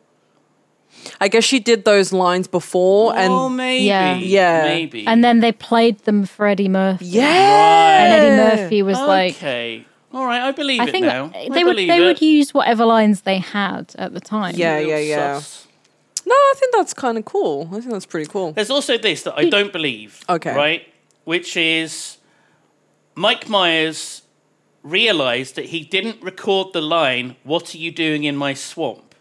[SPEAKER 4] i guess she did those lines before
[SPEAKER 1] oh,
[SPEAKER 4] and
[SPEAKER 1] maybe.
[SPEAKER 2] Yeah.
[SPEAKER 4] Yeah.
[SPEAKER 1] Maybe.
[SPEAKER 2] And then they played them for Eddie Murphy.
[SPEAKER 4] yeah
[SPEAKER 2] And Eddie Murphy was like,
[SPEAKER 1] okay. All right, I believe
[SPEAKER 2] I
[SPEAKER 1] it
[SPEAKER 2] think
[SPEAKER 1] now.
[SPEAKER 2] that
[SPEAKER 1] I
[SPEAKER 2] they would
[SPEAKER 1] believe
[SPEAKER 2] they
[SPEAKER 1] it.
[SPEAKER 2] would use whatever lines they had at the time.
[SPEAKER 4] Yeah.
[SPEAKER 1] Real sus.
[SPEAKER 4] no i think that's kind of cool i think that's pretty cool
[SPEAKER 1] There's also this that I don't believe.
[SPEAKER 4] Okay.
[SPEAKER 1] Right? Which is Mike Myers realized that he didn't record the line, What are you doing in my swamp?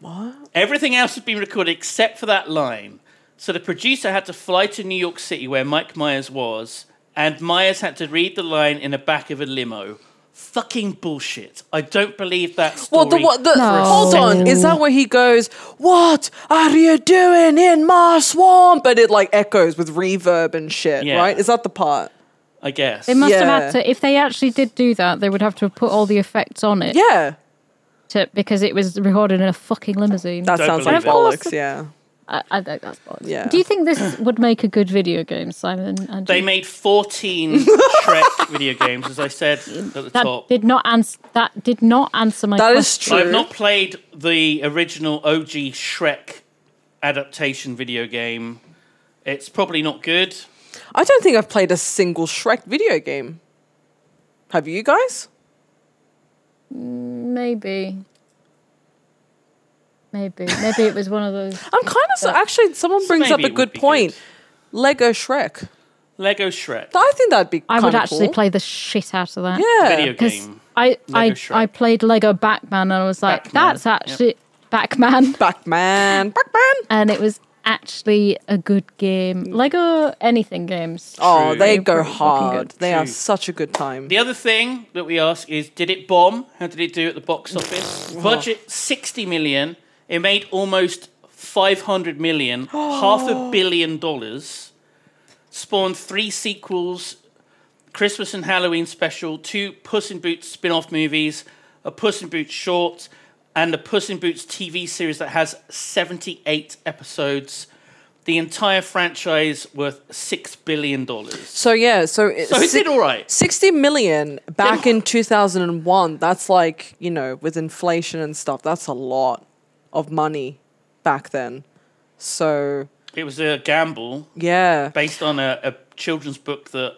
[SPEAKER 1] What? Everything else had been recorded except for that line. So the producer had to fly to New York City where Mike Myers was and Myers had to read the line in the back of a limo. Fucking bullshit! I don't believe that story.
[SPEAKER 4] Well, the what? The,
[SPEAKER 2] No.
[SPEAKER 4] Hold on, is that where he goes? What are you doing in my swamp? But it like echoes with reverb and shit,
[SPEAKER 1] Yeah.
[SPEAKER 4] right? Is that the part?
[SPEAKER 1] I guess.
[SPEAKER 2] They must have
[SPEAKER 4] Yeah.
[SPEAKER 2] had to, if they actually did do that, they would have to have put all the effects on it
[SPEAKER 4] Yeah,
[SPEAKER 2] to, because it was recorded in a fucking limousine.
[SPEAKER 4] that
[SPEAKER 1] Don't
[SPEAKER 4] sounds like
[SPEAKER 1] believe it. And
[SPEAKER 2] of course-
[SPEAKER 4] bollocks. Yeah,
[SPEAKER 2] I, I think that's bollocks.
[SPEAKER 4] Yeah.
[SPEAKER 2] Do you think this would make a good video game, Simon? And
[SPEAKER 1] They
[SPEAKER 2] you?
[SPEAKER 1] made 14 Shrek video games, as I said at the
[SPEAKER 2] that
[SPEAKER 1] top.
[SPEAKER 2] did not answer. That did not answer my.
[SPEAKER 4] that
[SPEAKER 2] question.
[SPEAKER 4] is true.
[SPEAKER 1] I've not played the original OG Shrek adaptation video game. It's probably not good.
[SPEAKER 4] I don't think I've played a single Shrek video game. Have you guys?
[SPEAKER 2] Maybe. Maybe. Maybe it was one of those.
[SPEAKER 4] I'm kind of so, actually. Someone brings up
[SPEAKER 1] maybe
[SPEAKER 4] a
[SPEAKER 1] it would
[SPEAKER 4] good
[SPEAKER 1] be
[SPEAKER 4] point. Lego Shrek.
[SPEAKER 1] Lego Shrek
[SPEAKER 4] I think that'd be.
[SPEAKER 2] I would
[SPEAKER 4] kinda
[SPEAKER 2] actually
[SPEAKER 4] cool.
[SPEAKER 2] play the shit out of that.
[SPEAKER 4] Yeah.
[SPEAKER 1] video
[SPEAKER 2] Because
[SPEAKER 1] game.
[SPEAKER 2] I I,
[SPEAKER 1] Shrek.
[SPEAKER 2] I played Lego Backman and I was like,
[SPEAKER 1] Backman,
[SPEAKER 2] that's
[SPEAKER 1] yep.
[SPEAKER 2] actually Backman,
[SPEAKER 4] Backman. Backman.
[SPEAKER 2] and it was actually a good game.
[SPEAKER 1] Mm.
[SPEAKER 2] Lego anything games.
[SPEAKER 4] Oh, they
[SPEAKER 2] They're
[SPEAKER 4] go
[SPEAKER 2] pretty fucking
[SPEAKER 4] hard.
[SPEAKER 2] good.
[SPEAKER 4] They are
[SPEAKER 1] True.
[SPEAKER 4] such a good time.
[SPEAKER 1] The other thing that we ask is did it bomb? How did it do at the box office? Budget 60 million. It made almost 500 million, half a billion dollars. Spawned three sequels, Christmas and Halloween special, two Puss in Boots spin off movies, a Puss in Boots short, and a Puss in Boots TV series that has 78 episodes. The entire franchise worth $6 billion. So
[SPEAKER 4] So yeah, so it's
[SPEAKER 1] it did all right.
[SPEAKER 4] Sixty million back in two thousand and one. That's like you know with inflation and stuff. That's a lot of money back then. So
[SPEAKER 1] It was a gamble.
[SPEAKER 4] yeah,
[SPEAKER 1] based on a, a children's book that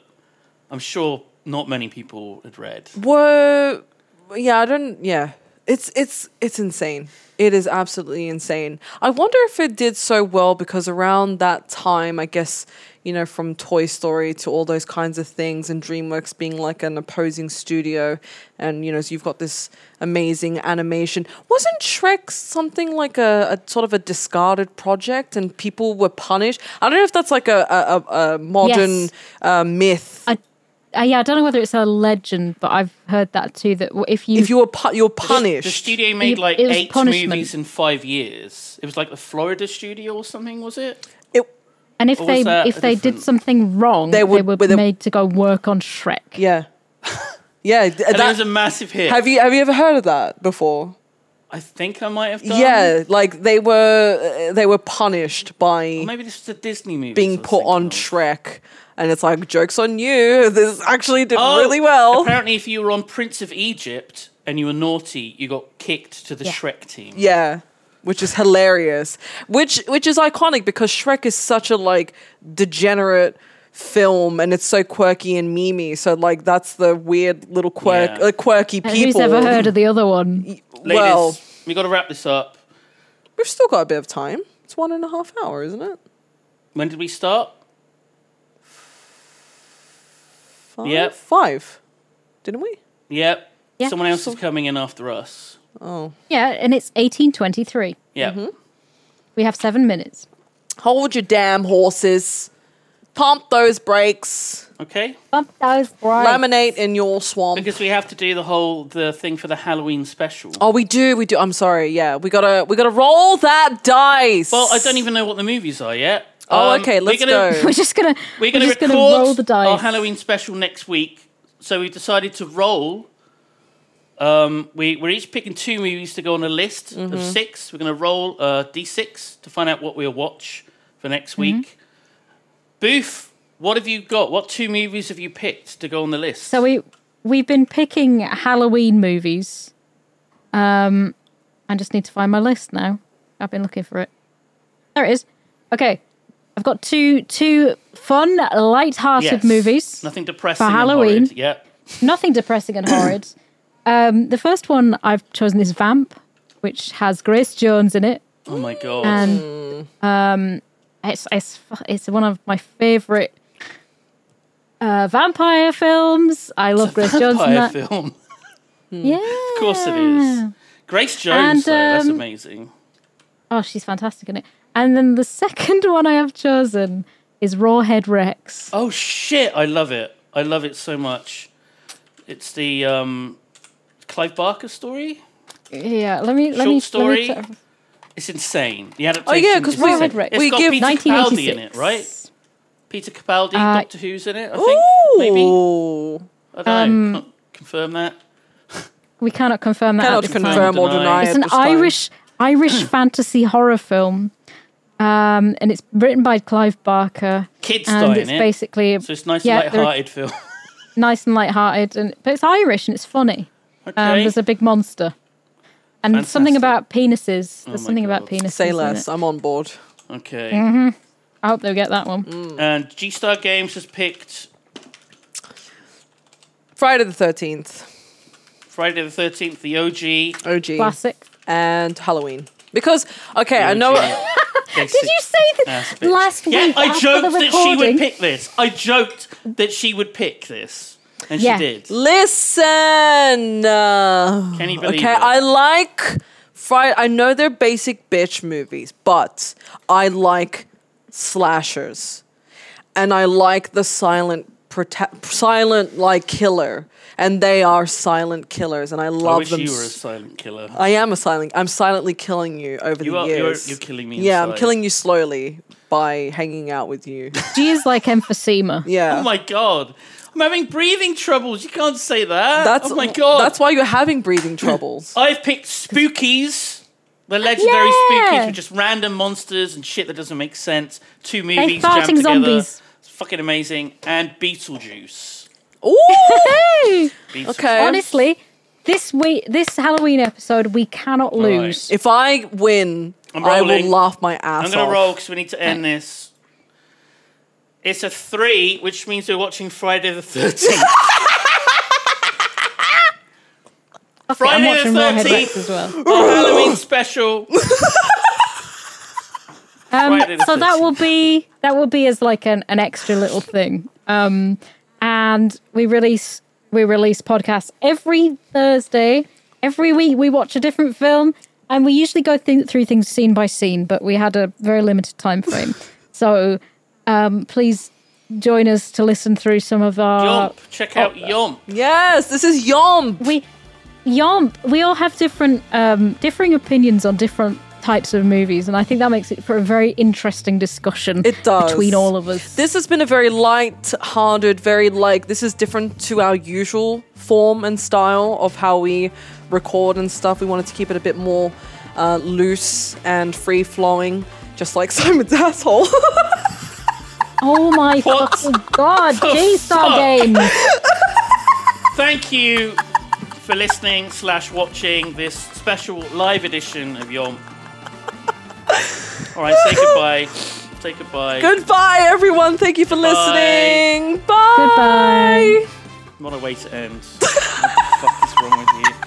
[SPEAKER 1] I'm sure not many people had read.
[SPEAKER 4] were yeah i don't yeah it's it's it's insane it is absolutely insane i wonder if it did so well because around that time i guess you know from toy story to all those kinds of things and dreamworks being like an opposing studio and you know so you've got this amazing animation wasn't shrek something like a, a sort of a discarded project and people were punished i don't know if that's like a, a, a- a modern
[SPEAKER 2] Yes.
[SPEAKER 4] uh, myth
[SPEAKER 2] I, uh, yeah, I don't know whether it's a legend, but I've heard that too. That w- if you,
[SPEAKER 4] if you were pu- you're
[SPEAKER 1] The
[SPEAKER 4] punished
[SPEAKER 1] studio made
[SPEAKER 2] It-
[SPEAKER 1] like
[SPEAKER 2] it was
[SPEAKER 1] eight
[SPEAKER 2] punishment.
[SPEAKER 1] movies in five years. It was like the Florida studio or something, was it?
[SPEAKER 4] it,
[SPEAKER 2] and if
[SPEAKER 1] or
[SPEAKER 2] they
[SPEAKER 1] was that
[SPEAKER 2] if
[SPEAKER 1] a
[SPEAKER 2] they
[SPEAKER 1] different-
[SPEAKER 2] did something wrong,
[SPEAKER 4] They
[SPEAKER 2] they,
[SPEAKER 4] would-
[SPEAKER 2] were
[SPEAKER 4] with a-
[SPEAKER 2] made to go work on Shrek.
[SPEAKER 4] Yeah. Yeah. th-
[SPEAKER 1] And
[SPEAKER 4] that-
[SPEAKER 1] it was a massive hit.
[SPEAKER 4] have you have you ever heard of that before?
[SPEAKER 1] I think I might have done.
[SPEAKER 4] yeah, like they were uh, they were punished by
[SPEAKER 1] Oh, Maybe this was a Disney movie. I
[SPEAKER 4] being
[SPEAKER 1] was
[SPEAKER 4] put on
[SPEAKER 1] thinking of.
[SPEAKER 4] Shrek and it's like jokes on you. This actually did
[SPEAKER 1] Oh,
[SPEAKER 4] really well.
[SPEAKER 1] Apparently, if you were on Prince of Egypt and you were naughty, you got kicked to the Shrek team.
[SPEAKER 4] Yeah. Which is hilarious. Which which is iconic because Shrek is such a like degenerate film and it's so quirky and memey. So like that's the weird little quirk
[SPEAKER 1] Yeah.
[SPEAKER 4] uh, quirky people.
[SPEAKER 2] And who's ever heard of the other one?
[SPEAKER 1] Ladies,
[SPEAKER 4] well,
[SPEAKER 1] we got to wrap this up.
[SPEAKER 4] we've still got a bit of time. It's one and a half hour, isn't it?
[SPEAKER 1] When did we start?
[SPEAKER 4] Five?
[SPEAKER 1] Yep.
[SPEAKER 4] Five. Didn't we?
[SPEAKER 1] Yep.
[SPEAKER 2] Yeah.
[SPEAKER 1] Someone else is coming in after us.
[SPEAKER 2] Yeah, and it's 1823.
[SPEAKER 1] Yeah.
[SPEAKER 2] Mm-hmm. We have seven minutes.
[SPEAKER 4] Hold your damn horses. Pump those brakes.
[SPEAKER 1] Okay.
[SPEAKER 2] Bump those bright.
[SPEAKER 4] Laminate in your swamp.
[SPEAKER 1] Because we have to do the whole the thing for the Halloween special.
[SPEAKER 4] oh, we do, we do. I'm sorry. Yeah, we gotta, we gotta roll that dice.
[SPEAKER 1] Well, Oh, I don't even know what the movies are yet.
[SPEAKER 4] Oh,
[SPEAKER 1] Um,
[SPEAKER 4] okay.
[SPEAKER 1] we're
[SPEAKER 4] Let's
[SPEAKER 1] gonna-
[SPEAKER 4] go.
[SPEAKER 2] We're just gonna
[SPEAKER 1] We're going to
[SPEAKER 2] just
[SPEAKER 1] record
[SPEAKER 2] gonna roll the
[SPEAKER 1] our
[SPEAKER 2] dice.
[SPEAKER 1] Halloween special next week. So we've decided to roll. Um, we, we're each picking two movies to go on a list
[SPEAKER 2] Mm-hmm.
[SPEAKER 1] of six. We're going to roll uh, D6 to find out what we'll watch for next
[SPEAKER 2] Mm-hmm.
[SPEAKER 1] week. Booth, what have you got? What two movies have you picked to go on the list?
[SPEAKER 2] So we we've been picking Halloween movies. Um, I just need to find my list now. I've been looking for it. There it is. Okay, I've got two two fun, light-hearted
[SPEAKER 1] Yes.
[SPEAKER 2] movies.
[SPEAKER 1] Nothing depressing.
[SPEAKER 2] For
[SPEAKER 1] and
[SPEAKER 2] Halloween.
[SPEAKER 1] horrid. Yep.
[SPEAKER 2] Nothing depressing and horrid. Um, the first one I've chosen is Vamp, which has Grace Jones in it,
[SPEAKER 1] Oh my god.
[SPEAKER 2] and um,
[SPEAKER 1] Mm.
[SPEAKER 2] it's it's fu- it's one of my favorite uh, vampire films. I love Grace Jones in
[SPEAKER 1] Vampire
[SPEAKER 2] that.
[SPEAKER 1] film.
[SPEAKER 2] Yeah,
[SPEAKER 1] Of course it is. Grace Jones,
[SPEAKER 2] And,
[SPEAKER 1] though, that's
[SPEAKER 2] um,
[SPEAKER 1] amazing.
[SPEAKER 2] Oh, she's fantastic in it. And then the second one I have chosen is Rawhead Rex.
[SPEAKER 1] Oh shit! I love it. I love it so much. It's the um, Clive Barker story.
[SPEAKER 2] Yeah, let me let
[SPEAKER 1] Short
[SPEAKER 2] me
[SPEAKER 1] story.
[SPEAKER 2] Let me
[SPEAKER 1] It's insane. The adaptation.
[SPEAKER 4] Oh, yeah, 'cause
[SPEAKER 1] is
[SPEAKER 4] we-
[SPEAKER 1] insane.
[SPEAKER 2] we
[SPEAKER 1] It's got
[SPEAKER 4] give-
[SPEAKER 1] Peter Capaldi
[SPEAKER 2] 1986.
[SPEAKER 1] in it, right? Peter Capaldi,
[SPEAKER 2] Uh,
[SPEAKER 1] Doctor Who's in it. I think maybe.
[SPEAKER 4] Ooh.
[SPEAKER 1] I
[SPEAKER 2] Um,
[SPEAKER 1] don't know. Can't confirm that.
[SPEAKER 2] We cannot confirm that. at
[SPEAKER 4] Cannot
[SPEAKER 2] this
[SPEAKER 1] confirm
[SPEAKER 2] time.
[SPEAKER 4] confirm or
[SPEAKER 1] deny.
[SPEAKER 4] deny.
[SPEAKER 2] It's
[SPEAKER 4] at
[SPEAKER 2] an
[SPEAKER 4] this time.
[SPEAKER 2] Irish Irish fantasy horror film, um, and it's written by Clive Barker.
[SPEAKER 1] Kids
[SPEAKER 2] and
[SPEAKER 1] die
[SPEAKER 2] it's
[SPEAKER 1] in it.
[SPEAKER 2] basically
[SPEAKER 1] so it's nice,
[SPEAKER 2] yeah,
[SPEAKER 1] and
[SPEAKER 2] they're
[SPEAKER 1] light-hearted film.
[SPEAKER 2] nice and lighthearted, and but it's Irish and it's funny.
[SPEAKER 1] okay.
[SPEAKER 2] Um, There's a big monster, and
[SPEAKER 1] Fantastic.
[SPEAKER 2] something
[SPEAKER 1] Oh
[SPEAKER 2] about penises. There's
[SPEAKER 1] my
[SPEAKER 2] something about
[SPEAKER 1] God.
[SPEAKER 2] penises.
[SPEAKER 4] Say
[SPEAKER 2] in
[SPEAKER 4] less.
[SPEAKER 2] it.
[SPEAKER 4] I'm on board.
[SPEAKER 1] okay.
[SPEAKER 2] Mm-hmm. I hope they'll get that one.
[SPEAKER 1] And G Star Games has picked
[SPEAKER 4] Friday the 13th,
[SPEAKER 1] Friday the Thirteenth, the OG.
[SPEAKER 4] OG,
[SPEAKER 2] Classic.
[SPEAKER 4] and Halloween. Because, okay, I know.
[SPEAKER 1] Did
[SPEAKER 2] Did you say
[SPEAKER 1] Ass
[SPEAKER 2] that
[SPEAKER 1] bitch.
[SPEAKER 2] last week?
[SPEAKER 1] Yeah, I
[SPEAKER 2] after
[SPEAKER 1] joked
[SPEAKER 2] the
[SPEAKER 1] that she would
[SPEAKER 2] recording?
[SPEAKER 1] pick this. I joked that she would pick this, and
[SPEAKER 2] Yeah.
[SPEAKER 1] she did.
[SPEAKER 4] Listen. uh,
[SPEAKER 1] Can you believe
[SPEAKER 4] okay,
[SPEAKER 1] it?
[SPEAKER 4] I like Friday. I know they're basic bitch movies, but I like slashers, and I like the silent, prota- silent like killer, and they are silent killers, and I
[SPEAKER 1] I
[SPEAKER 4] love
[SPEAKER 1] wish
[SPEAKER 4] them.
[SPEAKER 1] you were a
[SPEAKER 4] s-
[SPEAKER 1] silent killer.
[SPEAKER 4] I am a silent. I'm silently killing you over
[SPEAKER 1] You
[SPEAKER 4] the
[SPEAKER 1] are- you're-
[SPEAKER 4] years.
[SPEAKER 1] you're killing me
[SPEAKER 4] Yeah, I'm
[SPEAKER 1] inside.
[SPEAKER 4] killing you slowly by hanging out with you.
[SPEAKER 2] She is like emphysema.
[SPEAKER 4] Yeah.
[SPEAKER 1] Oh my god, I'm having breathing troubles. You can't say that.
[SPEAKER 4] That's
[SPEAKER 1] oh my god.
[SPEAKER 4] That's why you're having breathing troubles.
[SPEAKER 1] I've picked Spookies, the legendary Spookies,
[SPEAKER 2] Yeah.
[SPEAKER 1] with just random monsters and shit that doesn't make sense. Two
[SPEAKER 2] Hey,
[SPEAKER 1] movies jammed
[SPEAKER 2] farting
[SPEAKER 1] together.
[SPEAKER 2] zombies.
[SPEAKER 1] It's fucking amazing. And Beetlejuice.
[SPEAKER 4] Ooh.
[SPEAKER 2] Hey!
[SPEAKER 1] Beetlejuice.
[SPEAKER 2] Um,
[SPEAKER 4] Okay.
[SPEAKER 2] Honestly, this week, this Halloween episode, we cannot lose.
[SPEAKER 4] If I win,
[SPEAKER 1] I'm
[SPEAKER 4] I will
[SPEAKER 1] rolling.
[SPEAKER 4] laugh my ass
[SPEAKER 1] I'm going
[SPEAKER 4] off.
[SPEAKER 1] to roll because we need to end this. It's a three, which means we're watching Friday the 13th.
[SPEAKER 2] I'm
[SPEAKER 1] Friday the
[SPEAKER 2] watching Rawhead Rex
[SPEAKER 1] 13th,
[SPEAKER 2] as well.
[SPEAKER 1] our Oh, Halloween special.
[SPEAKER 2] Um,
[SPEAKER 1] Friday the
[SPEAKER 2] so that
[SPEAKER 1] 13th.
[SPEAKER 2] will be that will be as like an, an extra little thing. Um, and we release we release podcasts every Thursday. Every week we watch a different film, and we usually go th- through things scene by scene. But we had a very limited time frame, so um, please join us to listen through some of our
[SPEAKER 1] Yomp. Check out
[SPEAKER 2] Oh.
[SPEAKER 1] Yomp.
[SPEAKER 4] Yes, this is Yom.
[SPEAKER 2] we yomp we all have different um differing opinions on different types of movies and i think that makes it for a very interesting discussion
[SPEAKER 4] It does.
[SPEAKER 2] between all of us
[SPEAKER 4] This has been a very light-hearted, very like this is different to our usual form and style of how we record and stuff. We wanted to keep it a bit more uh, loose and free-flowing, just like Simon's asshole.
[SPEAKER 2] oh my
[SPEAKER 1] What
[SPEAKER 2] fucking god
[SPEAKER 1] the fuck?
[SPEAKER 2] j-star games
[SPEAKER 1] Thank you for listening slash watching this special live edition of Yomp. All right, say goodbye. Say goodbye.
[SPEAKER 4] Goodbye, everyone. Thank you for
[SPEAKER 1] Goodbye.
[SPEAKER 4] listening. Bye.
[SPEAKER 2] Goodbye.
[SPEAKER 1] What a way to end. what the fuck is wrong with you?